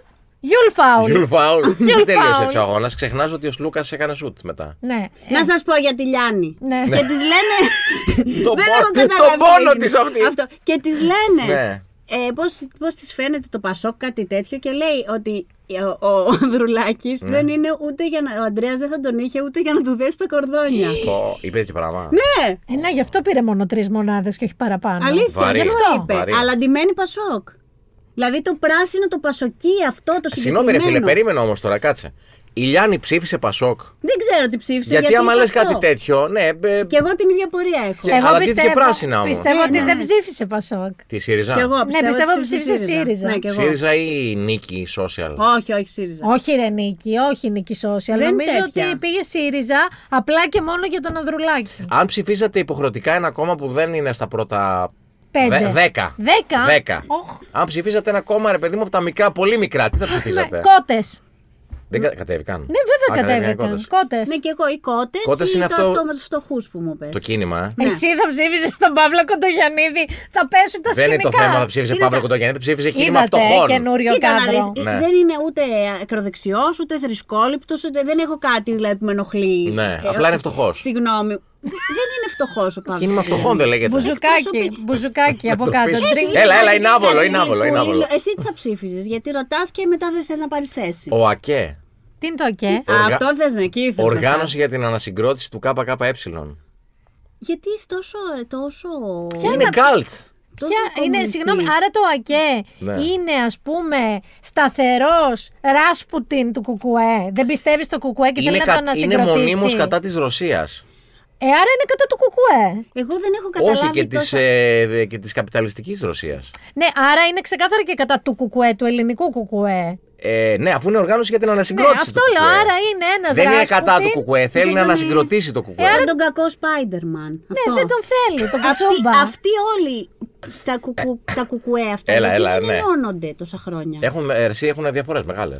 Γιούλ φάουλ.
Γιουλ Φάουλ.
Γιουλ
Δεν τελείωσε
Φάουλ.
έτσι ο αγώνας. Ξεχνάς ότι ο Σλούκας έκανε σουτ μετά.
Ναι.
Να σας πω για τη Λιάννη.
Ναι.
Και της λένε.
(laughs) Το
Δεν
πο-
έχω
το
καταλάβει τι
πόνο
έγινε.
της αυτής.
Αυτό. Και της λένε.
Ναι.
Ε, πώς, πώς της φαίνεται το Πασόκ κάτι τέτοιο και λέει ότι ο, ο, Ανδρουλάκης
Ναι.
δεν είναι ούτε για να, ο Ανδρέας δεν θα τον είχε ούτε για να του δέσει τα
(gasps)
κορδόνια.
Πω, Είπε και πράγμα.
ναι,
Ε, ναι, γι' αυτό πήρε μόνο τρεις μονάδες και όχι παραπάνω.
αλήθεια,
Βαρύ.
γι' αυτό είπε.
Βαρύ.
Αλλά ντυμένη Πασόκ. Δηλαδή το πράσινο, το Πασοκί αυτό το συγκεκριμένο.
Συγγνώμη, ρε φίλε, περίμενα όμως τώρα, κάτσε. Η Λιάννη ψήφισε Πασόκ.
Δεν ξέρω τι ψήφισε.
Γιατί, άμα
είπε
λες
αυτό.
κάτι τέτοιο, ναι. ε,
Και εγώ την ίδια πορεία έχω.
Και- αλλά ντύθηκε πράσινα όμως.
Ναι, πιστεύω
Ναι,
ότι
ναι.
δεν ψήφισε Πασόκ.
Τη ΣΥΡΙΖΑ.
Και εγώ πιστεύω,
Ναι, πιστεύω
ότι
ότι ψήφισε ΣΥΡΙΖΑ.
Ναι, και εγώ.
ΣΥΡΙΖΑ ή η Νίκη η Social.
Όχι, όχι, ΣΥΡΙΖΑ.
Όχι, ρε Νίκη, όχι Νίκη Social.
Δεν
Νομίζω
τέτοια.
ότι πήγε ΣΥΡΙΖΑ απλά και μόνο για τον Ανδρουλάκη.
Αν ψηφίσατε υποχρεωτικά ένα κόμμα που δεν είναι στα πρώτα.
Πέντε.
Δε- δέκα.
Δέκα.
Δέκα.
Οχ.
Αν ψηφίσατε ένα κόμμα, ρε παιδί μου, από τα μικρά, πολύ μικρά, τι θα ψηφίσατε.
Κότες.
δεν κα- κατέβηκαν.
Ναι, βέβαια
Α,
κατέβηκαν.
κότες.
Κότε.
Ναι, και εγώ. Οι κότε
Κότες
ή
είναι
το
αυτό-
αυτό με του φτωχού που μου πες.
Το κίνημα.
ναι.
ε.
Εσύ θα ψήφισες τον Παύλο Κοντογιαννίδη, θα πέσουν τα
Δεν είναι
σκηνικά.
το θέμα, θα ψήφισε
Είναι
Παύλο
τα-
Κοντογιαννή, δεν ψήφισε κίνημα
Είδατε ε,
φτωχών.
καινούριο
Κοίτα να
κάδρο.
δεις,
Ναι.
δεν είναι ούτε ακροδεξιός, ούτε θρησκόληπτος, ούτε δεν έχω κάτι δηλαδή, που με ενοχλεί.
Ναι,
ε,
απλά είναι φτωχός.
Στη γνώμη μου. Δε- δεν είναι φτωχός ο Παύλος.
Κίνημα φτωχών δεν λέγεται.
Μπουζουκάκι,
Εκπροσωπεί.
μπουζουκάκι από κάτω.
πεις. Ε,
Drink-
Έλα, έλα, είναι άβολο, είναι άβολο, είναι άβολο.
Εσύ τι θα ψήφιζες, γιατί ρωτάς και μετά δεν θες να πάρεις θέση.
Ο ΑΚΕ.
Τι είναι το οκέ.
Α,
Οργα-
Αυτό θες να εκεί θες να φτάσεις.
Οργάνωση για την ανασυγκρότηση του ΚΚΕ.
Γιατί είσαι τόσο. ρε, τόσο...
Είναι καλτ.
τόσο
Ποια είναι,
κομμουνιστής.
συγγνώμη, άρα το ΑΚΕ
Ναι.
είναι ας πούμε σταθερός ράσπουτιν του Κουκουέ. Δεν πιστεύεις στο Κουκουέ και
Είναι,
θέλει να
κα...
τον
είναι
ασυγκροτήσει.
μονίμως κατά της Ρωσίας.
Ε, άρα είναι κατά του Κουκουέ.
Εγώ δεν έχω καταλάβει.
Όχι και ε, τη
τόσα-
καπιταλιστικής Ρωσίας.
Ναι, άρα είναι ξεκάθαρα και κατά του Κουκουέ, του ελληνικού Κουκουέ.
Ε, ναι, αφού είναι οργάνωση για την
Ναι,
ανασυγκρότηση.
αυτό
του
λέω.
κουκουέ.
Άρα είναι ένας
Δεν είναι κατά του Κουκουέ. Θέλει να
Συγγνώμη.
ανασυγκροτήσει το Κουκουέ.
Σαν τον κακό Spider-Man.
Ναι, δεν τον θέλει,
(laughs)
τον κουτσούμπα.
Αυτοί, αυτοί όλοι τα, κουκου, τα κουκουέ αυτά
Έλα,
γιατί
έλα,
δεν
ναι. Ε,
ενώνονται τόσα χρόνια.
Έχουν, εσύ έχουν διαφορέ μεγάλε.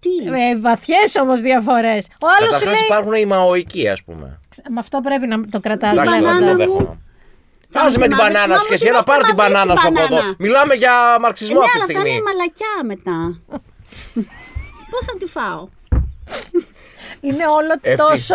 Τι.
ε,
Με βαθιές όμως διαφορές. Ο άλλος
Καταρχάς
λέει.
υπάρχουν οι μαοικοί, ας πούμε.
Με αυτό πρέπει να το κρατάς
Εντάξει,
μπανάνα
το
λέγοντας.
μου.
δέχομαι.
Θα
Άσε
μου
με
τη
την
μαύρη-
μπανάνα
μα
σου
μου
και εσύ.
την
Έλα,
έχω
πάρ την
μαύρη
μπανάνας
την
σου από εδώ.
μπανάνα.
Μιλάμε για
Ε,
μαρξισμό
ναι,
αυτή τη
αλλά θα
στιγμή.
είναι μαλακιά μετά. Πώς θα τη φάω.
Είναι όλο
Ευτυχ-
τόσο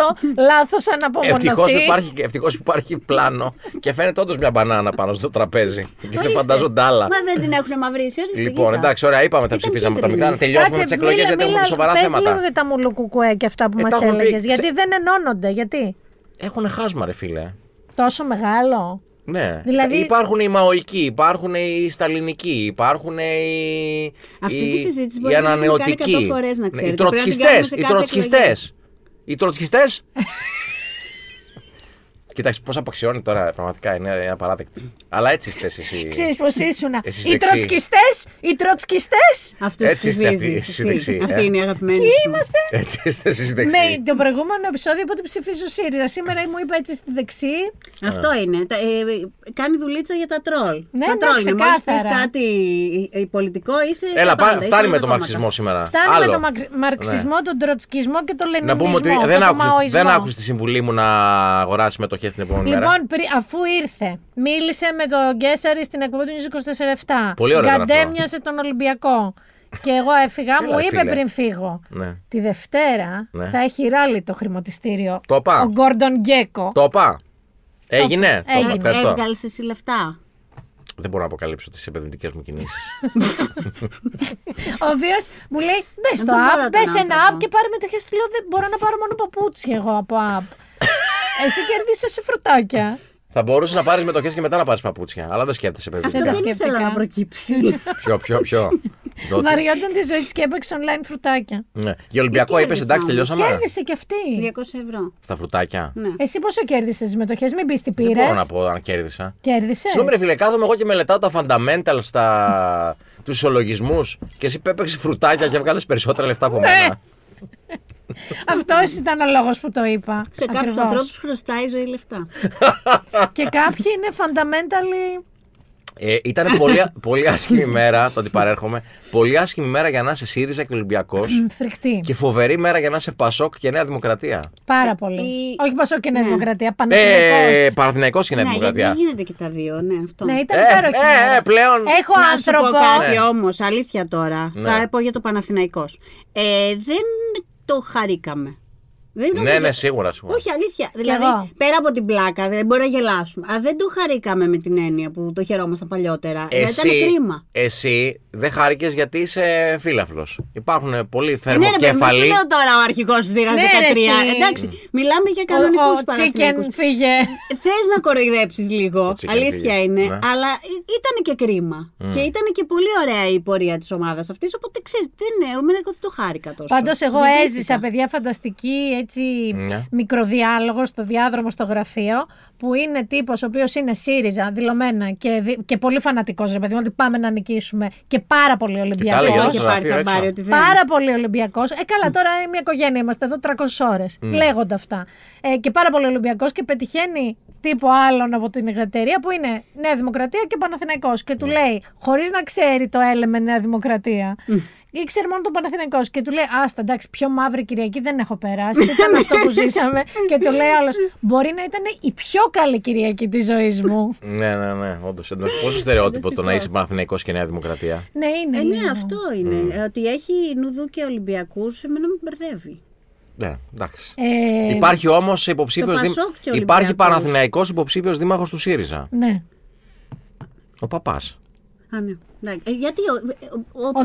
λάθος αναπομονωθεί.
Ευτυχώς που, Ε, υπάρχει- ευτυχώς που υπάρχει πλάνο και φαίνεται όντως μια μπανάνα πάνω στο
(laughs)
τραπέζι. Και δεν φαντάζονται άλλα.
Μα δεν την έχουν μαυρίσει. ορίστε,
Λοιπόν,
κοίτα.
εντάξει, ωραία, είπαμε τα
Ήταν
ψηφίσαμε τα
κίτρινη.
μικρά. Να τελειώσουμε τις εκλογές γιατί έχουμε σοβαρά
πες λίγο
θέματα.
για τα μουλουκουκουέ και αυτά που
Ε,
μας
τα
μας
έχουμε πει.
έλεγες.
Ξε-
Γιατί δεν ενώνονται, γιατί.
Έχουν χάσμα, ρε φίλε.
Τόσο μεγάλο.
Ναι.
Δηλαδή-
Υπάρχουν οι μαοικοί, υπάρχουν οι σταλινικοί, υπάρχουν οι.
Αυτή
οι-
τη συζήτηση
οι
μπορεί να την έχουμε κάνει
ανανεωτικοί.
100 φορές, να
Ναι,
ξέρετε.
Οι
Πρέπει να την
τροτσκιστές.
κάνουμε σε
Οι
κάθε
τροτσκιστές. Οι
(laughs)
τροτσκιστές. Κοιτάξτε, πώς απαξιώνει τώρα, πραγματικά είναι είναι απαράδεκτη. Αλλά έτσι είστε εσείς.
Ξέρεις πως ήσουνα.
Εσείς
οι
δεξί.
τροτσκιστές, οι τροτσκιστές.
Αυτούς
Έτσι
τους
είστε αυτοί,
βίζεις
εσύ
εσύ.
δεξί, ε.
Αυτή είναι η αγαπημένη.
Ποιοι
σου.
είμαστε.
Έτσι (laughs) είστε εσείς δεξιοί.
Ναι, το προηγούμενο επεισόδιο είπα ότι ψηφίζω ΣΥΡΙΖΑ. Σήμερα μου είπα έτσι στη δεξή.
Αυτό είναι. Τα- ε, κάνει δουλίτσα για τα τρόλ.
Ναι,
τα
ναι,
τρόλ είναι. Μόλις θες
ξεκάθαρα.
κάτι ε, ε, πολιτικό είσαι.
Έλα,
τα
πά-
πάντα, είσαι
φτάνει
όλα
με
τα
τον
κόμματα.
μαρξισμό σήμερα.
Φτάνει
Άλλο. Ναι.
με τον μαξ- μαρξισμό, τον τροτσκισμό και τον λενινισμό.
Να πούμε ότι δεν
τον
άκουσες, δεν
μαοϊσμό.
άκουσες τη συμβουλή μου να αγοράσεις μετοχέ την επόμενη μέρα.
Λοιπόν, πρι- αφού ήρθε, μίλησε με τον Γκέσσαρη στην εκπομπή του News 24-7.
Πολύ ωραίο ήταν αυτό.
Γκαντέμιασε τον Ολυμπιακό. και εγώ έφυγα, μου
ρε,
είπε
φίλε.
πριν φύγω.
Ναι.
Τη Δευτέρα
Ναι.
θα έχει ράλι το χρηματιστήριο.
Το είπα.
Ο Γκόρντον Γκέκο.
Το είπα. Έγινε. Το είπα.
Έγινε.
Ευχαριστώ.
Ε, Έβγαλες εσύ λεφτά.
Δεν μπορώ να αποκαλύψω τις επενδυτικές μου κινήσεις.
(laughs)
Ο οποίος μου λέει: Μπες στο
τον μπορώ
app,
τον
μπες σε ένα
άνθρωπο.
app και πάρε μετοχέ. Του λέω: Δεν μπορώ να πάρω μόνο παπούτσι εγώ από
(laughs)
app. Εσύ κερδίσαι σε φρουτάκια.
Θα μπορούσες να πάρεις μετοχές και μετά να πάρεις παπούτσια. Αλλά δεν σκέφτεσαι,
Αυτό
τα
επενδυτικά.
δεν ήθελα
σκέφτηκα.
να
(laughs)
προκύψει.
ποιο, ποιο, ποιο. Το ότι-
Βαριόταν τη ζωή της και έπαιξε online φρουτάκια.
ναι. Για Ολυμπιακό είπε,
κέρδισα
εντάξει,
όμως.
τελειώσαμε.
Κέρδισε και αυτή.
200 ευρώ.
Στα φρουτάκια.
Ναι.
Εσύ πόσο κέρδισες τις μετοχές, μην πεις τι
Δεν
πήρε.
μπορώ να πω αν κέρδισα.
Κέρδισες.
Συγγνώμη, ρε φίλε, κάθομαι εγώ και μελετάω τα fundamentals, τα... τους ισολογισμούς και εσύ έπαιξες φρουτάκια και έβγαλες περισσότερα λεφτά από
Ναι.
μένα.
Αυτός
ε,
ήταν ο λόγος που το είπα.
Σε κάποιους
Ακριβώς.
ανθρώπους χρωστάει η ζωή λεφτά.
Ναι,
Και κάποιοι είναι fundamentally.
Ε, ήταν πολύ, πολύ άσχημη μέρα, το ότι παρέρχομαι. Πολύ άσχημη μέρα για να είσαι ΣΥΡΙΖΑ και Ολυμπιακός.
μ, Φρικτοί.
και φοβερή μέρα για να είσαι Πασόκ και Νέα Δημοκρατία.
Πάρα πολύ.
η-
Όχι Πασό και Νέα
Ναι.
Δημοκρατία.
Ε,
Πανεπιστημιακό.
Παραθυναϊκό και Νέα
Ναι, γιατί
Δημοκρατία.
δεν γίνεται και τα δύο, ναι, αυτό.
Ναι, ήταν
Ε,
υπέροχη.
ε,
μέρα.
ε, πλέον.
Έχω
να σου πω
άνθρωπο.
κάτι
Ναι.
όμως, αλήθεια τώρα.
Ναι.
Θα πω για το Παναθηναϊκός. Ε, δεν το χαρήκαμε. Δεν
Ναι,
νομίζω-
ναι, σίγουρα, σίγουρα.
Όχι, αλήθεια. Δηλαδή,
εγώ.
πέρα από την πλάκα, δεν μπορεί να γελάσουμε. Α, δεν το χαρήκαμε με την έννοια που το χαιρόμασταν παλιότερα. Δηλαδή, ήταν κρίμα.
εσύ δεν χάρηκες γιατί είσαι φύλαφλο. Υπάρχουν πολλοί
Ναι, ρε παιδί, δεν σου
θερμοκέφαλοι.
λέω τώρα ο αρχικό δίγα
Ναι, ρε,
13.
εσύ.
Εντάξει, μιλάμε για
Ο,
κανονικούς
ο Τσίκεν
παραθυρακού.
φύγε.
Θες να κοροϊδέψεις λίγο.
chicken
Αλήθεια
figure.
είναι.
Ναι. Mm.
Αλλά ήταν και κρίμα. Και ήταν και πολύ ωραία η πορεία της ομάδας αυτής. Οπότε ξέρεις, δεν είναι. Εμένα εγώ δεν το χάρηκα τόσο.
Πάντως, εγώ
Ζηλίστηκα.
έζησα, παιδιά, φανταστική έτσι
Ναι.
μικροδιάλογος στο διάδρομο στο γραφείο. Που είναι τύπος ο οποίος είναι ΣΥΡΙΖΑ δηλωμένα και, δι- και πολύ φανατικός, ρε παιδί μου, ότι πάμε να νικήσουμε. Και πάρα πολύ Ολυμπιακό.
έλεγε
Δεν το
όλο
είχε
στο
πάρει
γραφείο,
καμπάρι
έξω.
ότι δεν.
Πάρα πολύ Ολυμπιακός. Ε, καλά, τώρα ε, μια οικογένεια είμαστε εδώ 300 ώρε.
Ναι.
Λέγονται αυτά. Ε, και πάρα πολύ Ολυμπιακός και πετυχαίνει τύπο άλλων από την Εγρατερία που είναι Νέα Δημοκρατία και Παναθηναϊκός και του
Ναι.
λέει, χωρίς να ξέρει το έλεμε Νέα Δημοκρατία, ήξερε μόνο τον Παναθηναϊκός και του λέει, Άστα, εντάξει, πιο μαύρη Κυριακή δεν έχω περάσει. ήταν αυτό
(laughs)
που ζήσαμε. και του λέει άλλος, Μπορεί να ήταν η πιο καλή Κυριακή της ζωής μου.
Ναι, ναι, ναι, όντως. Πόσο στερεότυπο το να είσαι Παναθηναϊκός και Νέα Δημοκρατία.
ναι, είναι.
Ε,
λέω.
ναι, αυτό
Mm.
είναι. Ε, Ότι έχει νουδού και Ολυμπιακούς, εμένα με μπερδεύει.
Ναι, εντάξει.
Ε,
Υπάρχει όμως
το
υποψήφιο.
Πασόκ και ο
Υπάρχει
Ολυμπιακός.
Παναθηναϊκός υποψήφιος δήμαρχος του ΣΥΡΙΖΑ.
ναι.
Ο παπάς.
Α, ναι. Εντάξει. Ε, Γιατί ο, ο,
Ο 13-0.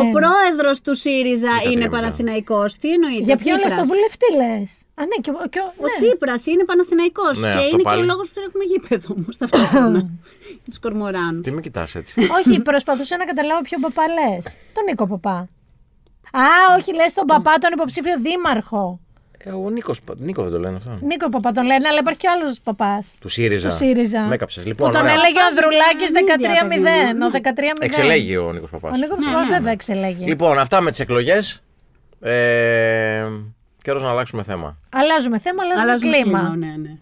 ο πρόεδρος του ΣΥΡΙΖΑ
13-0.
είναι Παναθηναϊκός. Τι εννοείται.
Για
ο
ποιον λες
Τσίπρας.
το βουλευτή λες. Α, ναι, και, ο- και, ο-
Ο
ναι.
Τσίπρας είναι Παναθηναϊκός
Ναι,
και
αυτό
είναι και
πάλι.
ο λόγος που δεν έχουμε γήπεδο όμως
(laughs)
ταυτόχρονα. Και τους κορμοράνους.
Τι με κοιτάς έτσι.
Όχι, προσπαθούσα να καταλάβω ποιο παπά λες. Τον Νίκο Παπά. Α, όχι, λες τον παπά, τον υποψήφιο δήμαρχο.
Ε, ο Νίκος, Νίκο δεν το λένε αυτό.
Νίκο Παπά τον λένε, αλλά υπάρχει και άλλος παπάς.
Του ΣΥΡΙΖΑ.
Του ΣΥΡΙΖΑ.
Με έκαψες.
Που
Λοιπόν,
τον
ωραία.
έλεγε ο Ανδρουλάκης
Α, media, παιδιά
13-0. Ο 13-0.
Εξελέγει ο Νίκος Παπάς.
Ο Νίκος Παπά βέβαια εξελέγει.
Λοιπόν, αυτά με τις εκλογές. Ε, Καιρός να αλλάξουμε θέμα.
Αλλάζουμε θέμα, αλλάζουμε,
Αλλάζουμε
κλίμα.
Ναι, ναι.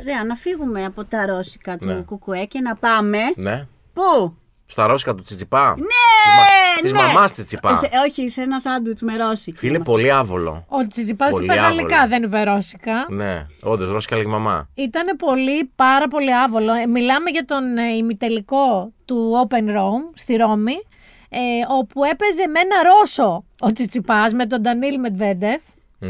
Ωραία, να φύγουμε από τα ρώσικα του
Ναι.
κουκουέ και να πάμε.
Ναι.
Πού?
Στα ρώσικα του Τσιτσιπά.
Ναι,
Της
ναι.
μαμά Τσιτσιπά.
Ε, σε- όχι, σε ένα σάντουιτς με ρώσικα.
Φίλε, πολύ άβολο.
Ο Τσιζιπά
Πολύ
είπε
άβολο.
γαλλικά, δεν είπε ρώσικα.
Ναι, όντως, ρώσικα λέγει μαμά.
Ήταν πολύ, πάρα πολύ άβολο. Ε, Μιλάμε για τον ε, ημιτελικό του Open Rome στη Ρώμη, ε, όπου έπαιζε με ένα Ρώσο ο Τσιτσιπάς με τον Ντανίλ Μετβέντεφ.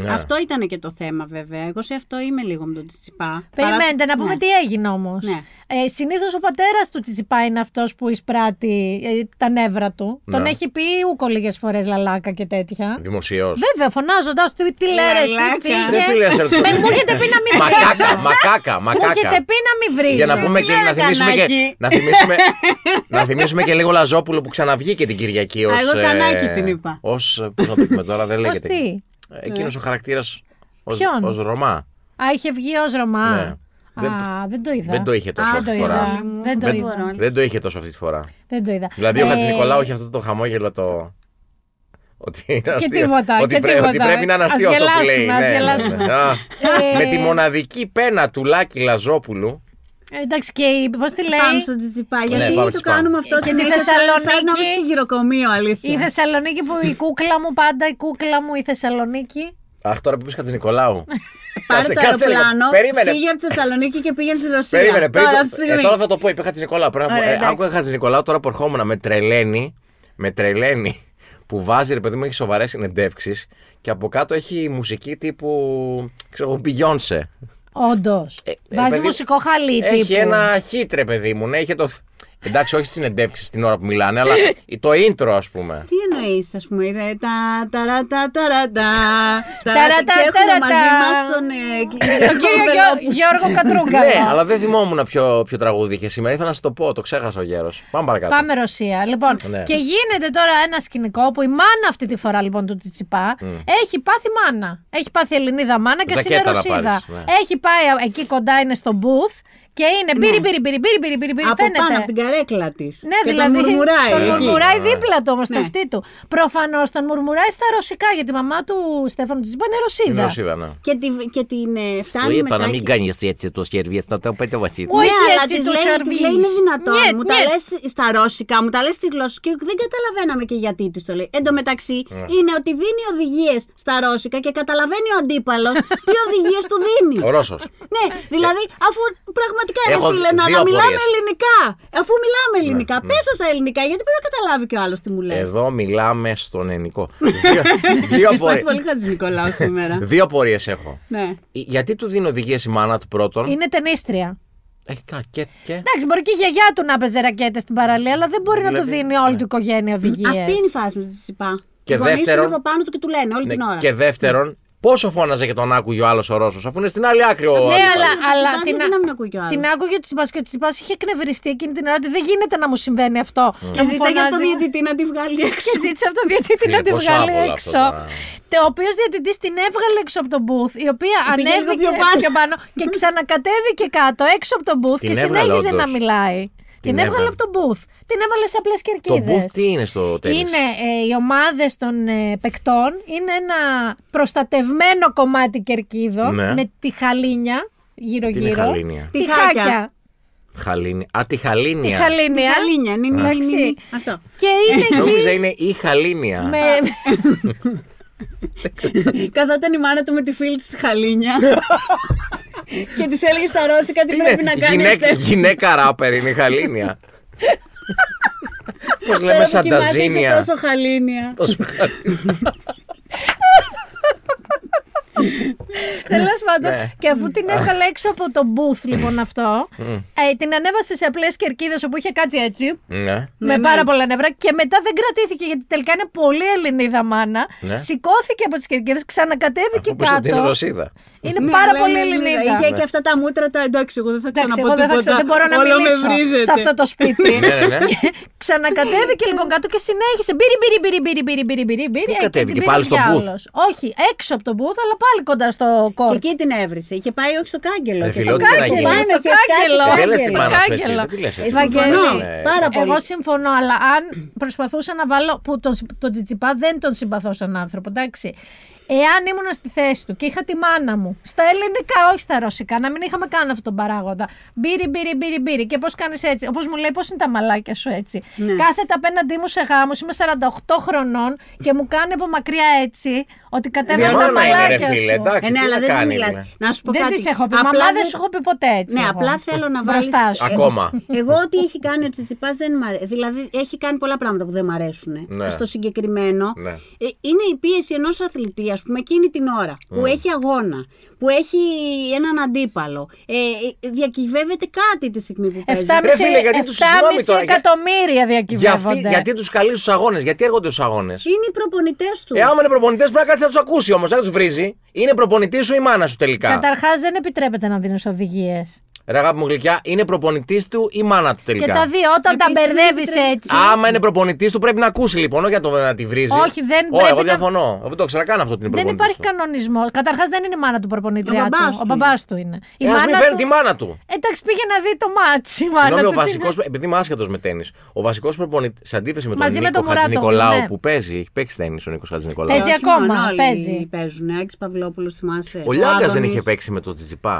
Ναι.
Αυτό ήταν και το θέμα βέβαια. Εγώ σε αυτό είμαι λίγο με τον Τσιτσιπά.
Περιμένετε να πούμε
Ναι.
τι έγινε όμως.
Ναι.
Ε, συνήθως ο πατέρας του Τσιτσιπά είναι αυτός που εισπράττει ε, τα νεύρα του. Τον
Ναι.
έχει πει ούκο λίγες φορές λαλάκα και τέτοια.
Δημοσιώ.
Βέβαια, φωνάζοντας του τι λέρε, εσύ
Λαλάκα.
φύγε.
Δεν φίλε, σε ρωτήσω.
Με- Μου έχετε πει να μην βρίζω.
Μακάκα, μακάκα,
Μου έχετε
μακάκα.
πει να μην βρίζω.
Για να πούμε και
Λέω,
να θυμίσουμε και,
Κανάκη.
να θυμίσουμε, να θυμίσουμε και λίγο Λαζόπουλο που ξαναβγήκε την Κυριακή ως...
Α, εγώ
ε,
Κανάκη την είπα.
Ως, ε, πώς να το πούμε τώρα, δεν
Ως
λέγεται. Ε,
τι.
Εκείνος ο χαρακτήρας ως,
Ποιον? Ναι.
ως Ρωμά.
Α, είχε βγει ως Ρωμά.
Ναι.
Α, δεν το είδα.
Δεν το είχε τόσο
Α,
αυτή
το
τη
είδα.
φορά.
Συγγνώμη μου,
Δεν το
δεν
είδα.
μπορώ.
Δεν το είχε τόσο αυτή τη φορά.
Δεν το είδα.
Δηλαδή ο
Ε,
Χατζηνικολάου έχει αυτό το χαμόγελο το. Ότι είναι αστείο.
τίποτα,
ότι,
και
πρέ- ότι
τίποτα. ε.
πρέπει να είναι
Ας
αστείο αυτό που λέει.
γελάσουμε, ας
Ναι, ναι, ναι.
γελάσουμε.
Α,
Ε,
Με τη μοναδική πένα του Λάκη Λαζόπουλου.
Εντάξει, και η. Πώς τη
Ε, Πάμε
λέει.
στο Τσιτσιπά.
Ναι,
Γιατί
πάμε
το
στο Τσιτσιπά.
κάνουμε αυτό
Και
συνέχεια,
στη
σαν- Σαν να
Θεσσαλονίκη-
είμαστε γυροκομείο,
Η
αλήθεια.
Θεσσαλονίκη που
(laughs)
η κούκλα μου πάντα, η κούκλα μου, η Θεσσαλονίκη.
Αχ, τώρα που είπε Χατζηνικολάου.
Πάρε το
λίγο.
αεροπλάνο,
Περίμενε.
φύγε από τη Θεσσαλονίκη και πήγαινε στη Ρωσία.
Περίμενε,
Τώρα, αυτή τη
περίμενε. Ε,
στιγμή.
τώρα θα το πω. Είπε Χατζηνικολάου. Πρέπει να
Ωραία,
πω. Ε,
εντάξει.
Άκουγα Χατζηνικολάου τώρα που ερχόμουν με τρελαίνει. Με τρελαίνει που βάζει ρε παιδί μου έχει σοβαρές συνεντεύξεις και από κάτω έχει μουσική τύπου. ξέρω εγώ, Beyoncé.
Όντως.
ε,
Βάζει
παιδί-
μουσικό χαλί
Έχει
τύπου.
ένα hit ρε παιδί μου, ναι, είχε το... Εντάξει, όχι στην συνεντεύξεις την ώρα που μιλάνε, αλλά το intro ας πούμε.
Τι εννοείς, ας πούμε, είναι τα ταρα τα ταρα τα. Ταρα
Ταρα, τα,
τα
ταρα,
έχουμε μαζί
τα.
μας τον. ε,
Τον
(laughs)
κύριο Γιώ-
Βελόπουλο.
Γιώργο
ναι,
Κατρούγκαλα.
αλλά δεν θυμόμουν ποιο, ποιο τραγούδι είχε σήμερα. Ήθελα να σου το πω, το ξέχασα ο γέρος. Πάμε παρακάτω.
Πάμε Ρωσία. Λοιπόν,
Ναι.
και γίνεται τώρα ένα σκηνικό που η μάνα αυτή τη φορά λοιπόν του Τσιτσιπά
Mm.
έχει πάθει μάνα. Έχει πάθει Ελληνίδα μάνα και εσύ είναι
Ζακέτα να
Ρωσίδα.
πάρεις, ναι.
Έχει πάει α, εκεί κοντά, είναι στο booth και είναι πύρι, πύρι, πύρι, πύρι, πύρι, πύρι, πύρι.
Ναι. Από
φαίνεται.
πάνω από την καρέκλα της.
Ναι,
και
δηλαδή.
Τον μουρμουράει.
Τον
εκεί.
μουρμουράει δίπλα του όμως,
Ναι.
το αυτή του. Προφανώς τον μουρμουράει στα ρωσικά, γιατί η μαμά του Στέφανο Τσιτσιπά είναι
Είναι
Ρωσίδα.
Ρωσίδα, ναι.
Και, τη- και την ε,
Το
φτάνει
είπα
μετά.
να μην
και-
κάνεις έτσι το σχέδιο, να το πέτε βασίλης.
Όχι
ναι, αλλά
έτσι,
της
του
λέει,
τσορμής.
της λέει είναι δυνατόν.
Νιέτ,
μου τα
νιέτ.
λες στα ρώσικα, μου τα λες στη γλώσσα και δεν καταλαβαίναμε και γιατί της το λέει. Εν τω μεταξύ
Ναι.
είναι ότι δίνει οδηγίες στα ρώσικα
(laughs)
και καταλαβαίνει ο αντίπαλος τι οδηγίες του δίνει.
Ο Ρώσος.
ναι, δηλαδή αφού πραγματικά, ρε
Έχω
φίλε, να,
δύο
να μιλάμε
απορίες. Ναι,
ελληνικά. Αφού μιλάμε ελληνικά, πες τα στα ελληνικά, γιατί πρέπει να καταλάβει και ο άλλος τι μου λες.
Εδώ μιλάμε στον ελληνικό. δύο δύο,
Υπάρχει
απορίες-
πολύ Χατζη Νικολάου σήμερα.
(laughs) δύο απορίες έχω. Ε,
ναι.
Γιατί του δίνει οδηγίες η μάνα του πρώτον.
Είναι ταινίστρια.
Ε, κα- και, και...
Εντάξει, μπορεί και η γιαγιά του να παίζει ρακέτε στην παραλία, αλλά δεν μπορεί να του
Δηλαδή,
δίνει όλη του οικογένεια οδηγίε.
Αυτή είναι η φάση μου, τη είπα.
Και
Οι γονείς του
δεύτερον-
είναι από πάνω του και του λένε όλη
Ναι,
την ώρα.
και δεύτερον, πόσο φώναζε και τον άκουγε ο άλλος ο Ρώσος, αφού είναι στην άλλη άκρη ο
Ναι,
άλλος.
αλλά, αλλά
Τσιπάς,
την,
γιατί να μην ακούει κι ο άλλος.
την άκουγε ο Τσιπά και ο Τσιπά είχε εκνευριστεί εκείνη την ώρα ότι δεν γίνεται να μου συμβαίνει αυτό.
Ε.
Και
Και
μου
ζητάει για τον
φωνάζει.
διαιτητή να τη βγάλει έξω.
Και ζήτησε από τον διαιτητή
Φίλε,
να τη
πόσο
βγάλει
άβολο αυτό
έξω.
τώρα.
Ο οποίος διαιτητής την έβγαλε έξω από τον booth, η οποία
πήγε λίγο
ανέβηκε
πιο πάνω.
πιο πάνω
(laughs)
και ξανακατέβηκε κάτω έξω από τον booth
Την
και
έβγαλε,
συνέχιζε
όντως.
να μιλάει. Την, έβγαλε
έβγαλε.
από τον booth. Την έβαλε σε απλές
Το
κερκίδες.
booth τι είναι στο τέλος.
Είναι ε, οι ομάδες των ε, παικτών. Είναι ένα προστατευμένο κομμάτι κερκίδο
Ναι.
με τη χαλίνια
Τι είναι
γύρω-γύρω.
χαλίνια.
Τη
Τυχάκια.
χάκια.
Χαλίνη. Α, τη
Τη
χαλίνια.
χαλίνια.
Γαλήνια, νι, νι, νι, νι, νι.
Εντάξει.
Αυτό.
Και είναι
Νόμιζα είναι η χαλίνια.
με,
Καθόταν η μάνα του με τη φίλη της στη
(laughs)
Χαλίνια. και τη έλεγες στα ρώσικα τι
Τι
πρέπει
είναι,
να κάνεις.
γυναίκα,
ώστε-
γυναίκα ράπερ είναι η χαλίνια. Πώ
Τώρα
λέμε
που
σαν
κοιμάσαι είσαι
ταζίνια.
τόσο Χαλίνια.
Τόσο χαλ-
Τέλος πάντων.
Ναι.
και αφού την έβγαλε έξω από το booth, λοιπόν, αυτό, ε, την ανέβασε σε απλές κερκίδες όπου είχε κάτσει έτσι.
Ναι.
Με πάρα πολλά νευρά και μετά δεν κρατήθηκε γιατί τελικά είναι πολύ Ελληνίδα μάνα.
Ναι.
Σηκώθηκε από τις κερκίδες, ξανακατέβηκε
Αφού πες ότι είναι
κάτω.
Ρωσίδα.
Είναι
Ναι,
πάρα
αλλά
πολύ
είναι
Ελληνίδα.
Είχε και αυτά τα μούτρα τα εντάξει, εγώ δεν θα
Εντάξει,
ξαναπώ
εγώ δεν, θα ξα-
τίποτα.
δεν μπορώ να
Όλο με
μιλήσω
βρίζετε.
σε αυτό το σπίτι.
Ναι, ναι, ναι.
(laughs) Ξανακατέβηκε λοιπόν κάτω και συνέχισε. Μπύρι, μπύρι, μπύρι, μπύρι, μπύρι, μπύρι, μπύρι, μπύρι. Ε, και
κατέβηκε,
την πήρε
πάλι στο
ο
booth.
διάολος. Όχι, έξω από το booth, αλλά πάλι κοντά στο
Και
κόρτ.
εκεί την έβρισε. Είχε πάει όχι στο κάγκελο.
Ρε
και
φίλε,
στο
ό,τι και να
κάγκελο.
γίνει.
Πάνω
Στο
είχε σκάσει
κάγκελο.
το
Ε, Δεν λες την
κάγκελο.
μάνα ναι. σου έτσι.
Κάγκελο.
Δεν τη λες
Ε,
έτσι.
Βαγγέλη,
συμφωνώ. Πάρα πολύ.
εγώ συμφωνώ, αλλά αν προσπαθούσα να βάλω. που τον, συ- τον Τζιτζιπά δεν τον συμπαθώ σαν άνθρωπο, εντάξει. Εάν ήμουν στη θέση του και είχα τη μάνα μου στα ελληνικά, όχι στα ρωσικά, να μην είχαμε καν αυτόν τον παράγοντα. Μπύρι, μπύρι, μπύρι, μπύρι. Και πώς κάνεις έτσι. Όπως μου λέει, πώς είναι τα μαλάκια σου έτσι.
Ναι.
Κάθεται απέναντί μου σε γάμους, είμαι 48 χρονών και μου κάνει από μακριά έτσι ότι κατέβασε τα
Μάνα είναι, ρε
μαλάκια
φίλε,
σου.
εντάξει,
Ε, ναι,
τι
αλλά
να
δεν τη
κάνει,
μιλά.
ρε.
Να σου πω
Δεν
κάτι.
τη έχω πει.
Απλά
Μαμά δεν
δεν-
σου έχω πει ποτέ έτσι.
Ναι,
εγώ.
απλά θέλω να βάλεις.
Μπροστά σου.
Ακόμα.
Εγώ ό,τι έχει κάνει ο Τσιτσιπάς δεν μ' αρέσει. Δηλαδή έχει κάνει πολλά πράγματα που δεν μ' αρέσουν.
Ναι.
Στο συγκεκριμένο.
Ναι.
Ε, είναι η πίεση ενός αθλητή, ας πούμε, εκείνη την ώρα
Ναι.
που έχει αγώνα, που έχει έναν αντίπαλο. Ε, ε, διακυβεύεται κάτι τη στιγμή που παίζει.
7,5
Ρε φίλε, γιατί τους συγγνώμη
7,5
τώρα, για-
εκατομμύρια
Για αυτή,
διακυβεύονται.
γιατί τους καλείς στου αγώνες, γιατί έρχονται στους αγώνες.
Είναι οι προπονητές τους.
Ε, άμα είναι προπονητές, πρέπει να κάτσει να τους ακούσει όμως, δεν τους βρίζει. Είναι προπονητή σου ή μάνα σου τελικά.
Καταρχάς, δεν επιτρέπεται να δίνεις οδηγίες.
Ρε αγάπη μου γλυκιά, είναι προπονητής του ή μάνα του
Και
τελικά.
τα δύο, όταν τα
Επίσης, δεν
μπερδεύει
επιτρέπεται.
έτσι.
Άμα είναι προπονητής του, πρέπει να ακούσει λοιπόν, όχι να, το, να τη βρίζει.
Όχι, δεν
Ωραία,
πρέπει
εγώ
να-
διαφωνώ. Εγώ το ξέρω καν αυτό την
Δεν
προπονητής.
υπάρχει
του.
κανονισμό. Καταρχάς, δεν είναι η μάνα του προπονητριά
Ο
του.
μπαμπάς
Ο
του
μπαμπάς του είναι. Η
Ε, ας μην
μάνα
φέρνει
του-
τη μάνα του.
Εντάξει, πήγε να δει το μάτσι. η μάνα
Συγγνώμη,
του.
ο
Τι
βασικός.
να-
Επειδή είμαι άσχετο με τέννη, ο βασικός προπονητή, σε αντίθεση με τον
Μαζί με
Νίκο
τον Μουράτογλου,
Χατζηνικολάου
ναι.
που παίζει, έχει παίξει τέννη ο Νίκος Χατζηνικολάου.
Παίζει
Όχι
ακόμα,
μόνο, όλοι
παίζει.
Παίζουν. Άκης Παυλόπουλος, θυμάσαι.
Ε,
Ο Λιάγκας δεν
Άδωνης.
είχε παίξει με τον Τζιτζιπά.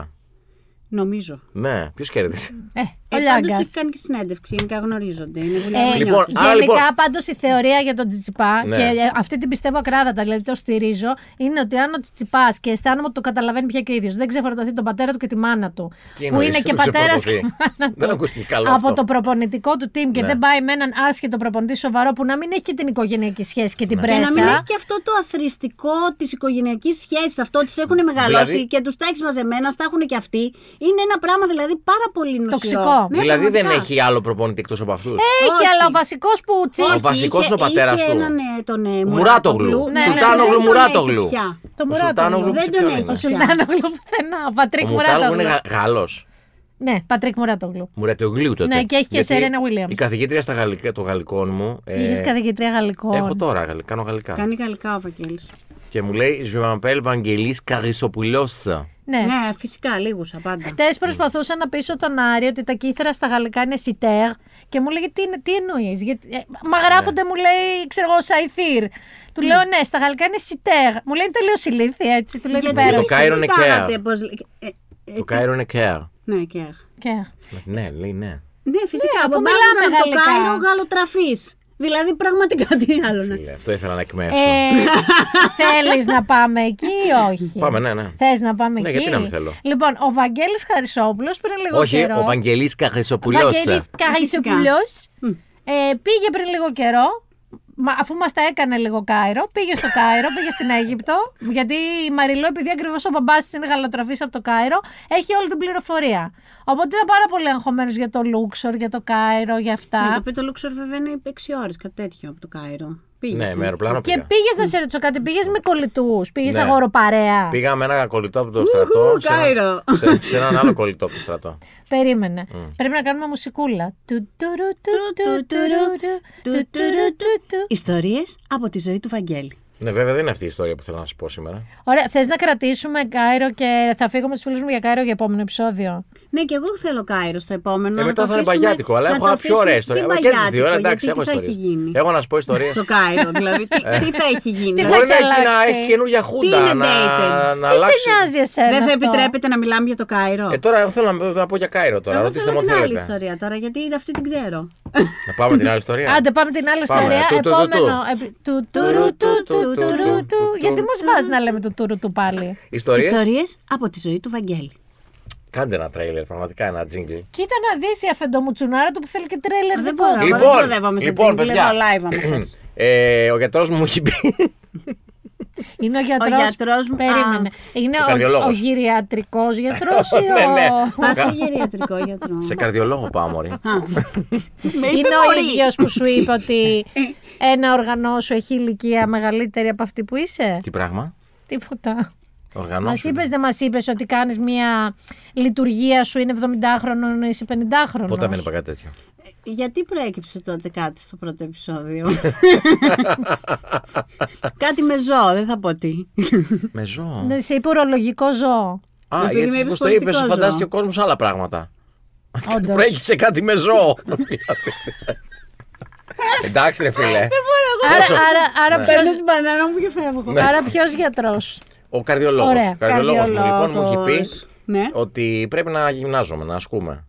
Νομίζω.
Ναι, ποιος κέρδισε.
Ε, ο
Ε, πάντως του
Λιάγκας.
έχει κάνει και συνέντευξη, είναι και γνωρίζονται. Είναι
Ε,
δουλειά
Λοιπόν,
λοιπόν,
γενικά,
α, λοιπόν.
πάντως η θεωρία για τον Τσιτσιπά,
Ναι.
και ε, αυτή την πιστεύω ακράδαντα, δηλαδή το στηρίζω, είναι ότι αν ο Τσιτσιπάς και αισθάνομαι ότι το καταλαβαίνει πια και ο ίδιος, δεν ξεφορτωθεί τον πατέρα του και τη μάνα του,
Τι
που
εννοείς,
είναι
δεν
και
το
πατέρα και
ξεφορτωθεί.
μάνα του,
Δεν ακούστηκε καλό
από
αυτό. Ναι.
το προπονητικό του team και δεν πάει με έναν άσχετο προπονητή σοβαρό που να μην έχει και την οικογενειακή σχέση και την
Ναι.
Και να
πρέσα.
μην έχει και αυτό το αθρηστικό της οικογενειακής σχέσης, αυτό τι έχουν μεγαλώσει
Δηλαδή-
και τους τα έχεις μαζεμένα, τα έχουν και αυτοί. Είναι ένα πράγμα δηλαδή πάρα πολύ νοσηρό.
Τοξικό.
Ναι,
δηλαδή δεν
πραγματικά.
έχει άλλο προπονητή εκτός από αυτούς.
Έχει,
Όχι.
αλλά ο βασικός που τσι.
Ο βασικός
είχε-
είναι ο πατέρας
είχε
του.
Έναν, ε, τον, ε,
Μουράτογλου.
Μουράτογλου.
Ναι,
Σουλτάνογλου,
δεν τον
Μουράτογλου.
έχει πια.
Το
Ο
Μουράτογλου.
Σουλτάνογλου
Δεν
ποιο
τον
είναι?
έχει.
Ο
πια.
Σουλτάνογλου πουθενά. Ο Πατρίκ
Ο Μουράτογλου είναι
Μουράτογλου.
Γάλλος.
Ναι, Πατρίκ Μουράτογλου.
Μουρατογλίου τότε.
Ναι, και έχει και
Γιατί
Serena Williams.
Η καθηγήτρια στα γαλλικά, των γαλλικών μου. ε,
Είχες καθηγητρία γαλλικών.
Έχω τώρα, γαλλικά, κάνω γαλλικά.
Κάνει γαλλικά ο Βαγγέλης.
Και μου λέει Je m'appelle Vangelis Carissopoulos.
Ναι.
Ναι, φυσικά λίγουσα πάντα.
Χτες προσπαθούσα να πείσω τον Άρη ότι τα κύθρα στα γαλλικά είναι σιτέρ και μου λέγε τι, είναι- τι εννοείς. Μα
Ναι.
γράφονται, μου λέει, ξέρω εγώ, σαϊθύρ. Του λέω ναι, στα γαλλικά είναι σιτέρ. Μου λέει είναι τελείως ηλίθεια έτσι. Του λέει
Γιατί
πέρα.
Το Κάιρο είναι
συζητάγατε
Κέα.
πως- ε, ε,
Το Κάιρο είναι Care.
Ναι, Κέα.
Και-
Ναι, λέει ναι.
Ναι, φυσικά.
Ναι,
από
αφού
πάνω
μιλάμε
ήταν από το
γαλλικά.
Κάιρο γαλλοτραφή. Δηλαδή πραγματικά τι άλλο να.
Φίλε, αυτό ήθελα να εκμεύσω.
Ναι. Ε, Θέλεις να πάμε εκεί
(laughs)
ή όχι.
Πάμε, ναι, ναι.
Θες να πάμε
Ναι,
εκεί.
γιατί να μην θέλω.
Λοιπόν, ο Βαγγέλης Χαρισόπουλος πριν λίγο
Όχι,
καιρό.
ο Βαγγελής Καχρισοπουλός.
Βαγγέλης Καραϊσοπουλός ε, πήγε πριν λίγο καιρό, μα- αφού μας τα έκανε λίγο Κάιρο, πήγε στο Κάιρο, πήγε στην Αίγυπτο, γιατί η Μαριλό, επειδή ακριβώς ο μπαμπάς της είναι γαλοτροφής από το Κάιρο, έχει όλη την πληροφορία. Οπότε ήταν πάρα πολύ αγχωμένος για το Λούξορ, για το Κάιρο, για
Ναι,
αυτά.
το πει το Λούξορ βέβαια είναι 6 ώρες, κάτι τέτοιο από το Κάιρο. Πήγες,
Ναι,
ε.
με αεροπλάνο
Και
πήγα.
πήγες να σε ρωτήσω κάτι, πήγες με κολλητούς, πήγες
Ναι.
αγοροπαρέα.
Πήγα με ένα κολλητό από το στρατό. σε ένα-
Κάιρο.
σε- Σε έναν άλλο κολλητό από το στρατό.
Περίμενε. Πρέπει να κάνουμε μουσικούλα. Του, τουρου, του, του, τουρου, του, του, τουρου, του, του.
Ιστορίες από τη ζωή του Βαγγέλη.
Ναι, βέβαια δεν είναι αυτή η ιστορία που θέλω να σου πω σήμερα. Ε,
Ωραία, θες να κρατήσουμε Κάιρο και θα φύγω με του φίλους μου για Κάιρο για επόμενο επεισόδιο.
Ναι, και εγώ θέλω Κάιρο στο επόμενο.
Ε,
να
μετά
το
θα είναι
αφήσουμε-
παγιάτικο, αλλά
να το
έχω πιο
αφήσουμε-
ωραία ιστορία.
Τι
Και τις δύο,
παγιάτικο,
αλλά εντάξει,
γιατί
έχω
τι θα έχει γίνει.
ιστορία. Έχω Ε. να σου πω ιστορίες.
Στο Κάιρο, δηλαδή. τι, τι θα έχει γίνει.
Τι θα
Μπορεί να
έχει
έχει, να
αλλάξει.
έχει καινούργια χούντα,
είναι
να,
dating.
να
Τι
αλλάξει.
σε νοιάζει εσένα.
Δεν θα
Ε, αυτό?
επιτρέπετε να μιλάμε για το Κάιρο.
Ε, τώρα θέλω να, να πω για Κάιρο τώρα.
Εγώ
Ρωτήστε μου
θέλω
ό,τι
την άλλη
θέλετε.
ιστορία τώρα, γιατί αυτή την ξέρω.
Να πάμε την άλλη ιστορία.
Άντε, πάμε την άλλη
Πάμε.
ιστορία.
Του, του, του, του.
Επόμενο. επι- Του, τουρου, του, του, τουρου, του.
του.
Γιατί μας βάζεις να λέμε του τουρου του πάλι.
Ιστορίες.
Ιστορίες από τη ζωή του Βαγγέλη.
Κάντε ένα τρέιλερ, πραγματικά ένα τζίγκλι.
Κοίτα να δεις η αφεντομουτσουνάρα του που θέλει και τρέλερ.
Δεν
δικό του.
μπορώ, εγώ δεν
Λοιπόν,
προοδεύομαι σε
λοιπόν,
τζίγκλι,
παιδιά.
εδώ live άμα θες.
(clears throat) Ε, ο γιατρός μου έχει πει.
Είναι ο γιατρός.
γιατρός μου-
Περίμενε.
Α.
Είναι
Ο
ο,
καρδιολόγος.
ο γυριατρικός
(laughs)
γιατρός ή ο.
Ναι, ναι.
Πας σε γεριατρικό γιατρό.
Σε καρδιολόγο πάω, Μωρή.
Α. Με είπε
Είναι ο
μωρή.
ίδιος που σου είπε
(laughs)
ότι ένα οργανό σου έχει ηλικία μεγαλύτερη από αυτή που είσαι.
Τι πράγμα.
Τίποτα. Μα
Οργανώσου.
είπες, δεν μας είπες ότι κάνεις μια λειτουργία σου είναι 70χρονο ή είσαι 50χρονο.
Πότε δεν είπα κάτι τέτοιο.
Γιατί προέκυψε τότε κάτι στο πρώτο
(laughs)
επεισόδιο. κάτι με ζώο, δεν θα πω τι.
Με ζώο.
Ναι, Σε είπε ορολογικό
(laughs)
ζώο.
Α,
Επειδή με
γιατί
είπες
πώ το είπες,
πολιτικό
φαντάστηκε ο
ζώο.
κόσμος άλλα πράγματα.
Όντως.
Προέκυψε κάτι με ζώο. Εντάξει, ρε φίλε.
Άρα, άρα,
Ναι.
άρα,
Παίρνω
ποιος,
την μπανάνα μου και φεύγω.
άρα ποιος γιατρός.
Ο καρδιολόγος.
Ωραία.
Ο καρδιολόγο Ναι. μου λοιπόν μου έχει
Καρδιολόγος.
πεις
Ναι.
ότι πρέπει να γυμνάζομαι, να ασκούμε.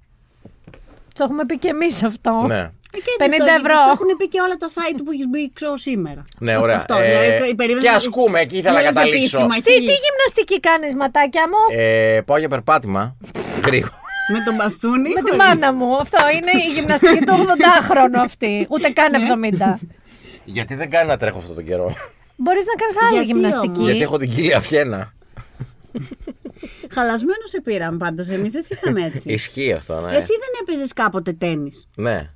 Το έχουμε πει και εμείς αυτό.
Ναι.
Ε, και
50
αυτό,
ευρώ.
αυτό έχουν πει και όλα τα site που έχεις μπει, ξέρω σήμερα.
Ναι, ωραία.
Αυτό,
Ε,
δηλαδή, η περίπτωση-
και ασκούμε, εκεί ήθελα να
Λες
καταλήξω.
επίσημα,
Τι,
χίλια.
τι γυμναστική κάνεις ματάκια μου.
Ε, πάω για περπάτημα.
(laughs)
Γρήγορα.
Με τον μπαστούνι.
Με τη
χωρίς.
μάνα μου. Αυτό είναι η γυμναστική του 80χρονου αυτή. Ούτε καν
Ναι.
70.
Γιατί δεν κάνει να τρέχω αυτόν τον καιρό.
Μπορείς να κάνεις άλλη
Γιατί
γυμναστική.
όμως?
Γιατί έχω την κύλια φιένα.
Χαλασμένο σε πήραν πάντως. Εμείς δεν σε είχαμε έτσι.
Ισχύει αυτό, ναι.
Εσύ δεν έπαιζες κάποτε τέννη.
Ναι.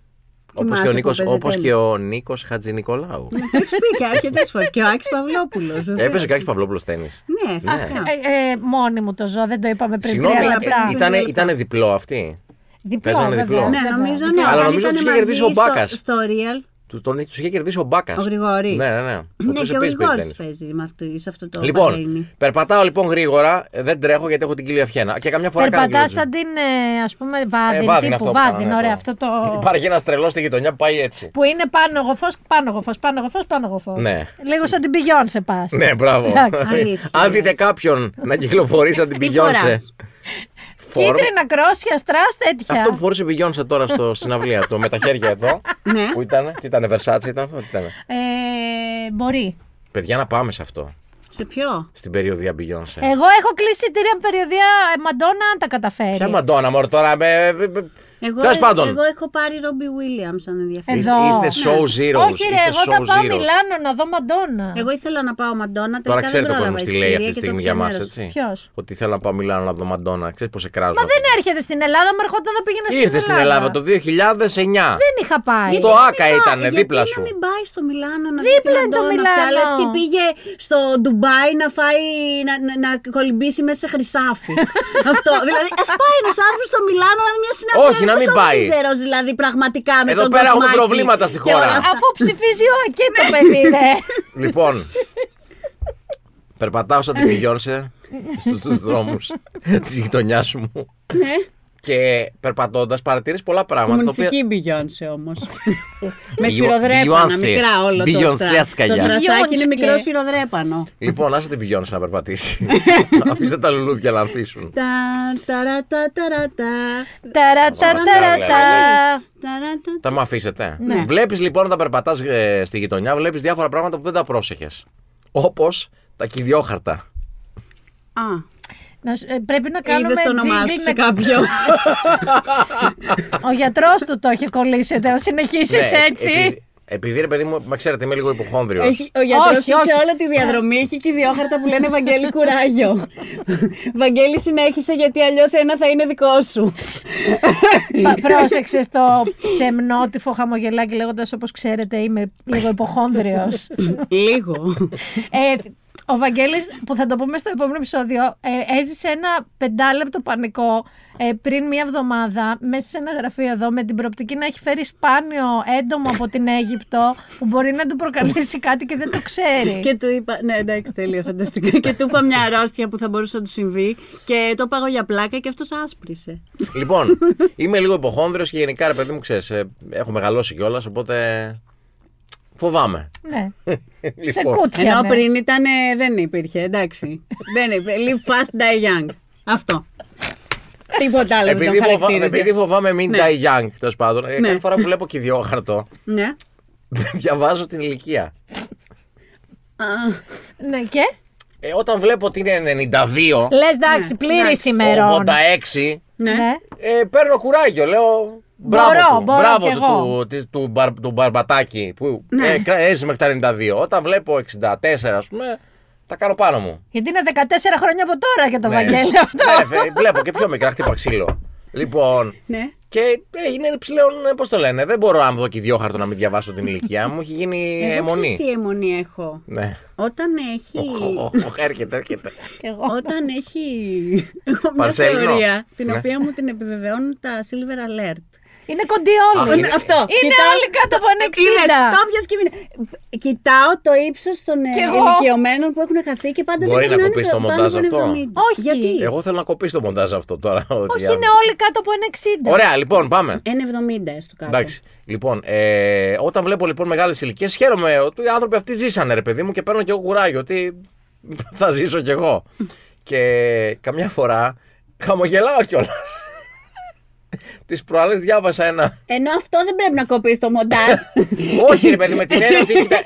Όπω
Θυμάσαι που Ναι,
και ο Νίκο
παίζε
όπως
τέννις.
και ο Νίκος Χατζηνικολάου.
Το έχεις πει και αρκετές φορές. Και ο Άκης Παυλόπουλος.
Έπαιζε κάποιο Παυλόπουλο τέννη.
Ναι, φυσικά.
Ε, ε, μόνη μου το ζώο, δεν το είπαμε πριν
Συγγνώμη,
τρία
ε,
λεπτά.
ε,
ήταν, ήτανε διπλό αυτή.
Διπλό,
παίζανε
βέβαια,
διπλό.
Ναι,
βέβαια.
νομίζω ναι.
Λοιπόν, Αλλά
Όταν
νομίζω
ήταν
τους είχε
μαζί
κερδίσει ο
στο-
Μπάκας.
Στο real.
Του, τον, τους είχε κερδίσει ο Μπάκας.
Ο Γρηγορής.
Ναι, ναι, ναι.
Ναι,
οποίος
και ο
επίσης παίζει
Γρηγόρη
τέννις.
παίζει με αυτό- σε αυτό το
Λοιπόν,
παρέινι.
περπατάω λοιπόν γρήγορα, ε, δεν τρέχω γιατί έχω την κοιλία φιένα. Και καμιά φορά κάνω.
Περπατάς
και
σαν την ε, ας πούμε βάδιν,
Ε, βάδιν
τύπου
αυτό που
βάδιν,
κάνω,
ωραία
ναι,
αυτό
(laughs)
το
Υπάρχει ένας τρελός στη γειτονιά που πάει έτσι.
που είναι πάνω γοφό, πάνω γοφό, πάνω γοφό, πάνω γοφό.
Ναι.
Λίγο σαν την πηγιόν σε πας.
Ναι, μπράβο.
Εντάξει.
Αλήθεια,
Αν δείτε κάποιον να κυκλοφορεί σαν την
Τι
Beyoncé.
φοράς?
Φορ-
Κίτρινα, κρόσια, στρά, τέτοια.
Αυτό που φορούσε η Beyoncé
(laughs)
τώρα στο συναυλία του, με τα χέρια εδώ.
Ναι.
Που ήταν, τι ήταν, Versace ήταν αυτό, τι ήταν.
ε, μπορεί.
Παιδιά, να πάμε σε αυτό.
Σε ποιο?
Στην περιοδία Beyoncé.
Εγώ έχω κλείσει εισιτήρια με περιοδία ε, Μαντόνα αν τα καταφέρει.
Ποια μαντόνα, μωρέ, τώρα. Με... με- με-
Εγώ,
Τέλος πάντων.
εγώ έχω πάρει Ρόμπι Βίλιαμ αν ενδιαφέρει.
Εδώ. Ναι.
Είστε, είστε show zeros.
Όχι, ρε,
είστε
εγώ
show
θα πάω
zeros.
Μιλάνο να δω Μαντόνα.
Εγώ ήθελα να πάω Μαντόνα,
Τώρα
τελικά
ξέρετε ο
δεν
κόσμο
πρόλαβα
τι λέει αυτή
ιστορία και
τη
το
στιγμή για μας,
ξενέρωσα.
έτσι.
Ποιος?
Ότι θέλω να πάω Μιλάνο να δω Μαντόνα. Ξέρεις πώς σε κράζουν.
Μα
αυτοί.
δεν έρχεται στην Ελλάδα, μου ερχόταν εδώ πήγαινα στην
Ήρθε στην Ελλάδα το 2009.
Δεν είχα πάει.
Στο ΑΚΑ ήταν,
Γιατί
δίπλα σου.
να μην πάει στο Μιλάνο να
Δίπλα
δει
είναι
την
το
Αντόνα πια,
Μιλάνο.
λες και πήγε στο Ντουμπάι να φάει, να, να, να κολυμπήσει μέσα σε (laughs) χρυσάφι. Αυτό. Δηλαδή, ας πάει ένας άνθρωπος στο Μιλάνο να δει μια συναυλία.
Όχι, να μην πάει.
Ξέρω, δηλαδή, πραγματικά με
Εδώ
τον
πέρα έχουμε
κοσμάκι.
προβλήματα στη
Και
χώρα.
όλα αυτά.
Αφού ψηφίζει ο ΑΚΕ το παιδί, ρε.
Λοιπόν.
(laughs)
περπατάω σαν την Beyoncé στους δρόμους της γειτονιάς μου.
(laughs) Ναι.
Και περπατώντας παρατήρησε πολλά πράγματα. τα οποία-
Κομμουνιστική Beyoncé όμως.
(laughs)
Με
Beyo-
σφυροδρέπανα,
Beyoncé.
μικρά όλο το
Beyoncé
στρα-
ασκαλιά.
Το στρασάκι είναι
Beyoncé.
μικρό σφυροδρέπανο.
Λοιπόν, άσε την πηγαίνει να περπατήσει.
(laughs)
Αφήστε τα λουλούδια να ανθίσουν.
Τα ταρα τα ταρα τα.
Ταρα, τα, ταρα, τα.
ταρα, τα.
Τα μου αφήσετε.
Ναι.
Βλέπεις λοιπόν όταν περπατάς στη γειτονιά, βλέπεις διάφορα πράγματα που δεν τα πρόσεχες. Όπως τα κυδιόχαρτα.
Α,
Να σου- ε, πρέπει να κάνουμε
είδες το όνομά σου
jingle να-
σε
(laughs)
κάποιον.
Ο γιατρός του το έχει κολλήσει ότι αν συνεχίσεις
Ναι,
έτσι.
επειδή- Επειδή ρε παιδί μου, με ξέρετε, είμαι λίγο υποχόνδριος.
Έχει, ο γιατρός
Όχι,
του σε
όχι.
όλη τη διαδρομή έχει και διόχαρτα που λένε Βαγγέλη κουράγιο.
(laughs)
Βαγγέλη συνέχισε γιατί αλλιώς ένα θα είναι δικό σου.
Πα- Πρόσεξε το σεμνότυφο χαμογελάκι λέγοντας όπως ξέρετε είμαι λίγο υποχόνδριος.
(laughs)
Λίγο.
ε, ο Βαγγέλης, που θα το πούμε στο επόμενο επεισόδιο, ε, έζησε ένα πεντάλεπτο πανικό ε, πριν μία εβδομάδα μέσα σε ένα γραφείο εδώ με την προοπτική να έχει φέρει σπάνιο έντομο από την Αίγυπτο που μπορεί να του προκαλέσει κάτι και δεν το ξέρει.
(laughs) και του είπα. Ναι, εντάξει, τέλεια, φανταστικά. και του είπα μια αρρώστια που θα μπορούσε να του συμβεί. Και το πάγω για πλάκα και αυτός άσπρισε. (laughs)
Λοιπόν, είμαι λίγο υποχόνδριο και γενικά ρε παιδί μου, ξέρεις, έχω μεγαλώσει κιόλας, οπότε. Φοβάμαι.
ναι. σε
λοιπόν,
κούτια.
Ενώ
ναι.
πριν ήταν. ε, δεν υπήρχε, εντάξει. δεν είπε. Live fast, die young. Αυτό. Τίποτα άλλο δεν
επειδή,
τον
φοβά-
χαρακτήριζε.
επειδή φοβάμαι μην die young, τέλος πάντων, ε,
Ναι.
κάθε φορά που βλέπω κυδιόχαρτο,
Ναι.
(laughs) διαβάζω την ηλικία.
Α,
Ναι, και.
Ε, όταν βλέπω ότι είναι 92,
Λες εντάξει, πλήρη ημερών.
86,
Ναι.
Ναι.
ε, παίρνω κουράγιο. Λέω μπράβο
Μπορώ,
του,
μπορώ
μπράβο
κι
του,
εγώ. Ναι.
του, της- του, μπαρ, του μπαρμπατάκι που ε, κρα- έζησε μέχρι τα 92. Όταν βλέπω 64, ας πούμε, τα κάνω πάνω μου.
Γιατί είναι 14 χρόνια από τώρα για το Βαγγέλη
Ναι, ρε,
αυτό.
φε- βλέπω και πιο μικρά, χτύπα ξύλο. Λοιπόν.
ναι.
Και ε, έγινε πλέον, πώς το λένε, δεν μπορώ να μου δω και δύο χαρτο να μην διαβάσω την ηλικία μου. Έχει
Εγώ
γίνει
ξέρεις
αιμονή.
τι αιμονή έχω.
Ναι.
Όταν έχει.
Οχ, Έρχεται, έρχεται.
Κι εγώ.
Όταν έχει. Έχω μια
Παρσέλινο.
θεωρία την
Ναι.
οποία μου την επιβεβαιώνουν τα silver alert. Λοιπόν,
Είναι κοντή
Α,
όλοι.
είναι-
Αυτό.
Είναι
κοιτάω-
όλοι κάτω από ένα
Είδες,
60.
το πιάσε και μείνε. Κοιτάω το ύψος των ε,
Κι εγώ.
ηλικιωμένων που έχουν χαθεί και πάντα
Μπορεί
δεν
να
περνάνε
κοπείς το
πάνω
μοντάζ
από
αυτό.
70.
Όχι.
Γιατί.
Εγώ θέλω να κοπείς το μοντάζ αυτό τώρα. ότι
Όχι,
αν-
είναι όλοι κάτω από ένα 60.
Ωραία, λοιπόν, πάμε.
1,70 έστω κάτω.
Εντάξει. Λοιπόν, ε, όταν βλέπω λοιπόν μεγάλες ηλικίες, χαίρομαι ότι οι άνθρωποι αυτοί ζήσανε, ρε παιδί μου, και παίρνω και εγώ κουράγιο ότι (laughs) θα ζήσω κι εγώ. και καμιά φορά χαμογελάω κιόλας. Τις προάλλες διάβασα ένα.
Ενώ αυτό δεν πρέπει να κοπείς το
(laughs)
μοντάζ.
Όχι, ρε παιδί, με την έννοια ότι κοίτα,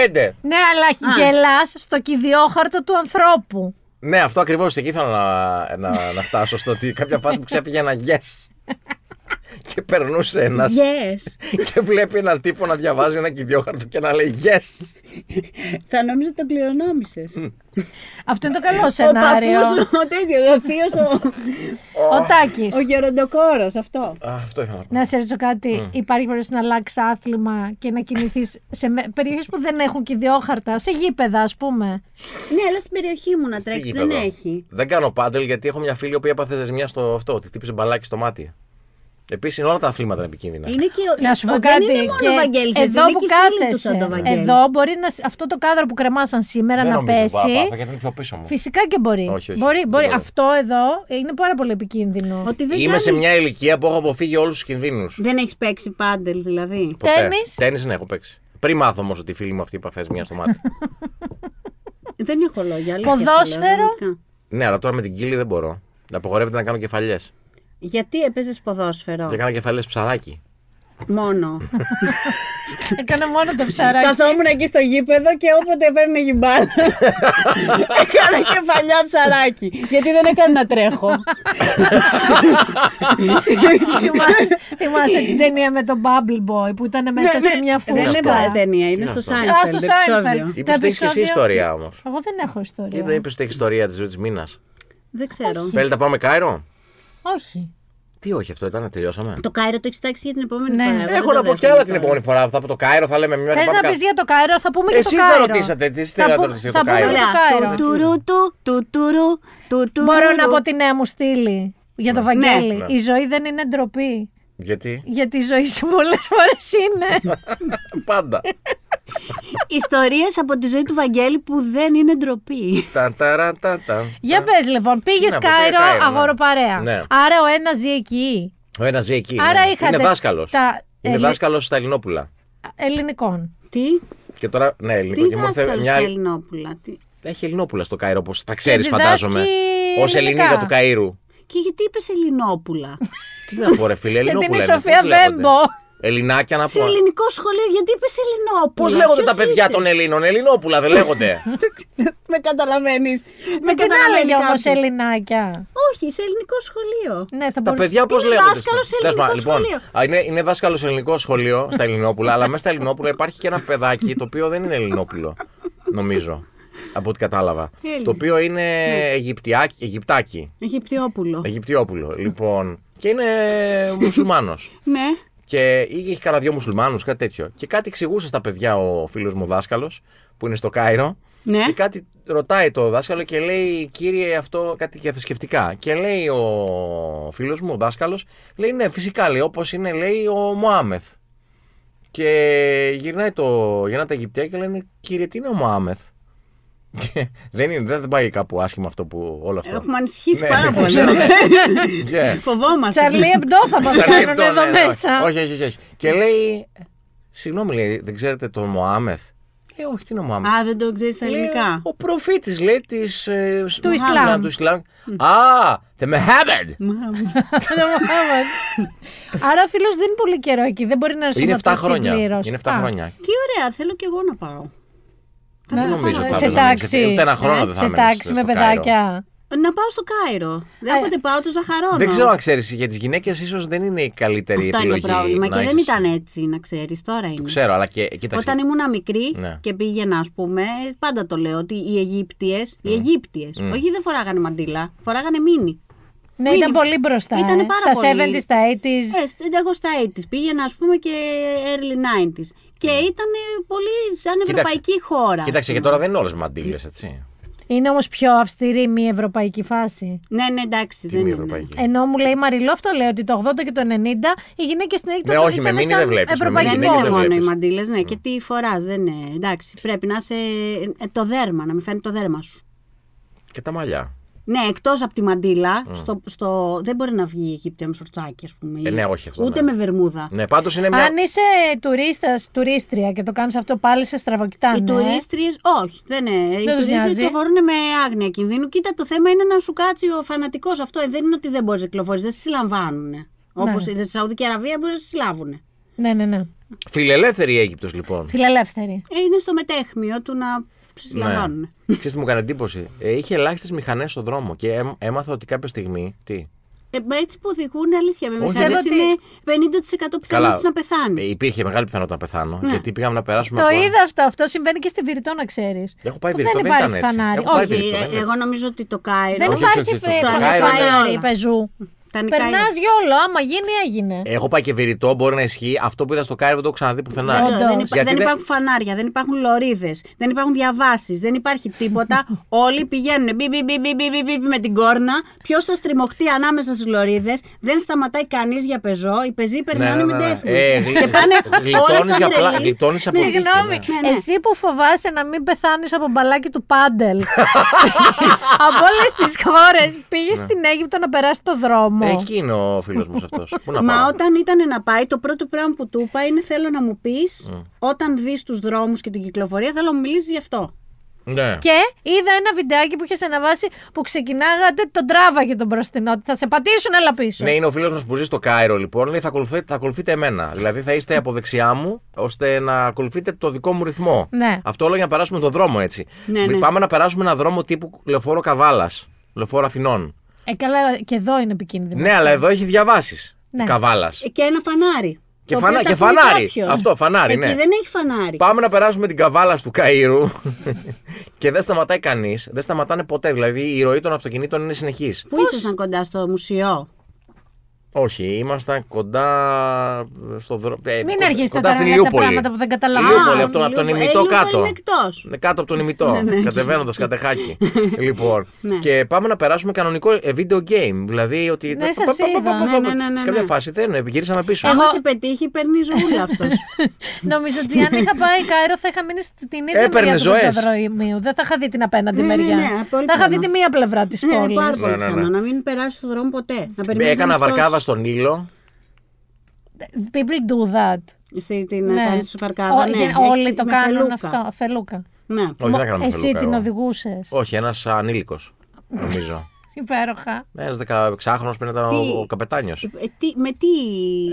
95.
Ναι, αλλά γελάς στο κυδιόχαρτο του ανθρώπου.
Ναι, αυτό ακριβώς. Εκεί ήθελα να, να, να φτάσω στο ότι κάποια φάση που ξέπηγε ένα yes. και περνούσε ένας.
yes.
(laughs) και βλέπει έναν τύπο να διαβάζει ένα κυδιόχαρτο και να λέει yes.
Θα νόμιζα ότι τον κληρονόμησες.
Αυτό είναι το καλό
Ο
σενάριο.
παππούς ο τέτοιος, ο θείος, ο,
Ο Τάκης.
ο γεροντοκόρος, αυτό.
Α, αυτό ήθελα να πω.
Να σε ρωτήσω κάτι. Υπάρχει περίπτωση να αλλάξεις άθλημα και να κινηθείς σε περιοχές που δεν έχουν κυδιόχαρτα, σε γήπεδα, ας πούμε.
Ναι, αλλά στην περιοχή μου να τρέξει δεν
γήπεδο.
έχει.
Δεν κάνω πάντελ γιατί έχω μια φίλη που έπαθε ζεσμιά στο αυτό. Τη χτύπησε μπαλάκι στο μάτι. Επίσης όλα τα αθλήματα είναι επικίνδυνα.
Είναι και ο-
Ε, Να σου πω
ο-
κάτι.
Δεν είναι μόνο
και
ο Βαγγέλης, έτσι,
εδώ
είναι
που
και οι φίλοι του σαν
κάθεσαι.
τον Βαγγέλη.
Εδώ μπορεί να, σ- αυτό το κάδρο που κρεμάσαν σήμερα
δεν
να
νομίζω που
πέσει.
απάθα, γιατί είναι πιο πίσω μου.
Φυσικά και μπορεί.
Όχι, όχι,
μπορεί,
δεν
μπορεί.
μπορεί.
Αυτό εδώ είναι πάρα πολύ επικίνδυνο.
Ότι δεν,
Είμαι
κάνει...
σε μια ηλικία που έχω αποφύγει όλους τους κινδύνους.
δεν έχεις παίξει πάντελ δηλαδή.
Τέννις.
Τέννη, ναι, έχω παίξει. Πριν μάθω όμως ότι η φίλη μου αυτή είπα μια στο
(laughs)
μάτι.
Δεν έχω λόγια. αλήθεια
Ποδόσφαιρο.
λέω, πραγματικά.
ναι, αλλά τώρα με την κύλη δεν μπορώ. Απογορεύεται να κάνω κεφαλιές.
Γιατί έπαιζες ποδόσφαιρο
Και έκανα κεφαλιέ ψαράκι.
μόνο.
Έκανα μόνο το ψαράκι.
Καθόμουν εκεί στο γήπεδο και όποτε έπαιρνε γυμπάλα.
(laughs)
έκανα κεφαλιά ψαράκι. Γιατί δεν έκανα να τρέχω.
Θυμάσαι- Θυμάσαι την ταινία με τον Bubble Boy που ήταν μέσα
Ναι,
σε
ναι.
μια
Δεν
φούσκα.
είναι ταινία, είναι στο
αυτό?
Α, στο
Σάινφελντ.
Seinfeld.
επεισόδιο.
Είπες ότι έχεις και εσύ
επεισόδια-
ιστορία όμως.
Εγώ δεν έχω
Δεν
ιστορία.
είπε ότι έχει ιστορία της ζωή της μήνα.
Δεν ξέρω.
Πέλε τα πάμε Κάιρο.
Όχι.
Τι όχι αυτό ήταν, τελειώσαμε.
Το Κάιρο το έχεις τάξει για την επόμενη
Ναι.
φορά. Εγώ δεν
Έχω
το
να πω κι
δέχομαι
άλλα την
τώρα.
επόμενη φορά. Θα πω το Κάιρο, θα λέμε μια
Θες
πάμε
να
Κάιρο.
πεις για το Κάιρο, θα πούμε και το
Εσείς
Κάιρο.
θα ρωτήσατε, τι είστε να το
πού-
ρωτήσετε
Θα
το
πούμε και
Κάιρο.
το
Ωραία.
Κάιρο.
Τουρου, του, του, τουρου, του, τουρου.
Μπορώ να πω τη νέα μου στήλη για
Ναι.
το Βαγγέλη. Η ζωή δεν είναι ντροπή. (laughs)
Γιατί. (laughs)
Γιατί η ζωή σου πολλές φορές είναι.
Πάντα.
Ιστορίες από τη ζωή του Βαγγέλη που δεν είναι ντροπή.
Τα, τα, ρα, τα, τα.
Για πες λοιπόν, πήγες
Ναι, από
Κάιρο,
Κάιρο, ναι.
αγοροπαρέα.
Ναι.
Άρα ο ένας ζει εκεί.
Ο ένας ζει εκεί.
Άρα
ναι.
είχατε
Είναι δάσκαλος.
τα ε,
Είναι
ελε-
δάσκαλος στα Ελληνόπουλα.
Ελληνικών.
Τι,
Και τώρα, ναι, ελληνικό.
τι
και μου ήρθε
δάσκαλος
μια
στα
άλλη-
Ελληνόπουλα. Τι...
Έχει Ελληνόπουλα στο Κάιρο, όπως τα ξέρεις,
διδάσκει
φαντάζομαι. Ω
ελληνικά.
Ελληνίδα του Καΐρου.
Και γιατί είπες Ελληνόπουλα.
Τι να πω, ρε φίλε,
(laughs) Και την
Ελληνόπουλα.
η
είναι,
Σοφία
πώς λέγονται.
Βέμπο.
Ελληνάκια να
Σε
πω.
ελληνικό σχολείο, γιατί είπες Ελληνόπουλα.
Πώς λέγονται τα
Ποιος
παιδιά
είσαι?
των Ελλήνων, Ελληνόπουλα δεν
(laughs)
λέγονται.
Με καταλαβαίνεις. Με
Δεν την έλεγε όμως
κάποιος.
Ελληνάκια.
Όχι, σε ελληνικό σχολείο.
Ναι, θα
τα
μπορούσε.
παιδιά πώς
Είναι
λέγονται.
δάσκαλος σε
στο- Τέλος πάντων,
ελληνικό
λοιπόν, α, είναι, είναι δάσκαλος σε ελληνικό σχολείο στα Ελληνόπουλα, αλλά μέσα στα Ελληνόπουλα υπάρχει και ένα παιδάκι το οποίο δεν είναι Ελληνόπουλο, νομίζω. Από ό,τι κατάλαβα.
Έλληνα.
Το οποίο είναι
Ναι.
Αιγυπτιάκι, Αιγυπτάκι.
Αιγυπτιόπουλο.
Αιγυπτιόπουλο, λοιπόν. Και είναι μουσουλμάνος.
Ναι.
Και είχε κανένα δυο μουσουλμάνους, κάτι τέτοιο. Και κάτι εξηγούσε στα παιδιά ο φίλος μου δάσκαλος, που είναι στο Κάιρο.
Ναι.
Και κάτι ρωτάει το δάσκαλο και λέει, κύριε, αυτό κάτι για θρησκευτικά. Και λέει ο φίλος μου, ο δάσκαλος, λέει, ναι, φυσικά λέει, όπως είναι, λέει ο Μωάμεθ. Και γυρνάει το, γυρνάει τα Αιγυπτιά και λένε, κύριε, τι είναι ο Μωάμεθ. (laughs) Και δεν, είναι, δεν, δεν πάει κάπου άσχημα αυτό που, όλο αυτό.
Έχουμε ανησυχήσει
Ναι,
πάρα
το
πολύ.
ξέρω. Yeah.
Φοβόμαστε.
Τσαρλί Εμπντό θα μας
Σαν
κάνουν
λεπτό,
εδώ
ναι,
(laughs)
ναι.
μέσα.
Όχι, όχι, όχι, όχι. Και λέει. Συγγνώμη, λέει, δεν ξέρετε τον Μωάμεθ. Λέει, όχι, τι είναι ο Μωάμεθ.
Α, δεν το ξέρεις στα
Λέει,
ελληνικά.
Ο προφήτης λέει, της, ε, σ-
Του Ισλάμ.
Του Ισλάμ. Α, τε Μεχάμεντ.
Άρα ο φίλος δεν είναι πολύ καιρό εκεί. Δεν μπορεί να
Είναι
ενσωματωθεί
7 χρόνια.
πλήρως.
Είναι
Α,
7 χρόνια.
(laughs) Τι ωραία, θέλω κι εγώ να πάω.
Δεν νομίζω ότι θα
Σε
έπαιζα να μείνεις,
τάξη.
Ούτε ένα χρόνο
Ε,
δεν θα
Σε
μείνεις
τάξη με
στο Κάιρο.
παιδάκια.
Να πάω στο Κάιρο. Δεν όποτε πάω το ζαχαρώνω.
Δεν ξέρω αν ξέρεις, για τις γυναίκες ίσως δεν είναι η καλύτερη
Αυτό είναι
επιλογή.
το πρόβλημα.
να
Και δεν
έχεις-
ήταν έτσι, να ξέρεις. Τώρα είναι.
Ξέρω, αλλά και. Κοίταξε.
Όταν ήμουν μικρή
Ναι.
και πήγαινα, ας πούμε, πάντα το λέω ότι οι Αιγύπτιες, οι
Mm.
Αιγύπτιες, όχι δεν φοράγανε μαντίλα, φοράγανε μήνυ.
Ναι, ήταν πολύ μπροστά.
Ήτανε
ε.
πάρα
Στα
πολύ.
70s, στα 80s.
Ε, στην- εγώ στα 80s πήγαινα, ας πούμε, και early 90s. Και ήταν πολύ σαν ευρωπαϊκή χώρα.
Mm. Κοίταξε, και τώρα δεν είναι όλες μαντήλες, έτσι.
Είναι όμως πιο αυστηρή μη ευρωπαϊκή φάση.
Ναι, ναι, εντάξει,
Τι
δεν
μη
είναι.
ευρωπαϊκή.
Ενώ μου λέει η Μαριλό αυτό λέει ότι το 80 και το 90 οι γυναίκες στην Αίγυπτο
Ναι,
θα
όχι, με
ήταν
μήνυ
σαν
δεν βλέπεις, με μήνυ
ευρωπαϊκό.
Δεν
γυναίκες
είναι
δεν
μόνο οι
βλέπεις.
μαντήλες, ναι, και τι φοράς, δεν είναι. Εντάξει, πρέπει να είσαι. ε, το δέρμα, να μην φαίνεται το δέρμα σου.
Και τα μαλλιά.
Ναι, εκτός από τη μαντίλα, στο, στο, δεν μπορεί να βγει η Αιγύπτια με σορτσάκι, ας πούμε.
Ε, ναι, όχι αυτό,
Ούτε
ναι.
με βερμούδα.
Ναι, πάντως είναι μια.
Αν είσαι τουρίστας, τουρίστρια και το κάνεις αυτό πάλι σε στραβοκοιτάνε.
Οι
ε.
τουρίστριες, όχι, δεν είναι. οι
τους
τουρίστριες
νοιάζει.
κυκλοφορούν με άγνοια κινδύνου. Κοίτα, το θέμα είναι να σου κάτσει ο φανατικός αυτό. Ε, δεν είναι ότι δεν μπορείς να κυκλοφορείς, δεν σε συλλαμβάνουν. Όπω στη Σαουδική Αραβία μπορεί να σε συλλάβουν.
Ναι, ναι, ναι.
Φιλελεύθερη η Αίγυπτος λοιπόν.
Φιλελεύθερη.
Ε, είναι στο μετέχμιο του
Ναι.
να σε συλλαμβάνουν.
Ξέρεις τι μου έκανε εντύπωση. Ε, είχε ελάχιστες μηχανές στον δρόμο και έμ- έμαθα ότι κάποια στιγμή. Τι.
Ε, μα έτσι που οδηγούν, αλήθεια. Με μηχανέ
ότι-
είναι 50% πιθανότητα να Ναι. πεθάνεις.
ε, υπήρχε μεγάλη πιθανότητα να πεθάνω. Γιατί πήγαμε να περάσουμε.
Το
από-
είδα αυτό. Αυτό συμβαίνει και στην Βηρητό, να ξέρεις.
Έχω πάει Βηρητό, δεν
υπάρχει
ήταν έτσι.
φανάρι.
Έχω πάει
Όχι,
Βηρητό,
Ε,
δεν είναι
εγώ
έτσι.
νομίζω ότι το Κάιρο.
δεν
όχι,
υπάρχει
όχι, όχι,
φε-
το
φανάρι,
Κάιρο.
φανάρι πεζού.
Τα νικάει
Περνά
όλα.
γιόλο. Άμα γίνει, έγινε.
Έχω πάει και βηρητό, μπορεί να ισχύει. Αυτό που είδα στο Κάιρο δεν το έχω ξαναδεί πουθενά.
Όντως.
Δεν, υπά- δεν
Γιατί δεν-
υπάρχουν φανάρια, δεν υπάρχουν λωρίδες, δεν υπάρχουν διαβάσεις, δεν υπάρχει τίποτα. Όλοι πηγαίνουν μπι, μπι, μπι, μπι, μπι, μπι, μπι, με την κόρνα. Ποιος θα στριμωχτεί ανάμεσα στι λωρίδες, δεν σταματάει κανείς για πεζό. Οι πεζοί
Ναι,
περνάνε με τέχνη.
Ε, γλυ-
Και πάνε
γλιτώνεις
όλες σαν
για πλά-
τρελοί.
γλιτώνεις από τύχη,
Συγγνώμη,
ναι.
ναι.
εσύ που φοβάσαι να μην πεθάνεις από μπαλάκι του
(laughs)
πάντελ. από όλες τις χώρες πήγες στην Αίγυπτο να περάσεις το δρόμο.
Ε, Εκεί είναι ο φίλος μου αυτός. Πού να
Μα
πάω.
όταν ήταν να πάει, το πρώτο πράγμα που του είπα είναι θέλω να μου πεις όταν δεις τους δρόμους και την κυκλοφορία, θέλω να μου μιλήσεις γι' αυτό.
Ναι.
Και είδα ένα βιντεάκι που είχε αναβάσει που ξεκινάγατε τον τράβαγε τον μπροστινό. ότι Θα σε πατήσουν, έλα πίσω.
Ναι, είναι ο φίλος μας που ζει στο Κάιρο, λοιπόν. Λέει, θα, ακολουθείτε, θα ακολουθείτε εμένα. Δηλαδή, θα είστε από δεξιά μου, ώστε να ακολουθείτε το δικό μου ρυθμό.
Ναι.
Αυτό όλο για να περάσουμε το δρόμο, έτσι.
Ναι, ναι.
Πάμε να περάσουμε ένα δρόμο τύπου λεωφόρο Καβάλας. Λεωφόρο Αθηνών.
Ε, καλά, και εδώ είναι επικίνδυνο.
Ναι, αλλά εδώ έχει διαβάσεις.
Ναι.
Καβάλας.
Ε, Και ένα φανάρι.
Και,
το
φανά-
οποίο
και
θα ακούει
φανάρι.
κάποιος.
Αυτό, φανάρι,
Εκεί
ναι.
δεν έχει φανάρι.
Πάμε να περάσουμε την καβάλα του Καΐρου (laughs) και δεν σταματάει κανείς. Δεν σταματάνε ποτέ. Δηλαδή η ροή των αυτοκινήτων είναι συνεχής.
Πού ήσασταν κοντά στο μουσείο.
Όχι, ήμασταν κοντά στο δρόμο.
Μην αρχίσετε
κοντά
τώρα να
στην
λέτε
Ηλιούπολη.
πράγματα που δεν καταλαβαίνω.
Ηλιούπολη, από, το- από τον
Ηλιούπολη.
ημιτό
Ε, Ηλιούπολη
κάτω.
είναι εκτός.
Ναι, κάτω από τον ημιτό.
Ναι, ναι.
Κατεβαίνοντας
(laughs)
κατεχάκι. λοιπόν.
Ναι.
Και πάμε να περάσουμε κανονικό ε, video game. Δηλαδή ότι.
Ναι, σας είδα.
Ναι, ναι, ναι, ναι,
Σε κάποια
ναι.
φάση δεν γυρίσαμε πίσω. Ε,
Άμα
Εγώ-
σε πετύχει, παίρνει ζωούλα
(laughs)
αυτό. Ναι.
Νομίζω ότι αν είχα
(laughs)
πάει Κάιρο θα είχα μείνει στην ίδια
Έπαιρνε
μεριά του
ζωές.
πεζοδρομίου. Δεν θα είχα δει την απέναντι
Ναι, ναι,
μεριά.
ναι, απόλυτα
θα είχα δει
ναι.
τη μία πλευρά της
ναι,
πόλης.
είναι πάρα πολύ
Ναι, ναι, ναι.
πιθανό να μην περάσει τον δρόμο ποτέ. Να περιμένεις
Έκανα
να φτώσεις
βαρκάδα στον ήλιο.
People do that.
στη- την-
Ναι.
Να κάνει βαρκάδα.
Ό-
ναι,
γε-
έχεις-
όλοι το
με
κάνουν
φελούκα.
αυτό. Φελούκα.
Ναι.
Όχι, δεν
Μα-
έκανα με
Εσύ
φελούκα
την
εγώ.
οδηγούσες.
Όχι, ένας ανήλικος. Νομίζω.
Υπέροχα.
Ένα 16χρονο πριν ήταν
Τι?
ο, ο καπετάνιος.
Ε, τι- με τι.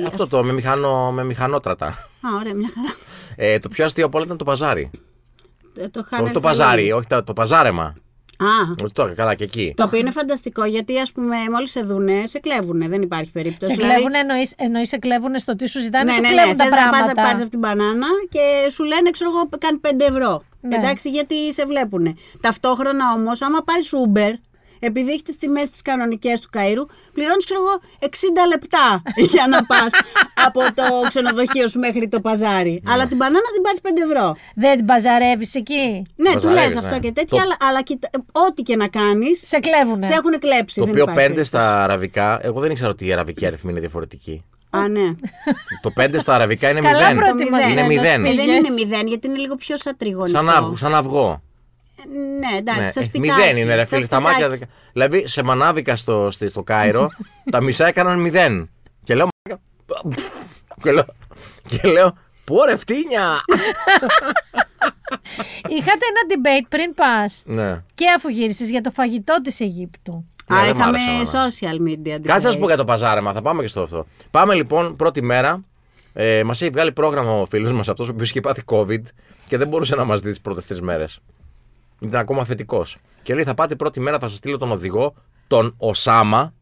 Αυτό το με, μηχανό, με μηχανότρατα.
Α, ωραία, μια χαρά.
Ε, το πιο αστείο από όλα ήταν το παζάρι.
Ε, Το,
Το,
Χάνελ Χαλίδη.
το παζάρι, όχι τα- το παζάρεμα.
Α,
Όχι τώρα, καλά και εκεί.
το οποίο είναι φανταστικό γιατί ας πούμε μόλις σε δούνε σε κλέβουνε. Δεν υπάρχει περίπτωση.
Σε
Δηλαδή,
κλέβουν εννοείς, εννοείς σε κλέβουν στο τι σου ζητάνε,
Ναι,
σου
ναι, ναι.
κλέβουν
Θε
τα
να πας να
πράγματα.
πάρεις από την μπανάνα και σου λένε, ξέρω εγώ, κάνει 5 ευρώ.
Ναι.
Εντάξει, γιατί σε βλέπουν. Ταυτόχρονα όμως, άμα πάρεις Uber, επειδή έχεις τις τιμές τις κανονικές του Καΐρου, πληρώνεις, ξέρω εγώ, 60 λεπτά (laughs) για να πας από το ξενοδοχείο σου μέχρι το παζάρι.
Ναι.
Αλλά την μπανάνα την πάρεις 5 ευρώ.
Δεν την μπαζαρεύει εκεί.
Ναι, του λε
Παζαρεύεις,
αυτό
ναι.
και τέτοια,
Το-
αλλά, αλλά κοίτα, ό,τι και να κάνεις,
Σε κλέβουν.
σε έχουν κλέψει.
Το
δεν
οποίο
υπάρχει
5
περίπτωση.
στα αραβικά, εγώ δεν ήξερα ότι η αραβική αριθμή είναι διαφορετική.
Α, ναι.
Το 5 στα αραβικά είναι 0.
Καλά
προετοιμασμένος
Είναι
πήγες.
0.
Ε, δεν είναι μηδέν, γιατί είναι λίγο πιο σατριγωνικό.
Σαν, αυγ- σαν αυγό.
Ναι, εντάξει,
Ναι.
σας
Ε,
σπιτάκι.
Μηδέν είναι, ρε
σας
φίλε. Στα μάτια.
σπιτάκι.
δεκα- Δηλαδή, σε μανάβικα στο, στη- στο
(laughs)
Κάιρο, τα μισά έκαναν μηδέν. Και λέω. «Μαλάκα, και λέω, και λέω Πόρε φτύνια!
Είχατε ένα debate πριν πας
ναι.
και αφού γύρισες για το φαγητό της Αιγύπτου.
Ναι,
Α,
δεν μ'
είχαμε
άρεσε εμένα.
social media.
Κάτσε να σου
debate.
πω για το παζάρεμα, θα πάμε και στο αυτό. Πάμε λοιπόν πρώτη μέρα. Ε, μας έχει βγάλει πρόγραμμα ο φίλος μας αυτός ο οποίος είχε πάθει COVID και δεν μπορούσε να μας δει τις πρώτες τρεις μέρες. Ήταν ακόμα θετικός. Και λέει: Θα πάτε πρώτη μέρα, θα σας στείλω τον οδηγό, τον Οσάμα.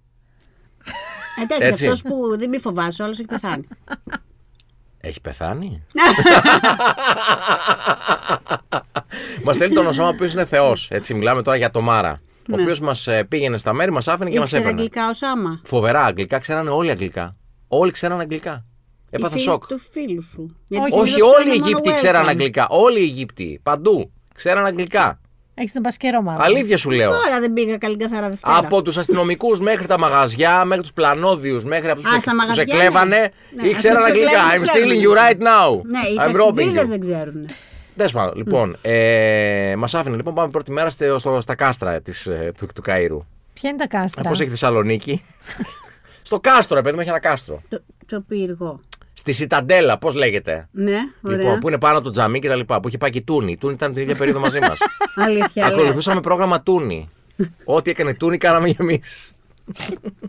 Έτσι.
Εντάξει, αυτό Ε, που δεν μη φοβάσαι, όλο έχει
Ε,
πεθάνει.
Έχει πεθάνει.
Ναι.
(laughs) μας στέλνει τον Οσάμα, ο οποίος είναι Θεός. Έτσι, μιλάμε τώρα για το Μάρα. Ο οποίος μας πήγαινε στα μέρη, μας άφηνε και μας
Ναι. Ήξερε
έπαιρνε.
αγγλικά ο Σάμα.
Φοβερά αγγλικά, ξέρανε όλοι αγγλικά. Όλοι ξέρανε αγγλικά. Έπαθα
Οι φίλοι
Ε, σοκ.
Του φίλου σου.
Όχι,
Όχι,
συνήθως
όλοι οι
λένε μόνο
Αιγύπτιοι
welcome.
ξέραν αγγλικά. Όλοι οι Αιγύπτιοι. Παντού. Ξέραν αγγλικά.
Έχεις την πας καιρό, μάλλον.
Αλήθεια σου λέω.
Τώρα δεν πήγα καλή καθαρά Δευτέρα.
Από τους αστυνομικούς μέχρι τα μαγαζιά, μέχρι τους πλανόδιους, μέχρι αυτούς
Α, στα
που σε
μαγαζιά,
κλέβανε.
ναι. Ναι,
Ήξεραν
αυτοί που σε
αγγλικά. I'm
κλέβανε, ξέρουν.
stealing you right now.
Ναι, οι
I'm robbing
ταξιτζίδες
you.
δεν ξέρουν.
Τέλο πάντων, λοιπόν, ε, μας άφηνε. Λοιπόν, πάμε πρώτη μέρα στο, στο- στα κάστρα της, ε, του, του Καΐρου.
Ποια είναι τα κάστρα.
Πώς έχει
(laughs)
Θεσσαλονίκη. στο κάστρο, επειδή μου έχει ένα κάστρο.
Το, το πύργο.
Στη Σιταντέλα, πώς λέγεται.
Ναι, ωραία.
Λοιπόν, που είναι πάνω από το τζαμί και τα λοιπά. Που είχε πάει και η Τούνη. Η Τούνη ήταν την ίδια περίοδο μαζί
(laughs)
μας.
Αλήθεια. λες.
Ακολουθούσαμε πρόγραμμα Τούνη. Ό,τι έκανε Τούνη, κάναμε κι εμείς. (laughs)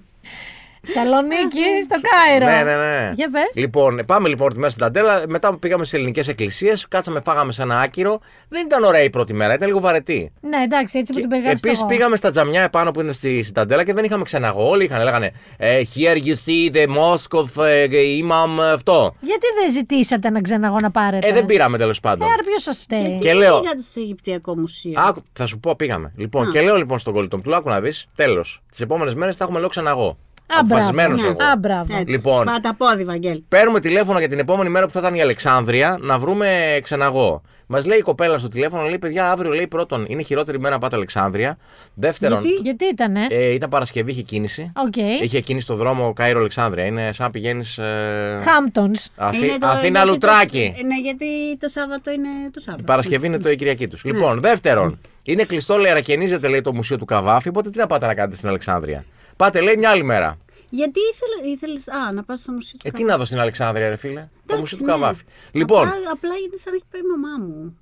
Θεσσαλονίκη, στο Κάιρο.
ναι, ναι, ναι.
Για πες.
Λοιπόν, πάμε λοιπόν τη μέρα στην Ταντέλα. Μετά πήγαμε σε ελληνικές εκκλησίες. Κάτσαμε, φάγαμε σε ένα άκυρο. Δεν ήταν ωραία η πρώτη μέρα, ήταν λίγο βαρετή.
Ναι, εντάξει, έτσι που την περιγράφεις
Επίσης
εγώ.
πήγαμε στα τζαμιά επάνω που είναι στη Σινταντέλα και δεν είχαμε ξεναγώ. Όλοι είχαν, λέγανε «Ε, Here you see the mosque of ε, Imam ε, αυτό.
Γιατί δεν ζητήσατε ένα ξεναγό να πάρετε.
Ε, δεν πήραμε τέλος πάντων.
Ε, άρα ποιος σας φταίει.
Και
Δεν
λέω-
Πήγατε στο Αιγυπτιακό Μουσείο.
Άκου, θα σου πω, πήγαμε. Λοιπόν, και λέω λοιπόν στον κολλητό μου, του λέω, άκου να δεις, τέλος. Τις επόμενες μέρες θα έχουμε λέω ξαναγώ.
Α,
Αποφασισμένος
μπράβο.
εγώ.
Α, μπράβο.
Έτσι.
λοιπόν.
Πάτα πόδι, Βαγγέλη.
Παίρνουμε τηλέφωνο για την επόμενη μέρα που θα ήταν η Αλεξάνδρεια να βρούμε ξαναγώ. Μας λέει η κοπέλα στο τηλέφωνο, λέει παιδιά, αύριο λέει πρώτον είναι η χειρότερη μέρα να πάτε Αλεξάνδρεια. Δεύτερον,
Γιατί?
Γιατί ήτανε.
ε, ήταν Παρασκευή, είχε κίνηση.
Οκ.
Είχε κίνηση στο δρόμο Κάιρο Αλεξάνδρεια. Είναι σαν να πηγαίνεις. Ε,
Χάμπτον.
Αθή...
Είναι το-
Αθήνα
γιατί το-
Λουτράκι.
Ναι, γιατί το Σάββατο είναι το Σάββατο.
Η Παρασκευή είναι το η Κυριακή τους. Λοιπόν, δεύτερον, είναι κλειστό, λέει, αρακενίζεται, λέει, το μουσείο του Καβάφη. Οπότε τι να πάτε να κάνετε στην Αλεξάνδρεια. Πάτε, λέει, μια άλλη μέρα.
Γιατί ήθελε, ήθελες, α, να πας στο μουσείο του
Ε,
Κα-
τι να δω στην Αλεξάνδρεια, ρε φίλε. Το
Εντάξει,
μουσείο του
ναι.
Καβάφη. Λοιπόν,
Απλά, απλά είναι σαν να έχει πάει η μαμά μου.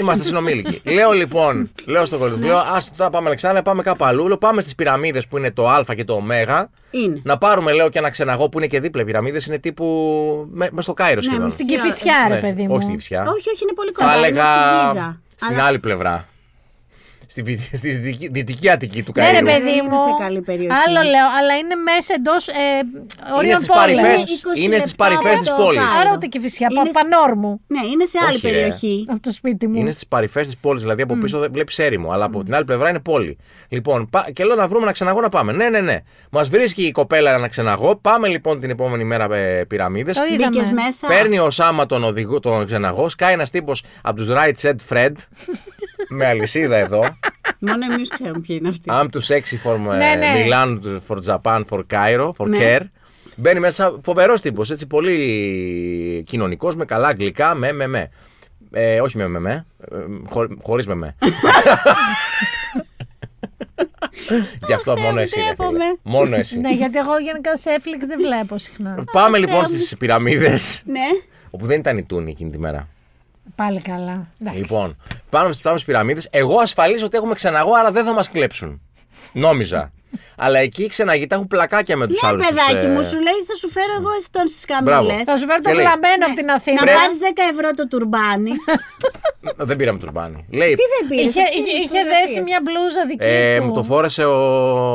Είμαστε συνομήλικοι. λέω λοιπόν, λέω στον κολλητό, λέω ας τώρα πάμε Αλεξάνδρεια, πάμε κάπου αλλού. Λέω, πάμε στις πυραμίδες που είναι το Α και το Ω.
Είναι.
Να πάρουμε, λέω, και ένα ξεναγό που είναι και δίπλα. Οι πυραμίδες είναι τύπου. με μες στο Κάιρο σχεδόν.
Στην Κυφυσιά,
Ναι,
ρε παιδί μου.
Όχι στην Κυφσιά.
Όχι, όχι, είναι πολύ
Θα
κοντά. είναι
έλεγα
Στην Πίζα.
στην
Αλλά
άλλη πλευρά. στη, βι- (laughs) στη δυτική, δυτική Αττική του
Ναι,
Καΐρου.
ρε παιδί
Δεν
μου.
είναι σε καλή περιοχή.
Άλλο λέω, αλλά είναι μέσα εντός ε,
είναι
όριων
στις
πόλεων.
παρυφές,
Είναι 20
είναι στις
λεπτά
παρυφές
από
της
το
πόλης.
Κάιρο.
Άρα ούτε και φυσικά.
Είναι
Είναι...
σ-
Πανόρμου
Ναι, είναι σε άλλη
Όχι, ρε.
περιοχή.
από το σπίτι μου.
Είναι στις παρυφές της πόλης, δηλαδή από πίσω δεν βλέπει έρημο, αλλά από την άλλη πλευρά είναι πόλη. Λοιπόν, πα... και λέω να βρούμε ένα ξεναγό να πάμε. Ναι, ναι, ναι. Μας βρίσκει η κοπέλα ένα ξεναγό. Πάμε λοιπόν την επόμενη μέρα πυραμίδες.
Το είδαμε.
Μπήκες μέσα.
Παίρνει ο Σάμα τον, οδηγό, τον ξεναγό, σκάει ένας τύπος από τους Right Said Fred.
(laughs)
με αλυσίδα εδώ.
Μόνο εμείς ξέρουμε ποιοι είναι αυτοί.
I'm too sexy for ε,
Ναι, ναι.
Milan, for Japan, for Cairo, for
Ναι.
Care. Μπαίνει μέσα φοβερός τύπος, έτσι πολύ κοινωνικός, με καλά αγγλικά, με με με. Ε, όχι με με με, ε, χω, χωρίς με με. Γι' αυτό μόνο εσύ. ρε φίλε.
ντρέπομαι.
Μόνο εσύ.
ε, Ναι, γιατί εγώ γενικά σε Netflix δεν βλέπω συχνά.
Πάμε λοιπόν στις πυραμίδες,
Ναι.
όπου δεν ήταν η Τούνη εκείνη τη μέρα.
Πάλι καλά. Εντάξει.
Λοιπόν, πάμε στι θάμνε πυραμίδες. Εγώ ασφαλίζω ότι έχουμε ξεναγώ, άρα δεν θα μας κλέψουν.
(laughs)
Νόμιζα. Αλλά εκεί οι ξεναγοί τα έχουν πλακάκια με τους
Ναι,
άλλους.
παιδάκι μου, σου λέει θα σου φέρω εγώ τον στις
ε, Μπράβο.
καμίλε.
Θα σου φέρω το
Καλή.
βλαμμένο από την Αθήνα.
Ναι, Να πάρει 10 ευρώ το τουρμπάνι.
Δεν πήραμε τουρμπάνι.
Τι
Λέει,
δεν πήρες.
Είχε, είχε, είχε δέσει μια μπλούζα δική
ε,
του.
μου το φόρεσε ο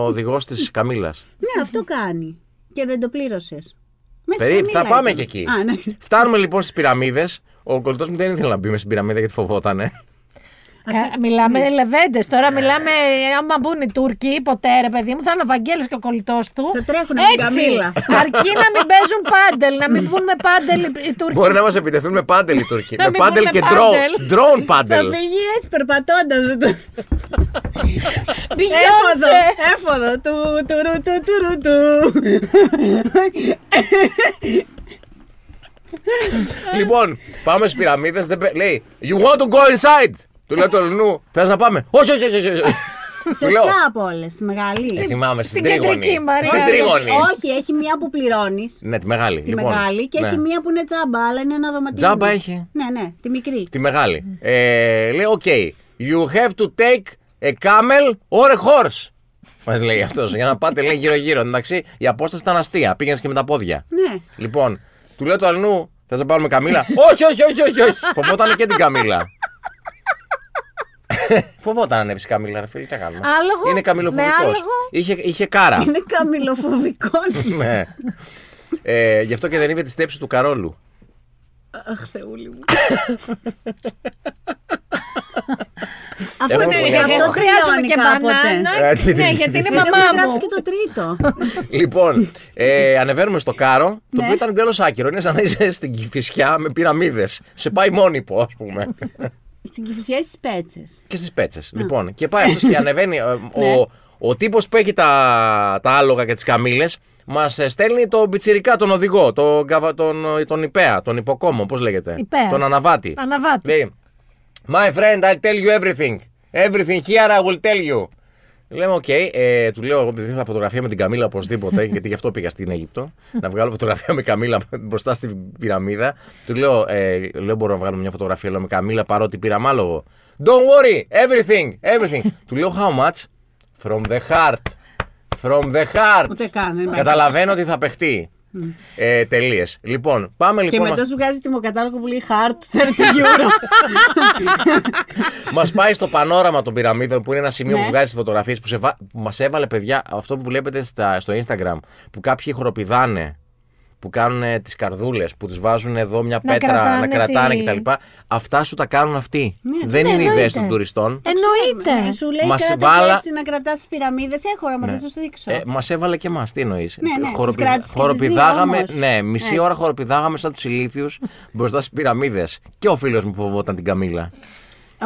οδηγός της Καμίλα.
Ναι, αυτό κάνει. Και δεν το πλήρωσες.
Περίπου, θα πάμε και εκεί.
Α, ναι.
Φτάνουμε λοιπόν στις πυραμίδες. Ο κολλητός μου δεν ήθελε να μπει μες στην πυραμίδα γιατί
(laughs)
φοβότανε.
Κα- Μιλάμε
Ναι.
λεβέντες. Τώρα μιλάμε, ε, άμα μπουν οι Τούρκοι, ποτέ ρε παιδί μου, θα είναι ο Βαγγέλης και ο κολλητός του.
Θα τρέχουν από την
Έτσι.
Καμίλα.
Αρκεί να μην παίζουν πάντελ, να μην μπουν με πάντελ οι- οι Τούρκοι.
Μπορεί να μας επιτεθούν με πάντελ οι Τούρκοι.
Να
με
μην
πάντελ
πούνε
και ντρό-
πάντελ.
ντρόουν
Θα
πάντελ.
φύγει έτσι περπατώντας. Έφοδο,
Μπιόντσε.
έφοδο. Του, του, ρου, του, του, ρου, του.
Λοιπόν, πάμε στις πυραμίδες. Λέει, You want to go inside! Του λέω του Ελληνού, θες να πάμε. Όχι, όχι, όχι, όχι. όχι».
Σε
Του λέω,
ποια από όλες, τη
«Ε,
μεγάλη.
Θυμάμαι, στην
στην
τρίγωνη.
κεντρική, Μαρία.
Στην
Γιατί-
τρίγωνη.
δηλαδή. Όχι, έχει μία που πληρώνεις.
Ναι, τη μεγάλη.
Τη μεγάλη και
ναι.
έχει μία που είναι τζάμπα, αλλά είναι ένα δωματίο.
Τζάμπα έχει.
Ναι, ναι, τη μικρή.
Τη μεγάλη. Ε, λέει, OK, you have to take a camel or a horse. Μας λέει αυτός. Για να πάτε, λέει γύρω-γύρω. Εντάξει, η απόσταση ήταν αστεία. Πήγαινες και με τα πόδια.
Ναι.
Λοιπόν, του λέω του Αλνού, θα σε πάρουμε
(laughs)
Καμίλα. όχι, όχι, όχι, όχι. όχι. Φοβόταν και την (laughs) Καμίλα. Φοβόταν ανέβει η Καμίλα, ρε φίλε, τι να κάνουμε.
Άλογο,
Είναι
με
καμιλοφοβικό.
άλογο.
Είχε, είχε κάρα.
Είναι καμιλοφοβικό.
ναι. Ε, γι' αυτό και δεν είπε τη στέψη του Καρόλου.
Αχ, Θεούλη μου.
Έχω
Αυτό είναι
πολύ
Ναι, γι'
αγώνα.
Δεν χρειάζομαι
αυτό χρειάζομαι
και
κάποτε.
μπανάνα.
Έτσι.
ναι, γιατί είναι
Έχω
μαμά μου.
γράψει και το τρίτο.
λοιπόν, ε, ανεβαίνουμε στο κάρο, το οποίο
Ναι.
ήταν εντελώ άκυρο. Είναι σαν να είσαι στην Κυφυσιά με πυραμίδες. Σε πάει μόνιπο, ας πούμε.
Στην κυφισιά έχει πέτσες.
και στις πέτσες. Λοιπόν, και πάει αυτός και ανεβαίνει. ε, ο ο τύπος που έχει τα, τα άλογα και τις καμίλε μας ε, στέλνει τον πιτσιρικά, τον οδηγό, τον, καβα- τον, τον υπέα, τον υποκόμο, πώς λέγεται.
Υπέας.
Τον αναβάτη.
Αναβάτης.
Λέει, My friend, I'll tell you everything. Everything here I will tell you. Λέμε, οκ, ε, του λέω, εγώ επειδή ήθελα φωτογραφία με την
(laughs)
Καμίλα οπωσδήποτε, γιατί γι' αυτό πήγα στην Αίγυπτο, να βγάλω φωτογραφία με Καμίλα μπροστά στην πυραμίδα. Του λέω, ε, λέω, μπορώ να βγάλω μια φωτογραφία λέω, με Καμίλα παρότι πήρα μάλογο. Don't worry, everything,
(laughs)
everything. του λέω, how much? From the heart. From the heart.
Ούτε καν, δεν υπάρχει.
Καταλαβαίνω ότι θα παιχτεί. Ε, Τελείες. Λοιπόν, πάμε
Και
λοιπόν.
μετά
μας-
σου βγάζει τιμοκατάλογο που λέει Heart
(laughs)
30 euro.
Μας πάει στο πανόραμα των πυραμίδων που είναι ένα σημείο
Ναι.
που βγάζει τις φωτογραφίες που, σε βα... που μας έβαλε παιδιά αυτό που βλέπετε στα... στο Instagram. Που κάποιοι χοροπηδάνε, που κάνουν τις καρδούλες, που τους βάζουν εδώ μια
Να
πέτρα
κρατάνε
να κρατάνε
τη-
κτλ. Αυτά σου τα κάνουν αυτοί. δεν
ναι,
είναι ιδέε
εννοείται.
των τουριστών.
Ναι,
Εννοείται.
Σου λέει
Μας
κράτα
βάλα-
βάλα... έτσι να κρατάς πυραμίδες. Έχω όραμα, θα
Ναι.
σου το δείξω.
Ε, μας έβαλε και εμάς, τι εννοείς.
Ναι, ναι, τις κράτησες και τις
χοροπηδάγαμε,
δύο όμως.
ναι, μισή
Έτσι.
ώρα χοροπηδάγαμε σαν τους ηλίθιους
(laughs)
μπροστά στις πυραμίδες. Και ο φίλος μου φοβόταν την Καμίλα.
Ναι.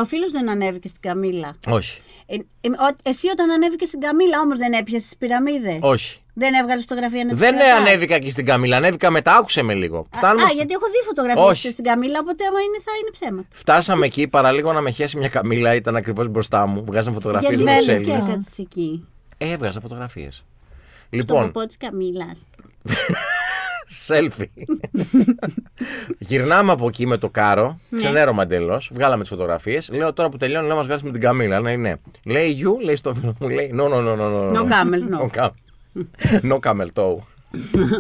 Ο φίλος δεν ανέβηκε στην Καμίλα.
Όχι.
Ε, ε, ο- εσύ όταν ανέβηκες στην Καμίλα όμως δεν έπιασες τις πυραμίδες.
Όχι.
Δεν έβγαλες φωτογραφία να τις
ναι,
Δεν ναι,
κρατάς.
ανέβηκα εκεί στην Καμίλα, ανέβηκα μετά, άκουσε με λίγο.
Α,
Φτάνουμε
α,
στο-
γιατί έχω δει φωτογραφίες
Όχι.
στην Καμίλα, οπότε άμα είναι θα είναι ψέμα.
Φτάσαμε εκεί, παραλίγο να με χέσει μια καμίλα, ήταν ακριβώς μπροστά μου. Βγάζαμε φωτογραφίες
γιατί
με
δεν
του
δεν
ξέρεις. ναι.
και
Έλληνε.
έκατες εκεί.
Ε, έβγαζα φωτογραφίες.
Στον
Λοιπόν,
ποπό της Καμίλας.
selfie.
(laughs)
Γυρνάμε από εκεί με το κάρο,
Ναι.
ξενέρωμα εντελώς. Βγάλαμε τις φωτογραφίες. Λέω τώρα που τελειώνει, λέω μας βγάζουμε την καμίλα. Ναι, ναι. Λέει you, λέει στο φίλο μου, λέει no, no, no, no. no,
No camel, no.
No camel.
(laughs)
No camel toe.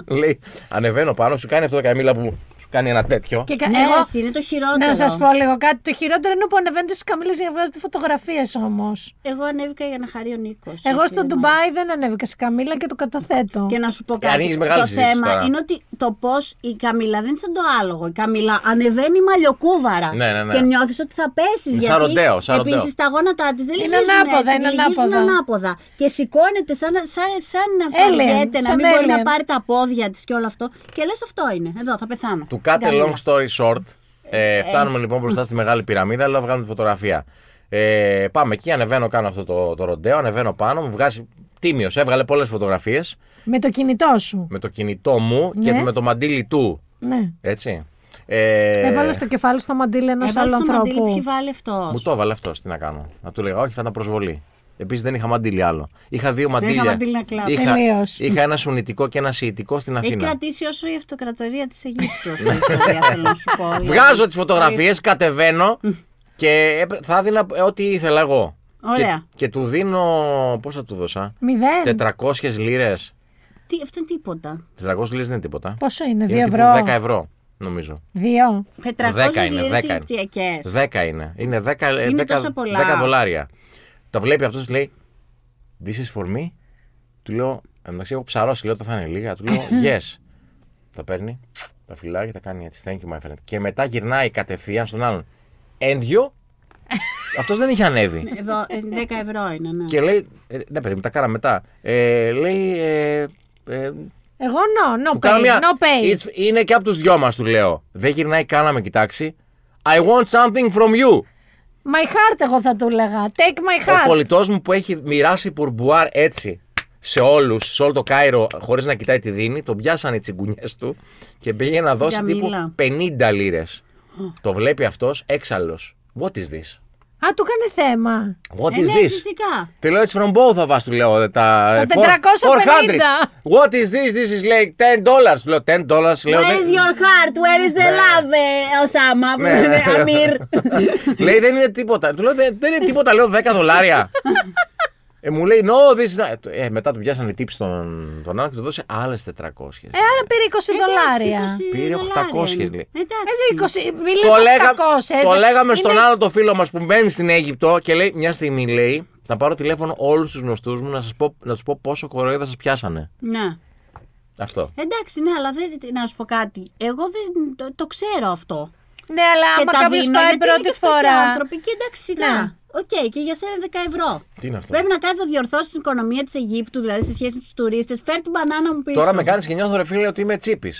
λέει, ανεβαίνω πάνω, σου κάνει αυτό το καμίλα που σου κάνει ένα τέτοιο.
Και κα-
Ναι,
εγώ-
ρε, εσύ, είναι το χειρότερο.
Να σας πω λίγο κάτι. Το χειρότερο είναι που ανεβαίνετε στι καμίλε για να βγάζετε φωτογραφίε όμως.
Εγώ ανέβηκα για να χαρεί ο Νίκος.
Εγώ στο Ντουμπάι δεν ανέβηκα σε καμίλα και το καταθέτω.
Και να σου πω
Ε, ανοίγεις
κάτι.
μεγάλη
το
συζήτηση
θέμα
τώρα.
είναι ότι το πώς η Καμίλα δεν είναι σαν το άλογο. Η Καμίλα ανεβαίνει μαλλιοκούβαρα.
Ναι, ναι, ναι.
Και νιώθεις ότι θα πέσεις.
Είναι σαν ροντέο, σαν ροντέο.
Επίσης τα γόνατά της δεν
Είναι
λυγίζουν
ανάποδα,
έτσι,
είναι
λυγίζουν
ανάποδα.
ανάποδα. Και σηκώνεται σαν, σαν, σαν να
Alien,
φαριέται, να
σαν
μην μπορεί
alien.
να πάρει τα πόδια της και όλο αυτό. Και λες αυτό είναι. Εδώ θα πεθάνω.
To cut
Η
a
Καμίλα.
long story short, ε, φτάνουμε λοιπόν μπροστά στη μεγάλη πυραμίδα, αλλά βγάλουμε τη φωτογραφία. Ε, πάμε εκεί, ανεβαίνω, κάνω αυτό το, το ροντέο, ανεβαίνω πάνω, μου βγάζει τίμιος. Έβγαλε πολλές φωτογραφίες
Με το κινητό σου.
με το κινητό μου και
Ναι.
με το μαντίλι του.
Ναι.
Έτσι. Ε,
Έβαλε το κεφάλι στο μαντίλι ενός
Έβαλε
άλλου
στο μαντίλι που έχει
ανθρώπου.
βάλει αυτός.
Μου το έβαλε αυτός, τι να κάνω. Να του λέγα, Όχι, θα ήταν προσβολή. Επίσης δεν είχα μαντίλι άλλο. Είχα δύο μαντίλια.
μαντίλι να κλάβω.
είχα,
Τελείως.
είχα ένα σουνητικό και ένα σιητικό στην
Έχει
Αθήνα.
κρατήσει όσο η αυτοκρατορία της Αιγύπτου αυτή η ιστορία,
(laughs)
θέλω να σου πω.
Βγάζω τις φωτογραφίες, κατεβαίνω και έπρε- θα δίνα ε, ό,τι ήθελα εγώ.
Ωραία.
Και, και του δίνω. Πώ θα του δώσα,
Μηδέν.
400 λίρες.
Τι, αυτό είναι τίποτα.
400 λίρες δεν είναι τίποτα.
Πόσο είναι, δύο
Είναι τύπου
ευρώ.
10 ευρώ, νομίζω.
2.
400
είναι,
λίρες
δέκα είναι.
ηλικιακέ.
10 είναι. Είναι 10, ε,
Είναι
10
τόσο πολλά.
10 δολάρια. Τα βλέπει αυτός, λέει This is for me. Του λέω Εντάξει, έχω ψαρώσει, λέω το θα είναι λίγα. Του λέω Yes. Τα παίρνει, τα φυλάει και τα κάνει έτσι. Thank you, my friend. Και μετά γυρνάει κατευθείαν στον άλλον. And you. αυτός δεν είχε ανέβει.
Εδώ ε, 10 ευρώ είναι, ναι.
και λέει, ε, ναι παιδί μου, τα κάνα μετά. Ε, λέει, ε, ε,
Εγώ no, no
του κάνω
pay.
μια...
No pay.
It's- είναι και από τους δυο μας του λέω. Δεν γυρνάει καν να με κοιτάξει. I want something from you.
My heart, εγώ θα του έλεγα. Take my
Ο
heart.
πολιτό μου που έχει μοιράσει πουρμπουάρ έτσι σε όλους, σε όλο το Κάιρο, χωρίς να κοιτάει τι δίνει, τον πιάσανε οι τσιγκουνιές του και πήγε να δώσει τύπου
Γιαμίλα.
50 λίρε. Το βλέπει αυτός έξαλλος. What is this?
Α, του κάνει θέμα.
What
Ε,
is
ναι,
this?
φυσικά.
Τη λέω έτσι from both of us, του λέω. Τα, ε,
Τα
four-
450.
400. What is this? This is like 10 dollars. Του λέω 10 dollars. Λέω,
Where is
δεν-
your heart, where is the love, ε, Osama, που
Ναι, ναι.
είναι (laughs) Αμύρ.
λέει δεν είναι τίποτα. Του λέω δεν, δεν είναι τίποτα, λέω 10 δολάρια. ε, μου λέει no, this is not-». Ε, μετά του πιάσανε οι τύψη τον, τον άλλο και του δώσε άλλες 400.
Ε, άρα πήρε 20 δολάρια.
Εντάξει, 20
Πήρε
δολάρια
800
είναι.
λέει.
Εντάξει.
Ε, 20, μιλήσα 800.
λέγα- το
ε,
λέγαμε
είναι-
στον άλλο το φίλο μας που μένει στην Αίγυπτο και λέει: Μια στιγμή λέει, θα πάρω τηλέφωνο όλους τους γνωστούς μου να, σας πω, να τους πω πόσο κοροϊδά σας πιάσανε.
Ναι.
Αυτό.
Εντάξει, ναι, αλλά δεν, να σου πω κάτι. Εγώ δεν, το, το ξέρω αυτό.
Ναι, αλλά άμα
τα
κάποιος
δίνω,
πάει
γιατί είναι
πρώτη
και φτωχοί
φορά.
άνθρωποι και εντάξει, σιγά.
Ναι.
Οκ, και για σένα είναι 10 ευρώ.
Τι είναι αυτό?
Πρέπει να κάτσει να διορθώσεις την οικονομία της Αιγύπτου, δηλαδή σε σχέση με τους τουρίστες. Φέρ την μπανάνα μου πίσω.
Τώρα με κάνεις και νιώθω ρε φίλε ότι είμαι τσίπης.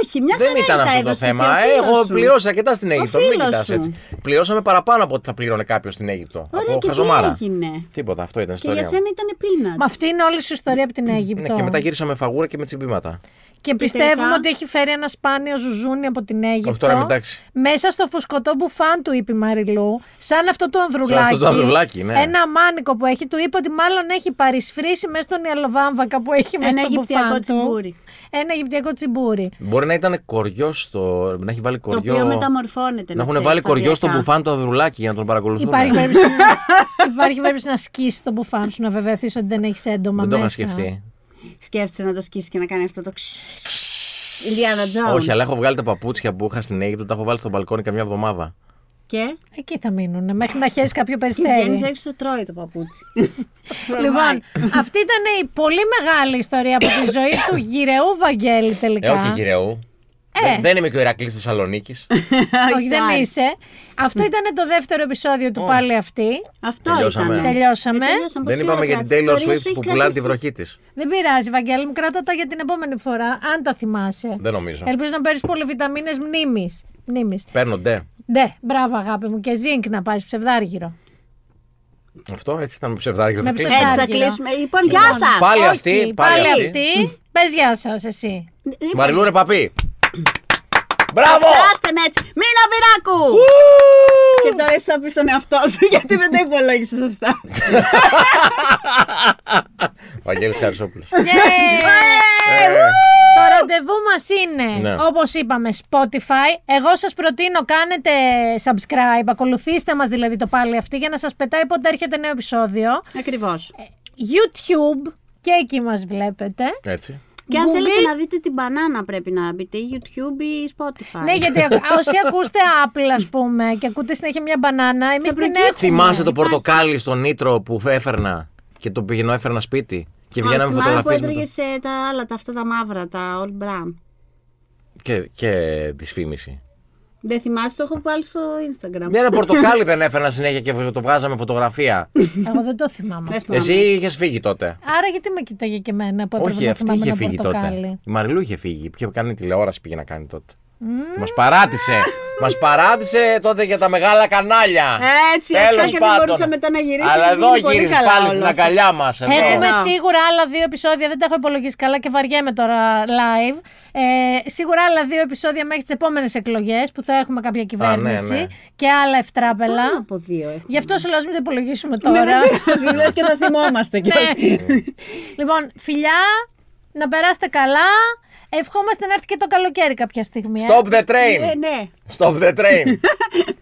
Όχι, μια
Δεν
χαρά Ε, τα
ήταν αυτό το
έδωσες,
θέμα. Ε,
εσύ, ο φίλος
Εγώ
σου.
πληρώσα αρκετά στην Αίγυπτο. Μην
φίλος
κοιτάς
σου.
έτσι. Πληρώσαμε παραπάνω από ό,τι θα πλήρωνε κάποιος στην Αίγυπτο.
Ωραία,
από
και τι
χαζομάρα.
έγινε?
Τίποτα, αυτό ήταν η
Και για
ιστορία. μου.
σένα ήταν πείνα.
Μα αυτή είναι όλη σου ιστορία από την Αίγυπτο.
Ναι, και μετά γύρισαμε φαγούρα και με τσιμπήματα.
Και πιστεύουμε
τελικά-
ότι έχει φέρει ένα σπάνιο ζουζούνι από την Αίγυπτο.
Όχι, τώρα μην τάξει.
Μέσα στο φουσκωτό μπουφάν του είπε η Μαριλού, σαν αυτό το ανδρουλάκι.
αυτό το ανδρουλάκι, ναι.
Ένα μάνικο που έχει, του είπε ότι μάλλον έχει παρισφρήσει μέσα στον Ιαλοβάμβακα που έχει μέσα
Ένα
στο μπουφάν
Αιγυπτιακό
του.
τσιμπούρι.
Ένα Αιγυπτιακό τσιμπούρι.
Μπορεί να ήταν κοριό στο. να έχει βάλει
Το
κοριό.
οποίο μεταμορφώνεται.
Να έχουν
ξέρεις,
βάλει κοριό στο
σταδιακά.
μπουφάν το αδρουλάκι για να τον παρακολουθούν.
Υπάρχει περίπτωση, να- υπάρχει περίπτωση να σκίσει τον μπουφάν σου, να βεβαιωθείς ότι δεν έχεις έντομα
Δεν το
μέσα.
είχα σκεφτεί.
Σκέφτεσαι να το σκίσεις και να κάνει αυτό το Ιλιάνα Τζόουν.
Όχι, αλλά έχω βγάλει τα παπούτσια που είχα στην Αίγυπτο, τα έχω βάλει στο μπαλκόνι καμιά εβδομάδα.
Και
Εκεί θα μείνουν, μέχρι να χέσει
(laughs)
κάποιο
βγαίνει
περιστέρι.
έξω, σε τρώει το παπούτσι.
λοιπόν, αυτή ήταν η πολύ μεγάλη ιστορία από τη ζωή
(laughs)
του γυρεού Βαγγέλη τελικά.
Ε, όχι γυρεού.
Ε.
Δεν, δεν είμαι και ο Ηρακλής Θεσσαλονίκης.
Όχι, δεν είσαι. Αυτό ήταν το δεύτερο επεισόδιο του πάλι αυτή.
Αυτό
Τελειώσαμε.
ήταν. Ε,
Τελειώσαμε.
δεν είπαμε για την Taylor Swift που πουλάει τη βροχή της.
Δεν πειράζει, Βαγγέλη μου, κράτα τα για την επόμενη φορά, αν τα θυμάσαι.
Δεν νομίζω.
Ελπίζω να παίρνεις πολυβιταμίνε μνήμης. Μνήμης.
Παίρνονται.
Ναι, μπράβο αγάπη μου και ζink να πάρεις ψευδάργυρο.
Αυτό έτσι ήταν με ψευδάργυρος.
Με
θα κλείσουμε.
ψευδάργυρο.
Έτσι θα
Άργυρο.
κλείσουμε. Λοιπόν, γεια σας.
Πάλι
Όχι,
αυτή, πάλι
πάλι
αυτή.
αυτή. Πες γεια σας εσύ.
Μαριλούρε παπί. Μπράβο!
Άστε με έτσι. Μίνα Βυράκου! Και τώρα εσύ θα πεις τον εαυτό σου (laughs) γιατί δεν το υπολόγισες
(laughs)
σωστά.
Βαγγέλης Χαρισόπουλος.
Yay!
Ε,
Το ραντεβού μας είναι,
Ναι.
όπως όπω είπαμε, Spotify. Εγώ σας προτείνω, κάνετε subscribe, ακολουθήστε μας δηλαδή το πάλι αυτή για να σας πετάει πότε έρχεται νέο επεισόδιο.
Ακριβώς.
YouTube και εκεί μας βλέπετε.
Έτσι.
Και αν
Google.
θέλετε να δείτε την μπανάνα, πρέπει να μπείτε ή YouTube ή Spotify.
Ναι, γιατί α- όσοι ακούστε Apple, ας πούμε, και ακούτε συνέχεια μια μπανάνα, εμείς την
προκύψει.
έχουμε.
Θυμάσαι το
υπάρχει.
πορτοκάλι στον Νίτρο που έφερνα και το πηγαίνω έφερνα σπίτι και βγαίναμε
που
φωτογραφίε.
έτρωγε τα άλλα, τα, αυτά τα μαύρα, τα All Brown.
Και, και δυσφήμιση.
Δεν θυμάσαι, το έχω βάλει στο Instagram.
Μια ένα πορτοκάλι δεν έφερνα συνέχεια και το βγάζαμε
(laughs)
φωτογραφία.
Εγώ δεν το θυμάμαι.
Δεν
αυτό.
θυμάμαι.
Εσύ είχες φύγει τότε.
Άρα γιατί με κοιτάγε και εμένα που έπρεπε
Όχι,
να
αυτή
θυμάμαι
είχε
ένα
φύγει τότε.
πορτοκάλι.
Η Μαριλού είχε φύγει. Ποιο κάνει τηλεόραση πήγε να κάνει τότε. Μας παράτησε. Μας παράτησε τότε για τα μεγάλα κανάλια.
Έτσι, αυτά
Τέλος
και δεν
πάντων.
μπορούσα μετά να γυρίσω,
Αλλά
γιατί
εδώ
είναι πολύ
γύρισε
καλά
πάλι
όλο
στην
αυτό.
αγκαλιά μας.
Έχουμε
Εδώ.
σίγουρα άλλα δύο επεισόδια, δεν τα έχω υπολογίσει καλά και βαριέμαι τώρα live. Ε, σίγουρα άλλα δύο επεισόδια μέχρι τις επόμενες εκλογές που θα έχουμε κάποια κυβέρνηση
ναι.
και άλλα ευτράπελα.
Πάνω από δύο έχω.
Γι' αυτό σου λέω, ας μην το υπολογίσουμε
Ναι,
τώρα.
Λες και θα θυμόμαστε
(laughs) Ναι. λοιπόν, φιλιά, να περάσετε καλά. Ευχόμαστε να έρθει και το καλοκαίρι κάποια στιγμή. ε.
Stop the
Ε,
train.
ναι.
Stop the train.